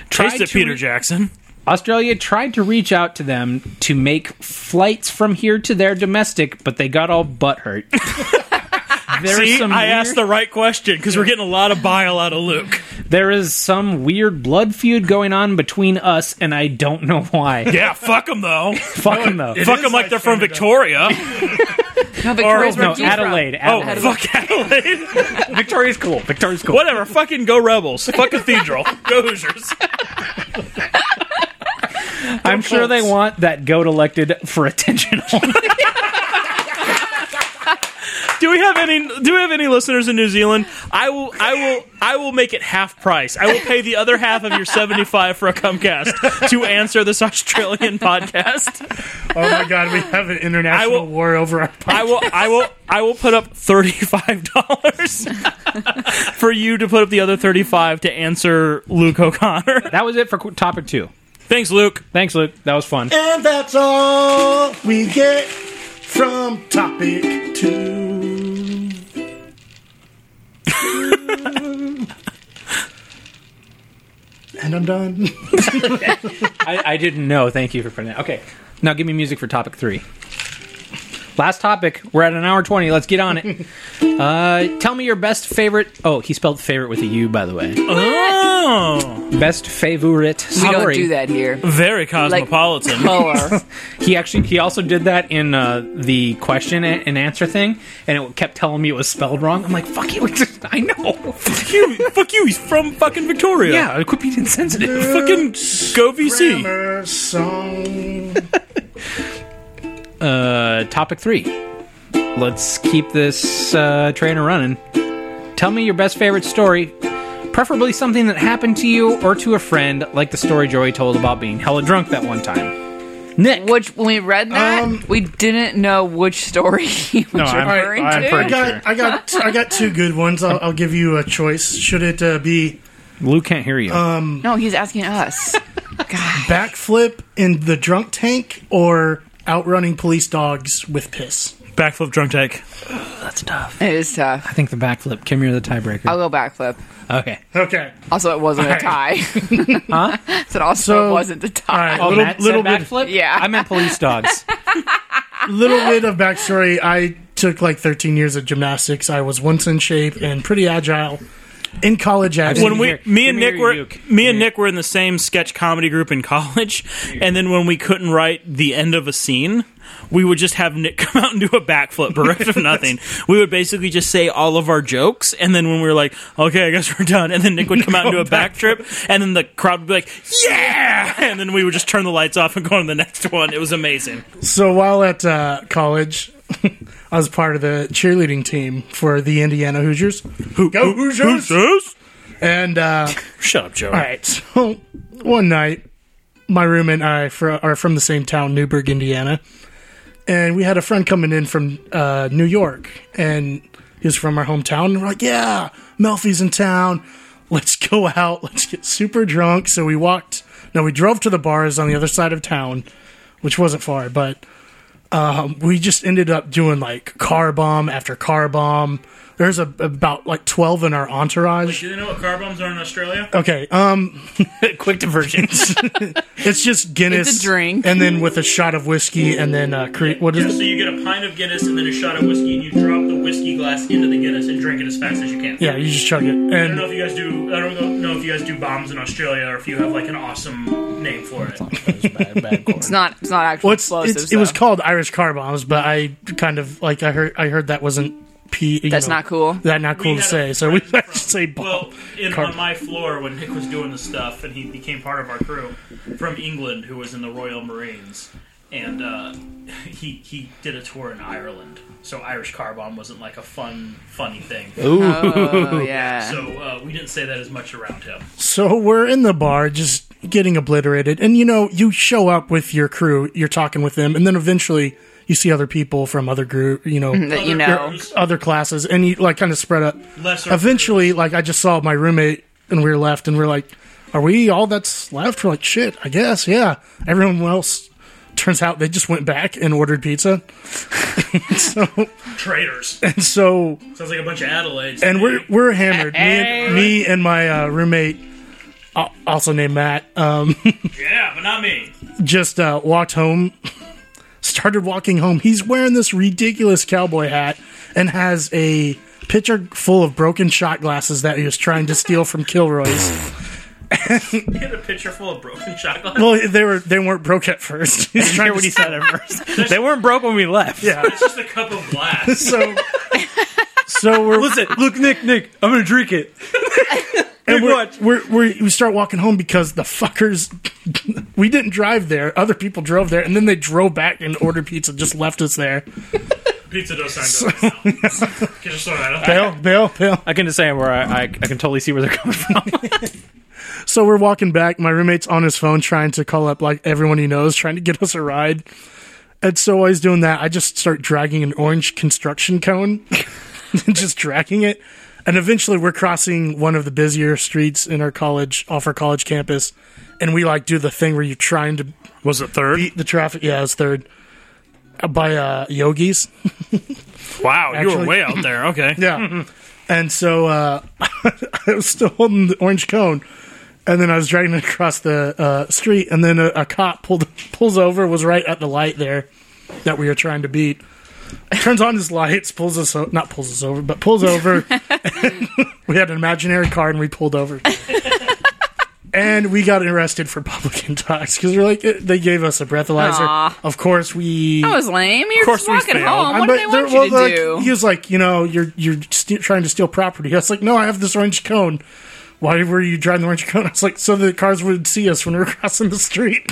S1: tried
S4: Taste it,
S1: to
S4: Peter
S1: re-
S4: Jackson.
S1: Australia tried to reach out to them to make flights from here to their domestic, but they got all butthurt. [LAUGHS] There is
S4: See, I
S1: weird-
S4: asked the right question because we're getting a lot of bile out of Luke.
S1: There is some weird blood feud going on between us, and I don't know why.
S4: Yeah, fuck them, though.
S1: [LAUGHS] Fuck them though.
S4: fuck
S3: is
S4: them like
S3: like
S4: they're from
S2: [LAUGHS]
S3: Canada.
S4: Victoria.
S2: no, Victoria's where
S1: no,
S2: he's from.
S1: Adelaide.
S4: oh,
S1: Adelaide.
S4: fuck Adelaide.
S1: Victoria's cool. Victoria's cool.
S2: [LAUGHS]
S4: Whatever. Fucking go Rebels. Fuck Cathedral. Go Hoosiers.
S1: I'm sure they want that goat elected for attention. [LAUGHS]
S4: Do we have any? Do we have any listeners in New Zealand? I will. I will. I will make it half price. I will pay the other half of your seventy-five for a Comcast to answer this Australian podcast.
S3: Oh my god, we have an international
S4: I will-
S3: war over our podcast.
S4: I will. I will. I will put up thirty-five dollars [LAUGHS] for you to put up the other thirty-five to answer Luke O'Connor.
S1: that was it for qu- topic two.
S4: Thanks, Luke.
S1: Thanks, Luke. That was fun.
S3: And that's all we get from topic two. [LAUGHS] and I'm done.
S1: I, I didn't know. Thank you for putting that. Okay, now give me music for topic three. Last topic. We're at an hour twenty. Let's get on
S2: [LAUGHS]
S1: it. Uh, tell me your best favorite. Oh, he spelled favorite with a U, by the way.
S4: Oh,
S1: Best favorite.
S2: We
S1: Sorry.
S2: don't do that here.
S4: very
S2: Like
S4: cosmopolitan.
S2: color.
S1: He actually he also did that in uh, the question a- and answer thing, and it kept telling me it was spelled wrong. I'm like, fuck you! [LAUGHS] I know.
S4: fuck you. Fuck you. He's from fucking Victoria.
S1: yeah, it could be insensitive. [LAUGHS]
S4: Fucking go VC.
S3: Grammar song.
S1: Uh, topic three. Let's keep this uh, train running. Tell me your best favorite story, preferably something that happened to you or to a friend, like the story Joey told about being hella drunk that one time. Nick,
S2: Which when we read that,
S3: Um,
S2: we didn't know which story [LAUGHS] he was
S1: I'm-
S2: referring
S1: I'm
S2: to.
S3: I
S1: pretty-
S3: got, I got, I got two good ones. I'll, I'll give you a choice. Should it uh, be
S1: Lou can't hear you.
S2: no, he's asking [LAUGHS] us.
S3: backflip in the drunk tank or outrunning police dogs with piss?
S4: Backflip drunk tank.
S1: That's tough.
S2: It is tough.
S1: I think the backflip. Kim, you're the tiebreaker. Oh,
S2: I'll go backflip.
S1: Okay.
S3: Okay.
S2: Also, it wasn't a tie. huh?
S3: [LAUGHS]
S2: So [LAUGHS] it also
S3: So-
S2: wasn't a
S3: All
S2: tie.
S3: right.
S1: Oh,
S3: little,
S1: Matt
S3: little
S1: said
S3: bit.
S1: backflip.
S2: Yeah.
S1: I meant police dogs. [LAUGHS]
S3: little bit of backstory i took like 13 years of gymnastics i was once in shape and pretty agile in college actually.
S4: When we,
S1: Here,
S4: me
S1: give
S4: and
S1: me your
S4: Nick were,
S1: rebuke.
S4: me and Nick were in the same sketch comedy group in college, and then when we couldn't write the end of a scene, we would just have Nick [LAUGHS] come out and do a backflip, bereft [LAUGHS] of nothing. We would basically just say all of our jokes, and then when we were like, "Okay, I guess we're done," and then Nick would come out and do a back trip, and then the crowd would be like, "Yeah!" and then we would just turn the lights off and go on to the next one. It was amazing.
S3: so while at uh, college [LAUGHS] i was part of the cheerleading team for the indiana hoosiers who go hoosiers
S4: says?
S3: and uh,
S4: Shut up, Joe.
S3: all right [LAUGHS] so one night my room and i fr- are from the same town newburgh indiana and we had a friend coming in from uh, New York, and he was from our hometown. And we're like, yeah, Melfi's in town. Let's [LAUGHS] go out. Let's get super drunk. So we walked. No, we drove to the bars on the other side of town, which wasn't far, but um, we just ended up doing like car bomb after car bomb. There's a, about like 12 in our entourage.
S4: Do they know what car bombs are in Australia?
S3: Okay, um, [LAUGHS]
S4: Quick diversion.
S3: it's just Guinness,
S2: It's a drink.
S3: and then with a shot of whiskey, and then uh, cre- what is it?
S4: So you get a pint of Guinness and then a shot of whiskey, and you drop the whiskey glass into the Guinness and drink it as fast as you can.
S3: Yeah, you just chug it.
S4: I don't
S3: And
S4: know if you guys do. I don't know if you guys do bombs in Australia or if you have like an awesome name for it.
S2: It's not. It's not actually
S3: Well, it's,
S2: explosives.
S3: it's, it was
S2: though.
S3: called Irish car bombs, but I kind of like I heard I heard that wasn't p. E you
S2: That's
S3: know,
S2: not cool.
S3: That not cool to
S4: had a
S3: say. So we [LAUGHS]
S4: friend
S3: should say bomb.
S4: Well, in,
S3: Car-
S4: on my floor when Nick was doing the stuff and he became part of our crew from England, who was in the Royal Marines, and uh, he he did a tour in Ireland. So Irish car bomb wasn't like a fun, funny thing.
S2: Oh yeah.
S4: So uh, we didn't say that as much around him.
S3: so we're in the bar, just getting obliterated, and you know you show up with your crew, you're talking with them, and then eventually you see other people from other group, you know,
S2: that you
S4: Other-
S2: know.
S3: other classes, and you like kind of spread up.
S4: Lesser
S3: Eventually, like I just saw my roommate, and we were left, and we are like, "Are we all that's left?" We're like, "Shit, I guess, yeah." Everyone else turns out they just went back and ordered pizza. [LAUGHS] so,
S4: traitors. [LAUGHS]
S3: and so,
S4: Sounds like a bunch of Adelaides.
S3: and we're we're hammered. Me and, me and my uh, roommate, al- also named Matt, um,
S4: yeah, but not me. [LAUGHS]
S3: just uh, walked home. [LAUGHS] Started walking home. He's wearing this ridiculous cowboy hat and has a pitcher full of broken shot glasses that he was trying to steal from Kilroy's.
S4: He had a pitcher full of broken [LAUGHS] chocolate.
S3: Well, they were they weren't broke at first. [LAUGHS] He's trying to
S1: said at first. [LAUGHS] they weren't broke when we left. Yeah.
S4: It's just a cup
S3: [LAUGHS]
S4: of glass.
S3: so so we're
S1: Listen, look, Nick, Nick, I'm gonna drink [LAUGHS] it.
S3: and we're,
S1: watch.
S3: we're, we're we start walking home because the fuckers [LAUGHS] We didn't drive there. Other people drove there, and then they drove back and ordered pizza, just left us there.
S6: Pizza does sound good. right now.
S3: [LAUGHS]
S6: Can just throw that out.
S3: Bill, Bill, Bill.
S1: I can just say where I, I, I can totally see where they're coming from.
S3: So we're walking back. My roommate's on his phone trying to call up like everyone he knows, trying to get us a ride. And so while he's doing that, I just start dragging an orange construction cone [LAUGHS] and just dragging it. And eventually we're crossing one of the busier streets in our college, off our college campus. And we like do the thing where you're trying to
S6: Was it third?
S3: beat the traffic. Yeah, it's third. Uh, By uh, yogis.
S6: wow, you were
S3: Actually-
S6: way out there. Okay.
S3: [LAUGHS] Yeah. and so uh, [LAUGHS] I was still holding the orange cone, and then I was dragging it across the uh, street, and then a, a cop pulled [LAUGHS] pulls over, was right at the light there that we were trying to beat. Turns on his lights, pulls us o- not pulls us over, but pulls over. [LAUGHS] we had an imaginary car, and we pulled over. And we got arrested for public [LAUGHS] intox because we're like eh, they gave us a breathalyzer.
S2: Aw. Oh,
S3: Of course, we
S2: That was lame. You're
S6: course
S2: just
S6: we
S2: walking
S6: failed.
S2: home. What
S3: but
S2: do they want
S3: there-
S2: you to
S3: well, like,
S2: do?
S3: He was like, you know, you're you're ste trying to steal property. I was like, no, I have this orange cone. Why were you driving the orange cone? I was like, so the cars would see us when we were [LAUGHS] crossing the street.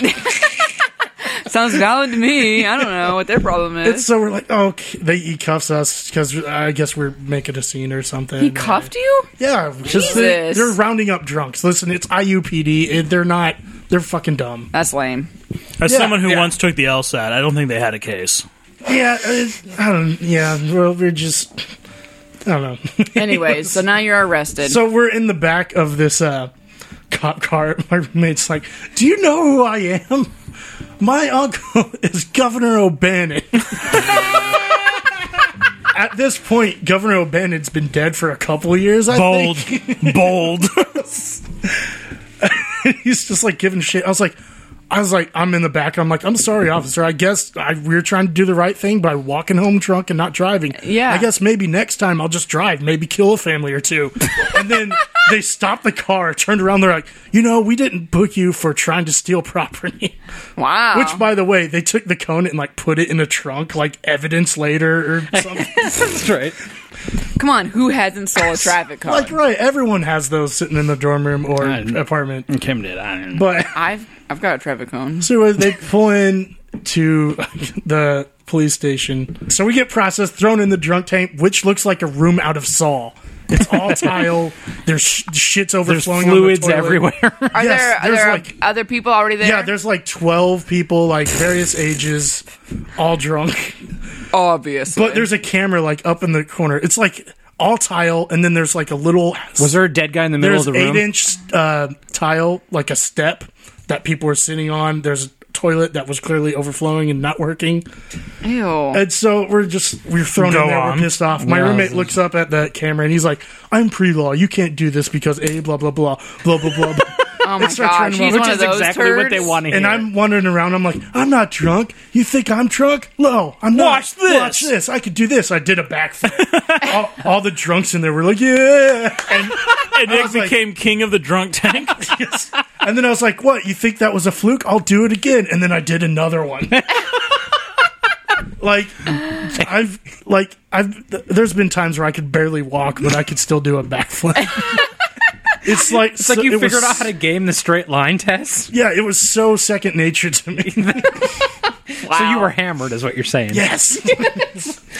S2: Sounds valid to me. I don't know what their
S3: [LAUGHS]
S2: problem is.
S3: And so we're like, oh, okay. they he cuffs us because I guess we're making a scene or something.
S2: he cuffed you?
S3: Yeah, because they're,
S2: Jesus.
S3: they're rounding up drunks. Listen, it's IUPD. and They're not. They're fucking dumb.
S2: That's [LAUGHS] lame.
S4: As
S3: Yeah,
S4: someone who
S3: yeah.
S4: once took the LSAT, I don't think they had a case.
S3: Yeah, it's- I don't. Yeah, well, we're just. I don't know.
S2: Anyways, so now you're arrested.
S3: So we're in the back of this uh, cop car. [LAUGHS] My roommate's like, "Do you know who I am? My uncle [LAUGHS] is Governor O'Bannon." [LAUGHS] At this point, Governor O'Bannon's been dead for a couple years. I
S4: Bold,
S3: think
S4: [LAUGHS] bold.
S3: he's just like giving shit. I was like, I was like, I'm in the back. I'm like, I'm sorry, officer. I guess I, we were trying to do the right thing by walking home drunk and not driving.
S2: Yeah.
S3: I guess maybe next time I'll just drive, maybe kill a family or two. and then they stopped the car, turned around. They're like, you know, we didn't book you for trying to steal property. [LAUGHS]
S2: wow.
S3: Which, by the way, they took the cone and like put it in a trunk, like evidence later or something.
S1: That's right.
S2: Come on, who hasn't
S3: [LAUGHS]
S2: stole a traffic cone?
S3: like, right? Everyone has those sitting in the dorm room or
S1: I-
S3: apartment,
S1: Intimidated. I don't know.
S3: but.
S2: I've I've got a traffic cone.
S3: So uh, they pull in to the police station. So we get processed, thrown in the drunk tank, which looks like a room out of Saw. It's
S1: [LAUGHS]
S3: all tile. There's sh- shit's
S1: There's
S3: overflowing.
S1: fluids
S3: on the toilet.
S1: everywhere.
S2: Are
S3: Yes,
S2: there are
S3: there's
S2: there
S3: like-
S2: other people already there?
S3: Yeah, there's like twelve people, like various ages, all drunk.
S2: obviously.
S3: But there's a camera like up in the corner. It's like all tile, and then there's like a little.
S1: Was there a dead guy in the middle
S3: There's
S1: of the
S3: eight
S1: room?
S3: inch uh, tile, like a step that people were sitting on. There's a toilet that was clearly overflowing and not working.
S2: ew. Oh
S3: And so we're just we're thrown
S6: Go
S3: in there.
S6: on.
S3: We're pissed off. My
S1: Yeah.
S3: roommate looks up at the camera and he's like, "I'm pre-law. You can't do this because a blah blah blah blah blah blah."
S2: Oh my
S3: starts
S2: gosh,
S3: running
S2: he's
S3: around,
S2: one
S3: which
S2: of
S1: That's
S2: those
S1: exactly
S2: turds.
S1: what they want to hear.
S3: and I'm wandering around. I'm like, "I'm not drunk. You think I'm drunk? No, I'm not.
S4: Watch this."
S3: Watch this. I could do this. I did a backflip." [LAUGHS] all, all the drunks in there were like, "Yeah."
S4: And Nick
S3: like-
S4: became king of the drunk tank.
S3: [LAUGHS] And then I was like, "What? You think that was a fluke? I'll do it again." And then I did another one. [LAUGHS] like I've like I've th- there's been times where I could barely walk, but I could still do
S1: [LAUGHS]
S3: a backflip. it's like
S1: it's like you figured out how to game the straight line test.
S3: Yeah, it was so second nature
S1: [LAUGHS]
S3: to me.
S1: So you were hammered, is what you're saying.
S3: yes,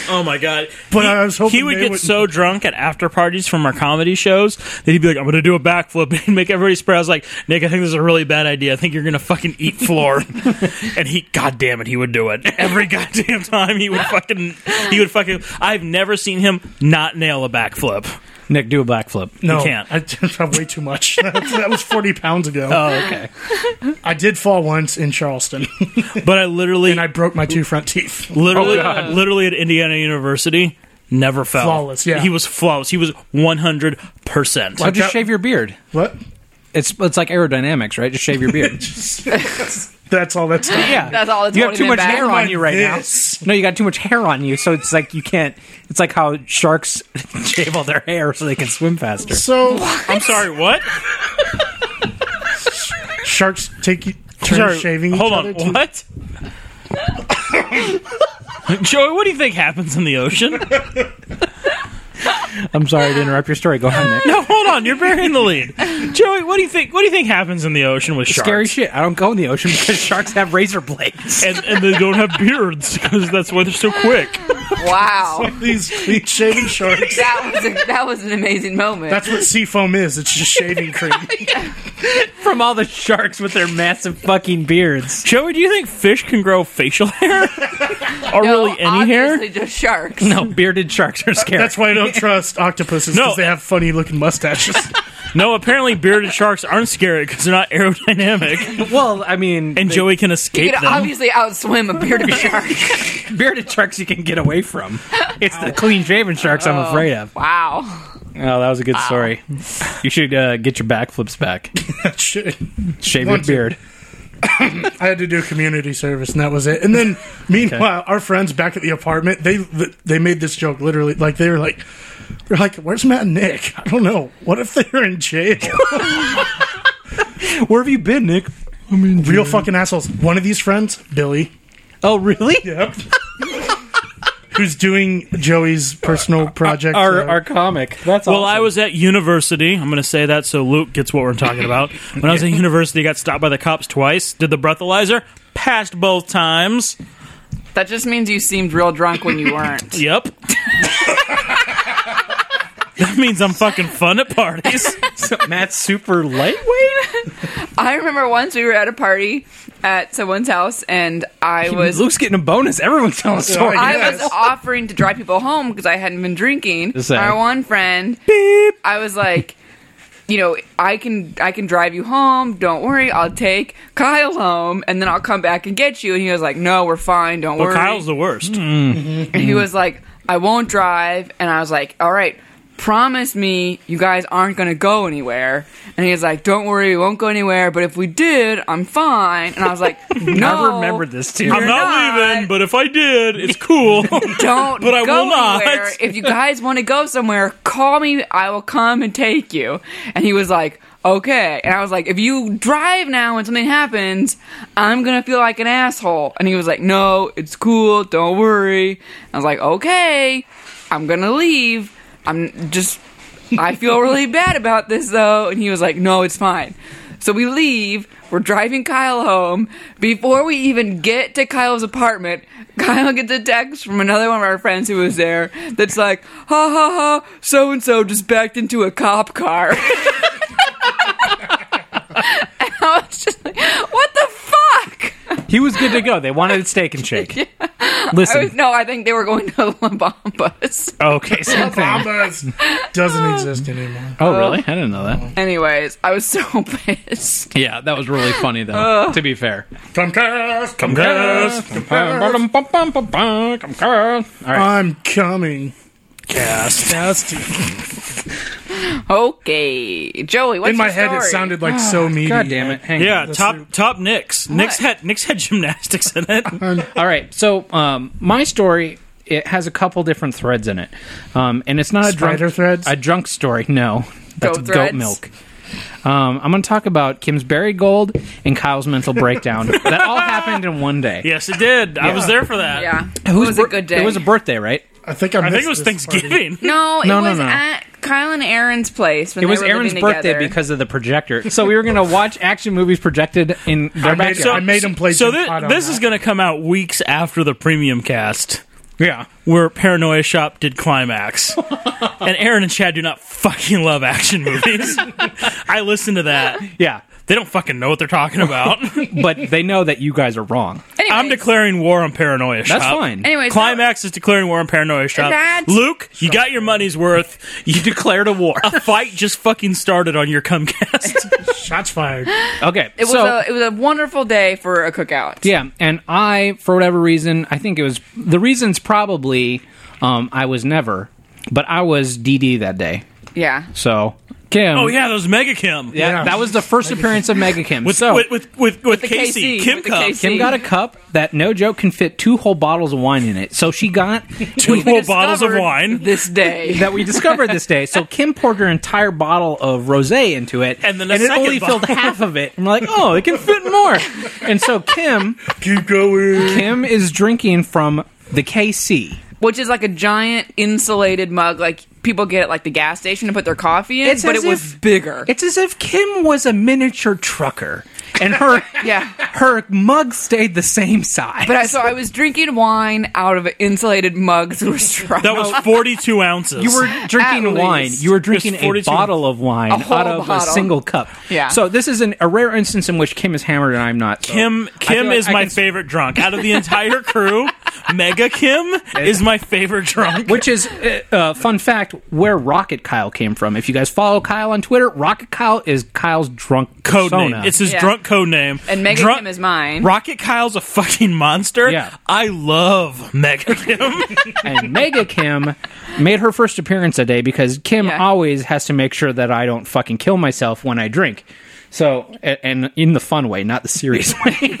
S4: Oh my god!
S3: But I was hoping
S4: he would
S3: they
S4: get
S3: wouldn't-
S4: so drunk at after parties from our comedy shows that he'd be like, "I'm going to do a backflip [LAUGHS] and make everybody spread." I was like, "Nick, I think this is a really bad idea. I think you're going to fucking eat
S3: [LAUGHS]
S4: floor." and he, god damn it, he would do it [LAUGHS] every goddamn time. He would fucking, he would fucking. I've never seen him not nail a backflip.
S1: Nick, do a backflip.
S3: [LAUGHS] no,
S4: can't.
S3: I did way too much. [LAUGHS] that was forty pounds ago.
S1: Oh, okay.
S3: I did fall once in Charleston,
S4: But I literally,
S3: and I oh, broke my two front teeth.
S4: literally, literally at Indiana University. Never fell.
S3: Flawless, yeah.
S4: He was flawless. He was 100%. [LAUGHS]
S1: Why'd you
S3: that-
S1: shave your beard?
S3: What?
S1: It's it's like aerodynamics, right? Just shave your beard.
S3: That's all. That's
S1: yeah,
S2: That's all that's
S1: You have
S2: holding
S1: too
S2: it
S1: much
S2: back.
S1: hair on you right
S3: This.
S1: now. No, you got too much hair on you, so it's like you can't. It's like how sharks [LAUGHS] shave all their hair so they can swim faster.
S3: so.
S4: I'm sorry, what?
S3: sharks take you turn
S4: Sorry,
S3: shaving each
S4: Hold
S3: other.
S4: on,
S3: to-
S4: what? Joey, what do you think happens in the ocean?
S1: I'm sorry to interrupt your story. Go ahead, Nick.
S4: No, hold on, you're burying the lead. Joey, what do you think? What do you think happens in the ocean with sharks?
S1: Scary shit. I don't go in the ocean because sharks have razor blades.
S4: and, and they don't have beards because that's why they're so quick.
S2: [LAUGHS] Wow.
S3: These clean shaven sharks.
S2: That was a, that was an amazing moment.
S3: That's what seafoam is. It's just shaving cream.
S1: From all the sharks with their massive fucking beards.
S4: Joey, do you think fish can grow facial [LAUGHS] hair or
S2: No,
S4: really any hair?
S2: obviously just sharks.
S1: No, bearded sharks are scary.
S3: That's why I don't trust octopuses because
S4: No.
S3: they have funny looking mustaches. [LAUGHS]
S4: No, apparently bearded sharks aren't scary because they're
S2: [LAUGHS]
S4: not aerodynamic,
S1: well, I mean,
S4: and
S1: the
S4: Joey can
S2: You
S4: escape
S2: could
S4: them.
S2: obviously outswim a bearded shark.
S1: bearded sharks you can get away from. It's the clean shaven sharks I'm afraid of.
S2: Wow.
S1: Oh, that was a good story. You should uh, get your backflips back.
S3: Shit.
S1: Shave
S3: Want
S1: your
S3: to.
S1: beard.
S3: I had to do community service, and that was it. And then, meanwhile, our friends back at the apartment they they made this joke literally. Like they were like, they're like, "Where's Matt and Nick? I don't know. What if they're in jail?
S1: Where have you been, Nick?
S3: Real fucking assholes." One of these friends, Billy,
S1: Oh, really?
S3: yep, who's doing Joey's personal project.
S1: Our
S3: uh,
S1: our comic. That's
S4: Well, I
S1: awesome.
S4: was at university. I'm going to say that so Luke gets what we're
S3: [LAUGHS]
S4: talking about. When I was at university, got stopped by the cops twice. Did the breathalyzer? Passed both times.
S2: That just means you seemed real drunk when you weren't.
S4: Yep. [LAUGHS] that means I'm fucking fun at parties.
S1: So Matt's super lightweight.
S2: [LAUGHS] I remember once we were at a party at someone's house and I was
S1: Luke's getting a bonus. Everyone's telling a story.
S3: Yeah,
S2: I was offering to drive people home because I hadn't been drinking.
S1: The same.
S2: Our one friend, I was like, you know, I can I can drive you home. Don't worry, I'll take Kyle home, and then I'll come back and get you. And he was like, No, we're fine. Don't
S4: Well,
S2: worry.
S4: Kyle's the worst.
S2: and he was like, I won't drive. And I was like, All right. Promise me you guys aren't gonna go anywhere. And he was like, Don't worry, we won't go anywhere, but if we did, I'm fine. And I was
S4: [LAUGHS]
S2: like, No
S1: I remember this too.
S4: I'm
S2: You're
S4: not,
S2: not.
S4: leaving, but if I did, it's
S3: [LAUGHS]
S4: cool.
S2: don't
S4: [LAUGHS] But I
S2: go
S4: will not.
S2: anywhere. If you guys want to go somewhere, call me. I will come and take you. And he was like, okay. And I was like, if you drive now and something happens, I'm going to feel like an asshole. And he was like, no, it's cool. Don't worry. I was like, okay, I'm going to leave. I'm just, I feel really bad about this though. And he was like, no, it's fine. So we leave. We're driving Kyle home. Before we even get to Kyle's apartment, [LAUGHS] Kyle gets a text from another one of our friends who was there that's like, ha ha ha, so and so just backed into a cop car. [LAUGHS] and I was just like, what the fuck?
S1: He was good to go. They wanted a steak and [LAUGHS] shake.
S2: I
S1: Listen,
S2: was, no, I think they were going to [LAUGHS] La Bombas.
S1: okay, same thing.
S3: Bombas doesn't exist anymore.
S1: Oh, really? I didn't know that.
S2: Anyways, I was so [LAUGHS] pissed.
S1: Yeah, that was really funny though. to be fair.
S3: Comcast,
S4: Comcast,
S1: All right.
S3: I'm coming. Cast,
S2: Okay, Joey, what's
S3: In my
S2: your
S3: head, it
S2: story?
S3: sounded like so meaty.
S1: Ah, God damn it. Hang on.
S4: yeah, top
S3: soup.
S4: top Knicks. Knicks had Knicks had gymnastics in
S3: [LAUGHS]
S4: it.
S1: All right. So, um, my story it has a couple different threads in it, um, and it's not a
S3: Spider
S1: drunk
S3: threads?
S1: A drunk story? No, that's
S2: Goat
S1: goat
S2: threads?
S1: milk. Um, I'm going to talk about Kim's berry gold and Kyle's mental
S2: [LAUGHS]
S1: breakdown. that all happened in one day.
S4: Yes, it did. I was there for that.
S2: Yeah,
S1: Whose
S2: it was a
S1: bir-
S2: good day.
S1: It was a birthday, right?
S3: I think I,
S4: I think
S3: missed
S4: it was
S3: this party.
S4: Thanksgiving.
S2: No, it
S1: No, no,
S2: was
S1: no.
S2: at Kyle and Aaron's place. When
S1: It was
S2: they were
S1: Aaron's
S2: living
S1: birthday
S2: together.
S1: because of the projector. So we were going to watch action movies projected in their
S3: I made,
S1: backyard.
S3: I made him play.
S4: So
S3: some
S4: thi-
S3: pot on
S4: this
S3: that.
S4: is going to come out weeks after the premium cast,
S1: yeah.
S4: where Paranoia Shop did climax, and Aaron and Chad do not fucking love action movies. [LAUGHS] I listen to that.
S1: Yeah.
S4: They don't fucking know what they're
S2: [LAUGHS]
S4: talking about.
S1: But they know that you guys are wrong.
S2: Anyways,
S4: I'm declaring war on Paranoia Shop.
S1: That's fine.
S2: Anyways,
S4: Climax is declaring war on Paranoia Shop.
S2: That's-
S4: Luke, you got your money's worth. You
S1: Declared a war.
S4: a fight just fucking started on your
S2: [LAUGHS]
S4: Comcast.
S3: shots fired.
S1: Okay.
S2: It was a it was a wonderful day for a cookout.
S1: Yeah, and I, for whatever reason, I think it was the reason's probably um, I was never, but I was DD that day.
S2: Yeah.
S1: So Kim,
S4: oh yeah, those Mega Kim.
S1: yeah,
S3: Yeah.
S1: that was the first appearance of Mega Kim.
S4: With,
S1: so
S4: with, with, with, with Casey,
S2: KC,
S4: Kim
S2: with the
S4: Cup.
S2: KC.
S1: Kim got a cup that no joke can fit two whole bottles of wine in it. So she got
S4: [LAUGHS]
S1: [LAUGHS]
S4: Two
S2: We
S4: whole bottles of
S2: discovered
S4: wine.
S2: this day.
S1: that we discovered this day. So Kim poured her entire bottle of rosé into it,
S4: And then a
S1: it
S4: second
S1: only filled
S4: bottle.
S1: half of it. I'm like, oh, it can fit more. And so Kim,
S3: [LAUGHS] Keep going.
S1: Kim is drinking from the KC.
S2: which is like a giant insulated mug, like people get at like the gas station to put their coffee in,
S1: It's
S2: but
S1: as
S2: it was
S1: if-
S2: bigger.
S1: It's as if Kim was a miniature trucker, and her
S2: Yeah.
S1: her mug stayed the same size.
S2: but I, so I was drinking wine out of an insulated mug through a straw. [LAUGHS]
S4: That was 42 ounces.
S1: you were drinking
S2: At
S1: wine.
S2: least.
S1: You were drinking a
S4: 42
S1: bottle of wine
S2: whole
S1: out of a
S2: bottle.
S1: single cup.
S2: Yeah.
S1: So this is an, a rare instance in which Kim is hammered and I'm not. so
S4: Kim
S1: I feel
S4: Kim
S1: like
S4: is
S1: I
S4: my
S1: can-
S4: favorite drunk out of the
S1: [LAUGHS]
S4: entire crew. Mega Kim is my favorite drunk.
S1: Which is, uh, uh, fun fact, where Rocket Kyle came from. If you guys follow Kyle on Twitter, Rocket Kyle is Kyle's drunk
S4: code
S1: persona.
S4: name? It's his
S2: Yeah.
S4: drunk code name.
S2: and Mega
S4: Drunk-
S2: Kim is mine.
S4: Rocket Kyle's a fucking monster.
S1: Yeah.
S4: I love Mega Kim.
S1: [LAUGHS] and Mega Kim made her first appearance today because Kim
S2: Yeah.
S1: always has to make sure that I don't fucking kill myself when I drink. So, a- and in the fun way, not the serious way.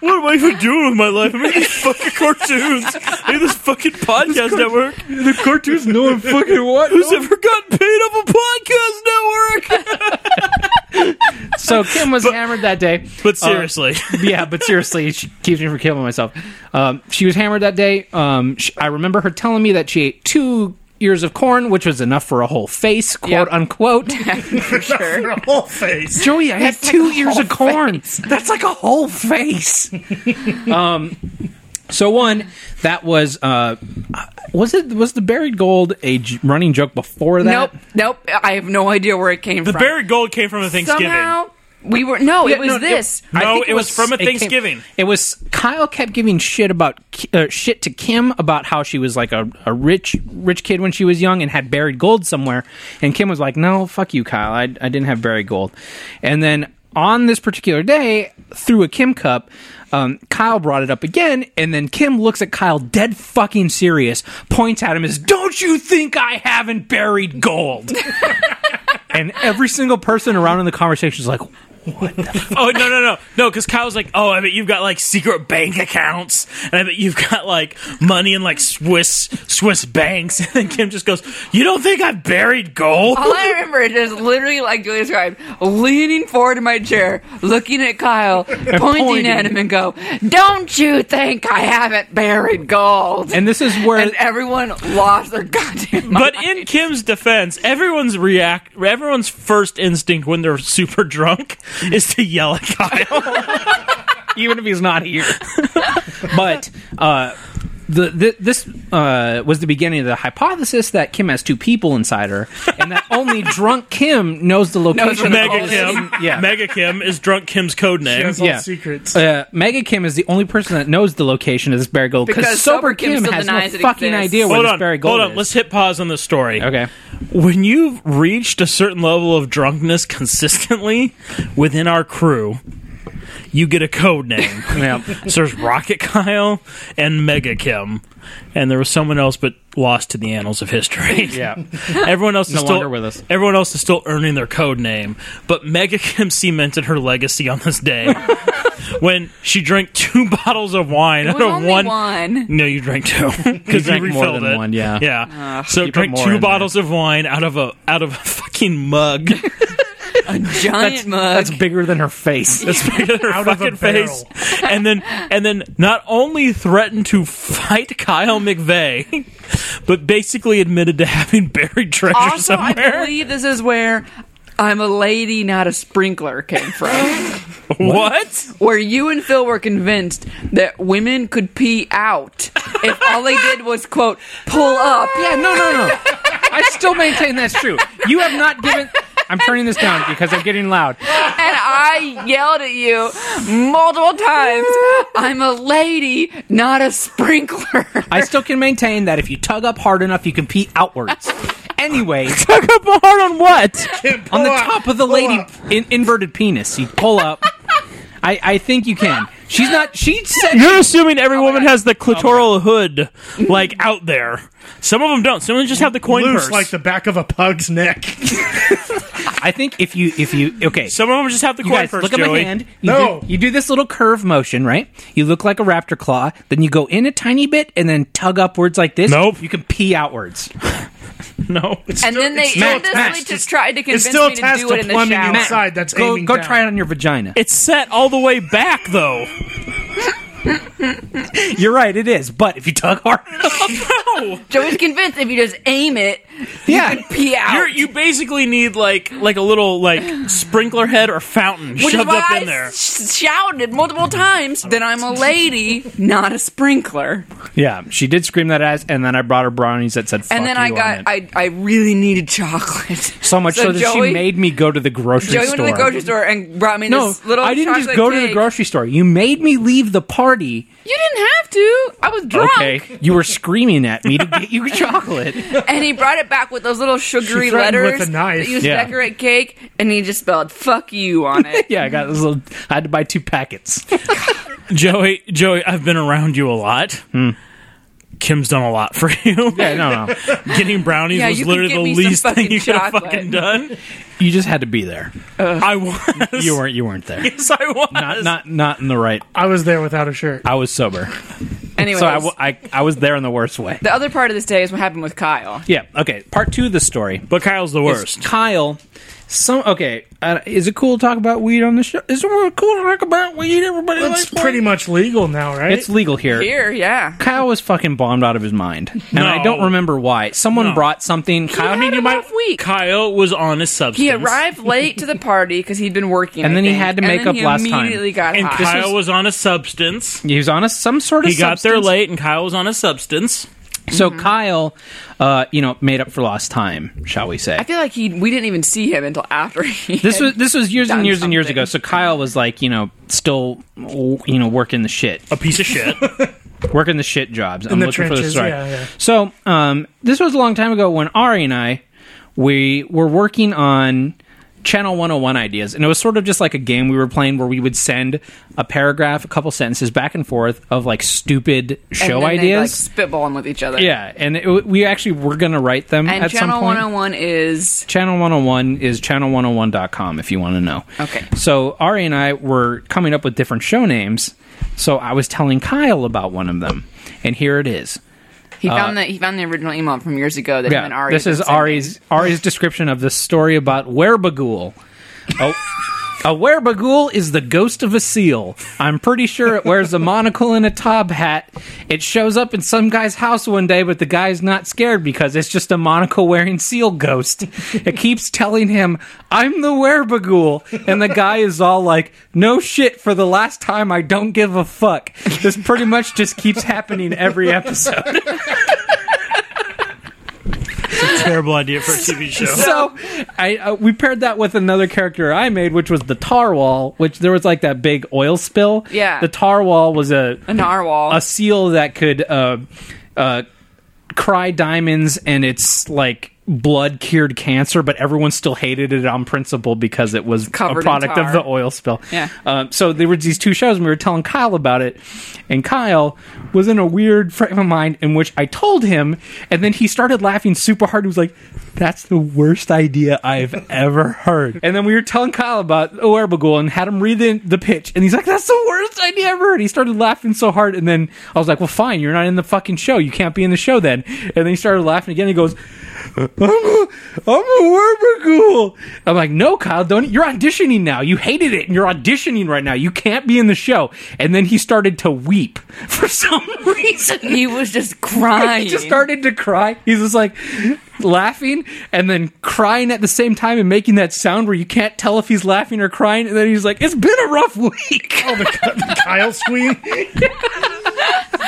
S4: what am I even doing with my life? I'm making these fucking cartoons.
S1: [LAUGHS]
S4: Make this fucking podcast network.
S1: the cartoons no one fucking what.
S4: Who's ever gotten paid off a podcast network?
S1: So Kim was hammered that day.
S4: But seriously,
S1: yeah, but seriously, she keeps me from killing myself. Um, she was hammered that day. Um, sh I remember her telling me that she ate two ears of corn, which was enough for a whole face, quote
S2: Yep.
S1: unquote.
S2: [LAUGHS]
S1: [LAUGHS]
S2: for sure.
S3: Your whole face.
S1: Joey, I had
S2: That's like
S1: two
S2: a
S1: ears
S2: whole
S1: of corn.
S2: [LAUGHS]
S1: That's like a whole face. [LAUGHS] um, so one that was uh, was it was the buried gold a j- running joke before that?
S2: Nope, nope. I have no idea where it came
S4: the
S1: Uh,
S4: [LAUGHS]
S2: from.
S4: buried gold came from a Thanksgiving.
S2: Somehow we were no,
S1: Yeah,
S2: it was
S1: no,
S2: this.
S1: I
S4: No,
S1: think
S4: it was from a
S1: it came-
S4: Thanksgiving.
S1: It was Kyle kept giving shit about Ki- uh, shit to Kim about how she was like a, a rich rich kid when she was young and had buried gold somewhere, and Kim was like, "No, fuck you, Kyle. I, I didn't have buried gold." And then on this particular day, through a Kim cup, um, Kyle brought it up again, and then Kim looks at Kyle dead fucking serious, points at him as, "Don't you think I haven't buried gold?" [LAUGHS] and every single person around in the conversation is like.
S4: Oh no no no no! Because Kyle's like, oh, I bet you've got like secret bank accounts, and I bet you've got like money in like Swiss Swiss banks. [LAUGHS] And then Kim just goes, "You don't think I buried gold?"
S2: All I remember is just literally, like Julia described, leaning forward in my chair, looking at
S1: [LAUGHS]
S2: Kyle, pointing,
S1: pointing.
S2: at him, and go, "Don't you think I haven't buried gold?"
S1: And this is where
S2: And [LAUGHS] everyone lost their goddamn. mind.
S4: But in Kim's defense, everyone's react, everyone's first instinct when they're super drunk
S1: Hmm.
S4: is to yell at Kyle.
S1: even if he's not here. [LAUGHS] but uh, the, the this uh, was the beginning of the hypothesis that Kim has two people inside her, and that only drunk Kim knows the location. of all
S4: Mega
S1: this-
S4: Kim,
S1: yeah.
S4: Mega Kim is drunk Kim's code name.
S3: That's all
S1: yeah.
S3: secrets.
S1: Uh, Mega Kim is the only person that knows the location of this berry gold because
S2: Because
S1: sober
S2: Sober Kim
S1: Kim,
S2: still
S1: has no
S2: denies it
S1: fucking
S2: exists.
S1: idea where
S4: Hold
S1: this
S4: on,
S1: berry gold
S4: hold on.
S1: is.
S4: Let's hit pause on this story.
S1: okay.
S4: when you've reached a certain level of drunkenness consistently within our crew, you get a code name.
S1: [LAUGHS] Yeah.
S4: so there's Rocket Kyle and Mega Kim, and there was someone else, but lost to the annals of history.
S1: [LAUGHS] Yeah.
S4: [LAUGHS] everyone else is
S1: No
S4: still
S1: longer with us.
S4: Everyone else is still earning their code name, but Mega Kim cemented her legacy on this
S1: [LAUGHS]
S4: day when she drank two [LAUGHS] bottles of wine
S2: It
S4: out
S2: was
S4: of
S2: only
S4: one.
S2: one.
S4: No, you drank two [LAUGHS] because you
S1: drank more
S4: refilled
S1: than
S4: it.
S1: one, yeah.
S4: yeah. so
S1: You put
S4: drank
S1: more
S4: two
S1: in there.
S4: bottles of wine out of a out of a [LAUGHS] fucking mug.
S2: giant
S1: [LAUGHS]
S2: mug.
S1: That's bigger than her face.
S4: That's bigger than her
S3: Out of a
S4: fucking face. [LAUGHS] And then and then not only threatened to fight Kyle McVeigh, [LAUGHS] but basically admitted to having buried treasure
S2: also, I
S4: somewhere.
S2: believe this is where "I'm a lady, not a sprinkler" came
S1: [LAUGHS]
S2: from,
S4: [LAUGHS] what?
S2: where you and Phil were convinced that women could pee out if all they did was quote pull up.
S1: Yeah, no, no, no. I still maintain that's true. You have not given. I'm turning this down because I'm getting loud.
S2: and I yelled at you multiple times. I'm a lady, not a sprinkler.
S1: I still can maintain that if you tug up hard enough, you can pee outwards. [LAUGHS] Anyway,
S4: Took up hard on what?
S1: on the
S3: Pull up,
S1: top of the
S3: pull
S1: lady
S3: up.
S1: in, inverted penis, you pull up. I, I think you can. She's not. She said.
S4: [LAUGHS] You're assuming every woman has the clitoral hood like out there. Some of them don't. Some of them just have the coin
S3: Loose
S4: purse.
S3: like the back of a pug's neck.
S1: I think if you if you okay.
S4: Some of them just have the
S1: You
S4: coin
S1: guys,
S4: purse.
S1: look at my
S4: Joey.
S1: hand. You
S3: No.
S1: Do, you do this little curve motion, right? You look like a raptor claw. Then you go in a tiny bit and then tug upwards like this.
S4: Nope.
S1: You can pee outwards.
S4: [LAUGHS] No, it's
S2: and then they
S3: it's still
S2: endlessly
S3: attached.
S2: just tried to
S3: It's
S2: convince
S3: still
S2: me to
S3: attached
S2: do it
S3: to
S2: in the
S3: plumbing
S2: shower.
S3: inside. That's
S1: Go
S3: aiming
S1: go
S3: down.
S1: try it on your vagina.
S4: it's set all the way back though.
S1: [LAUGHS] You're right, it is. But if you tug hard [LAUGHS] enough,
S2: Joey's convinced if you just aim it,
S1: yeah,
S2: pee out.
S4: You're, you basically need like like a little like sprinkler head or fountain
S2: which is
S4: shoved
S2: why
S4: up
S2: I
S4: in there.
S2: sh- shouted multiple times that I'm a lady, not a sprinkler.
S1: [LAUGHS] yeah. She did scream that ass, and then I brought her brownies that said "fuck
S2: and then
S1: you"
S2: I
S1: on it.
S2: got I, I really needed chocolate.
S1: so much so, that
S2: Joey-
S1: she made me go to the grocery
S2: Joey
S1: store.
S2: went to the grocery store and brought me
S1: no,
S2: this little
S1: I didn't just
S2: chocolate
S1: go to
S2: cake.
S1: the grocery store. You made me leave the party.
S2: You didn't have to. I was drunk.
S1: Okay, you were screaming at me to get you [LAUGHS] chocolate.
S2: And he brought it back with those little sugary
S3: She threatened
S2: letters
S3: with a knife.
S2: that you used
S1: Yeah.
S2: to decorate cake, and he just spelled "fuck you" on it.
S1: yeah, I got this little. I had to buy two packets.
S4: [LAUGHS] Joey, Joey, I've been around you a lot. Kim's done a lot for [LAUGHS] you.
S1: Yeah, no, no.
S4: Getting brownies
S2: Yeah,
S4: was
S2: you could
S4: literally
S2: get
S4: the
S2: me some
S4: least
S2: fucking
S4: thing you could have
S2: chocolate.
S4: fucking done.
S1: You just had to be there.
S4: I was.
S1: You weren't. You weren't
S3: [LAUGHS]
S1: there.
S4: [LAUGHS] Yes, I was.
S1: Not, not, not in the right.
S3: I was there without a shirt.
S1: I was sober,
S2: Anyway,
S1: so I, w- I, I was there in the worst way.
S2: the other part of this day is what happened with Kyle.
S1: Yeah. Okay. Part two of the story.
S4: But Kyle's the
S1: is
S4: worst.
S1: Kyle. Some okay. Uh, is it cool to talk about weed on the show? Is it really cool to talk about weed? Everybody
S3: It's
S1: likes
S3: pretty
S1: weed?
S3: much legal now, right?
S1: It's legal here.
S2: Here, yeah.
S1: Kyle was fucking bombed out of his mind, and I don't remember why. Someone
S4: No.
S1: brought something. Kyle,
S2: had an off week.
S4: Kyle was on a substance.
S2: He arrived late to the party because he'd been working,
S1: And
S2: I
S1: then he
S2: think.
S1: had to
S2: And
S1: make
S2: then
S1: up
S2: he
S1: last time.
S2: Immediately got
S4: and
S2: high.
S4: Kyle was on a substance.
S1: he was on a, some sort of.
S4: He got there
S1: substance.
S4: late, and Kyle was on a substance.
S1: So Kyle, uh, you know, made up for lost time, shall we say?
S2: I feel like he we didn't even see him until after he.
S1: this
S2: had-
S1: was this was years and
S2: done
S1: years and years
S2: something.
S1: ago. So Kyle was like, you know, still, you know, working the shit,
S4: A piece
S1: [LAUGHS]
S4: of shit.
S1: working the shit jobs. I'm
S3: the
S1: looking for the
S3: trenches,
S1: story.
S3: yeah, yeah.
S1: So um, this was a long time ago when Ari and I we were working on Channel 101 ideas, and it was sort of just like a game we were playing where we would send a paragraph, a couple sentences back and forth of like stupid
S2: and
S1: show
S2: then They, like,
S1: ideas.
S2: spitballing with each other.
S1: yeah, and it, we actually were gonna write them
S2: And
S1: at
S2: Channel
S1: some point.
S2: 101 is
S1: Channel 101 is channel101.com if you want to know.
S2: Okay.
S1: So Ari and I were coming up with different show names. So I was telling Kyle about one of them. And here it is.
S2: he found the he found the original email from years ago that him and Ari.
S1: Uh, this
S2: had
S1: is
S2: been sending.
S1: Ari's Ari's description of the story about Werbagool. Oh, a Werbagool is the ghost of a seal. I'm pretty sure it wears a monocle and a top hat. It shows up in some guy's house one day, but the guy's not scared because it's just a monocle wearing seal ghost. It keeps telling him, "I'm the Werbagool," and the guy is all like, "No shit! For the last time, I don't give a fuck." This pretty much just keeps happening every episode.
S4: Terrible idea for a [LAUGHS] TV
S2: [LAUGHS]
S4: show.
S1: so I uh, we paired that with another character I made, which was the Tarwall. Which there was like that big oil spill.
S2: Yeah.
S1: the Tarwall was a
S2: a narwhal.
S1: a seal that could uh, uh, cry diamonds, and it's like blood cured cancer, but everyone still hated it on principle because it was
S2: Covered
S1: a
S2: in
S1: product of
S2: tar.
S1: the oil spill.
S2: Yeah.
S1: Um, so there were these two shows, and we were telling Kyle about it, and Kyle was in a weird frame of mind in which I told him, and then he started laughing super hard. He was like, "That's the worst idea I've ever heard." And then we were telling Kyle about Oerbagul and had him read the, the pitch, and he's like, "That's the worst idea I've ever heard." He started laughing so hard, and then I was like, "Well, fine, you're not in the fucking show. You can't be in the show then." And then he started laughing again. He goes. I'm a, I'm a Werbagool. I'm like, no, Kyle, don't. You're auditioning now. You hated it, and you're auditioning right now. You can't be in the show. And then he started to weep [LAUGHS] for some reason.
S2: he was just crying.
S1: He just started to cry. He's just like laughing and then crying at the same time and making that sound where you can't tell if he's laughing or crying. And then he's like, "It's been a rough week."
S2: [LAUGHS]
S3: oh, the, the Kyle squeal.
S1: [LAUGHS] but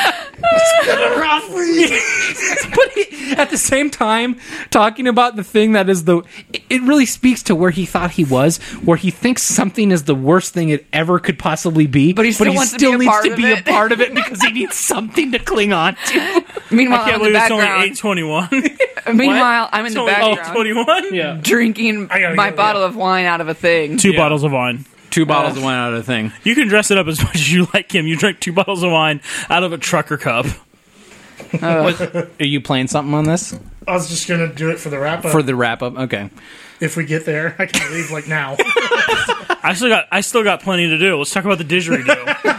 S1: he, at the same time, talking about the thing that is the, it- it really speaks to where he thought he was, where he thinks something is the worst thing it ever could possibly be. But
S2: he still wants to be a
S1: needs
S2: part
S1: to
S2: of
S1: be a
S2: it.
S1: part of it because he needs something to cling on to.
S2: meanwhile,
S4: I can't
S2: I'm in
S4: believe
S2: the
S4: it's only
S2: background.
S4: eight twenty-one. It's
S2: meanwhile, I'm in the
S4: only eight
S2: background
S4: twenty-one. Yeah,
S2: drinking
S3: gotta
S2: my
S3: go,
S2: bottle of wine out of a thing.
S4: two bottles of wine.
S1: [LAUGHS] Two bottles of wine out of the thing.
S4: You can dress it up as [LAUGHS] much as you like, Kim. You drink two bottles of wine out of a trucker cup.
S1: Are you playing something on this
S3: I was just gonna do it for the wrap up.
S1: for the wrap up? Okay.
S3: if we get there, I can leave like now.
S4: I still got, I still got plenty to do. Let's talk about the didgeridoo.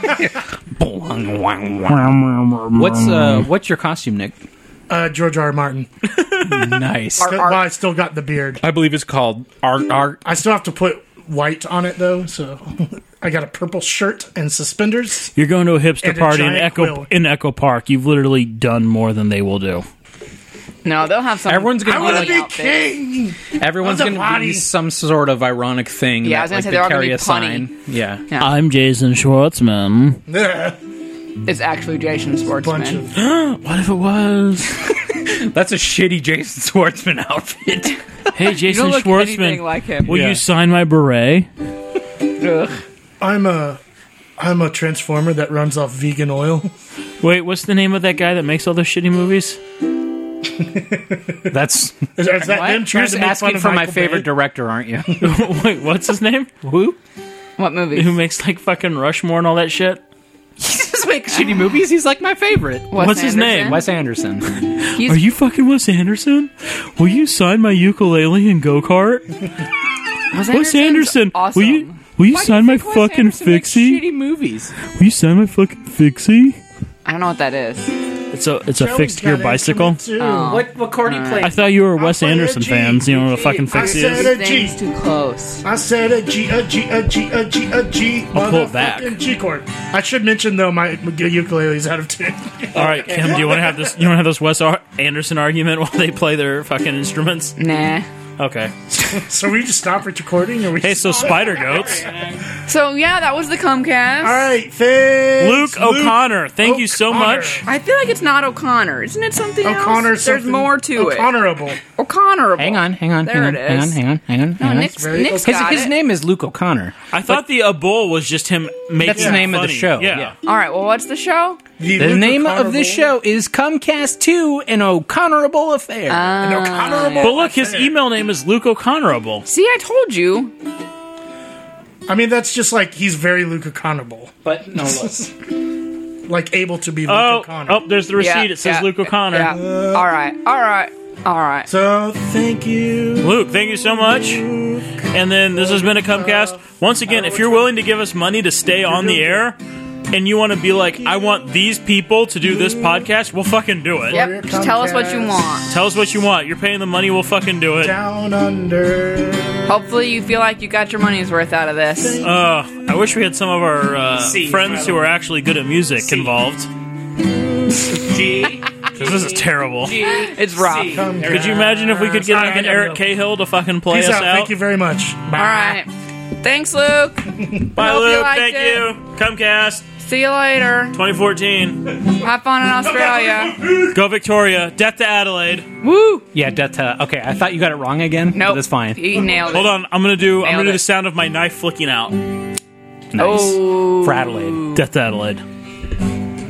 S1: What's uh, what's your costume, Nick?
S3: Uh, George R. R. Martin.
S1: Nice.
S3: But
S2: Art.
S3: I still got the beard.
S1: I believe it's called Art Art.
S3: I still have to put white on it though, so [LAUGHS] I I got a purple shirt and suspenders.
S4: [LAUGHS] You're going to a hipster
S3: And a
S4: party in
S3: giant
S4: Echo
S3: quill.
S4: in Echo Park. You've literally done more than they will do.
S2: No, they'll have some.
S1: Everyone's gonna
S3: I
S1: be
S3: want to
S1: like-
S3: be
S2: outfit.
S3: king. [LAUGHS]
S1: Everyone's
S3: Of the
S1: going to be
S3: body.
S1: some sort of ironic thing.
S2: Yeah, I
S1: that,
S2: was
S1: like,
S2: gonna say
S1: they
S2: they're all gonna
S1: carry
S2: be
S1: a sign. Yeah.
S2: Yeah.
S4: I'm Jason Schwartzman.
S3: Ugh.
S2: It's actually Jason
S3: Bunch
S2: Sportsman.
S3: of
S4: What if it was?
S1: That's a shitty Jason Schwartzman outfit.
S4: Hey,
S2: [LAUGHS] You
S4: Jason
S2: don't look anything
S4: Schwartzman,
S2: like him.
S4: will
S1: Yeah.
S4: you sign my beret?
S2: Ugh.
S3: I'm a I'm a transformer that runs off vegan oil.
S4: Wait, what's the name of that guy that makes all those shitty movies?
S1: [LAUGHS]
S4: [LAUGHS]
S1: That's
S3: Is, is that
S2: What?
S3: him
S1: you're
S3: trying
S1: just
S3: to make fun
S1: asking
S3: of
S1: for my
S3: Michael
S1: favorite
S3: Bay?
S1: director, aren't [LAUGHS] you?
S4: Wait, what's his name? Who?
S2: What movie?
S4: Who makes like fucking Rushmore and all that shit?
S1: just make shitty movies. He's like my favorite.
S2: Wes
S4: what's his
S2: Anderson?
S4: name?
S1: Wes
S3: [LAUGHS]
S1: Anderson.
S2: He's-
S4: Are you fucking Wes Anderson? Will you sign my ukulele and go kart?
S2: Wes
S4: Wes
S2: Anderson's
S4: Anderson,
S2: Awesome.
S4: will you will you sign my fucking fixie?
S1: Shitty movies.
S4: Will you sign my fucking fixie?
S2: I don't know what that is.
S4: It's a it's a
S3: Joey's
S4: fixed
S3: got
S4: gear
S3: it
S4: bicycle.
S3: coming too.
S1: What what Cordy
S4: I
S1: plays?
S4: thought you were Wes
S3: play a
S4: Anderson
S3: G.
S4: fans. You know what a fucking
S3: I
S4: fixie
S3: said
S4: is?
S3: it.
S2: This thing's too close.
S3: I said a G, a G, a G, a G, a G.
S4: I'll pull it back.
S3: motherfucking G chord. I should mention though, my ukulele's out of tune. [LAUGHS]
S4: All right, Kim, do you want to have this? You want to have this Wes Ar- Anderson argument [LAUGHS] while they play their fucking instruments?
S2: Nah.
S4: Okay.
S3: so we just stop recording, or we?
S4: Hey, so Spider Goats,
S2: So yeah, that was the Comcast.
S3: all right, thanks,
S4: Luke O'Connor. Thank you so
S3: O'Connor.
S4: much.
S2: I feel like it's not O'Connor, isn't it? Something
S3: O'Connor.
S2: else. There's
S3: something-
S2: more to it.
S3: O'Connorable.
S2: O'Connor.
S1: Hang on, hang on,
S2: There
S1: hang on,
S2: it
S1: hang on,
S2: is.
S1: hang on, hang on, hang
S2: No,
S1: on.
S2: Nick's,
S3: very-
S2: Nick's
S1: his
S2: got
S1: his
S2: it.
S1: name is Luke O'Connor.
S4: I thought the a bull was just him making.
S1: That's the name of the
S4: funny.
S1: show, yeah.
S4: Yeah.
S2: All right. Well, what's the show?
S3: The,
S1: The
S3: Luke
S1: name of this show
S3: O'Connorable.
S1: is Comcast Two: An O'Connorable Affair.
S2: Uh,
S3: An O'Connorable.
S4: But look, his email name is Luke O'Connorable.
S2: See, I told you.
S3: I mean, that's just like he's very Luke O'Connorable,
S1: but no, [LAUGHS] look.
S3: like able to be Luke
S4: Oh,
S3: O'Connor.
S4: oh, there's the receipt. it says
S2: yeah,
S4: Luke O'Connor.
S2: Yeah. all right. All right. All right.
S3: So thank you.
S4: Luke, thank you so much. And then this has been a Comcast. Once again, if you're willing to give us money to stay on the air and you want to be like, I want these people to do this podcast, we'll fucking do it.
S2: Yep. Just tell us what you want.
S4: Tell us what you want. You're paying the money, we'll fucking do it.
S3: Down under.
S2: Hopefully, you feel like you got your money's worth out of this.
S4: Uh, I wish we had some of our uh,
S5: C, by
S4: friends
S5: the
S4: who are actually good at music involved.
S5: G.
S4: 'Cause this is terrible.
S2: It's rough. All
S3: Come
S4: Could you imagine if we could get
S3: Sorry,
S4: like an
S3: I gotta
S4: Eric
S3: go.
S4: Cahill to fucking play
S3: Peace
S4: us
S3: out.
S4: out?
S3: Thank you very much. Bye.
S2: right. Thanks, Luke.
S4: Bye,
S2: Hope you
S4: Luke.
S2: liked
S4: Thank
S2: it.
S4: you. Comcast
S2: See you later.
S4: 2014.
S2: Have fun in Australia.
S4: Go Victoria. Death to Adelaide.
S2: Woo.
S1: yeah, that's, uh, okay. I thought you got it wrong again.
S2: No,
S1: but that's fine.
S2: He nailed it.
S4: Hold on, I'm gonna do.
S2: Nailed
S4: I'm gonna do
S2: it.
S4: the sound of my knife flicking out.
S1: Nice.
S2: Oh.
S1: For Adelaide.
S4: Death to Adelaide.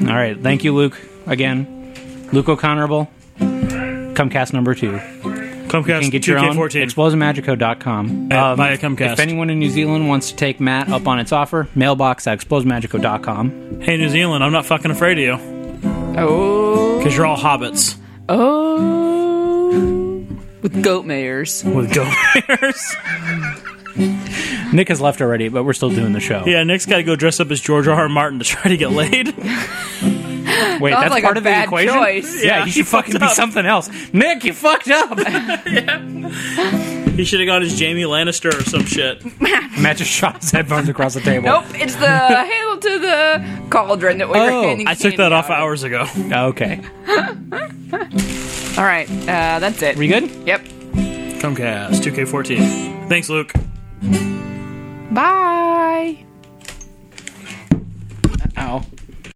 S1: All right. Thank you, Luke. Again, Luke O'Connorable. Comcast number two.
S4: Comcast
S1: can get your own
S4: 2K14.
S1: explosemagico.com.
S4: Uh, via Comcast.
S1: If anyone in New Zealand wants to take Matt up on its offer, mailbox at explosemagico.com.
S4: hey, New Zealand, I'm not fucking afraid of you
S2: Oh.
S4: because you're all hobbits
S2: Oh. With goat mayors.
S4: with goat bears.
S1: Nick has left already, but we're still doing the show.
S4: yeah, Nick's got to go dress up as George R. R. Martin to try to
S1: [LAUGHS]
S4: get laid.
S1: Wait,
S2: Sounds
S1: that's
S2: like
S1: part
S2: a
S1: of the
S2: bad
S1: equation.
S2: choice.
S1: Yeah,
S4: Yeah,
S1: you
S4: he
S1: should
S2: [LAUGHS]
S1: fucking
S4: fucked
S1: be
S4: up.
S1: something else. Nick, you fucked up.
S4: he should have gone as Jamie Lannister or some shit.
S1: Matt just shot his headphones across the table.
S2: Nope, it's the handle to the cauldron that we were
S1: Oh,
S2: handing
S4: I took
S2: candy
S4: that off
S2: out.
S4: hours ago.
S1: Okay.
S2: All right, uh, that's it.
S1: We good?
S2: yep.
S4: Comcast 2K14. Thanks, Luke.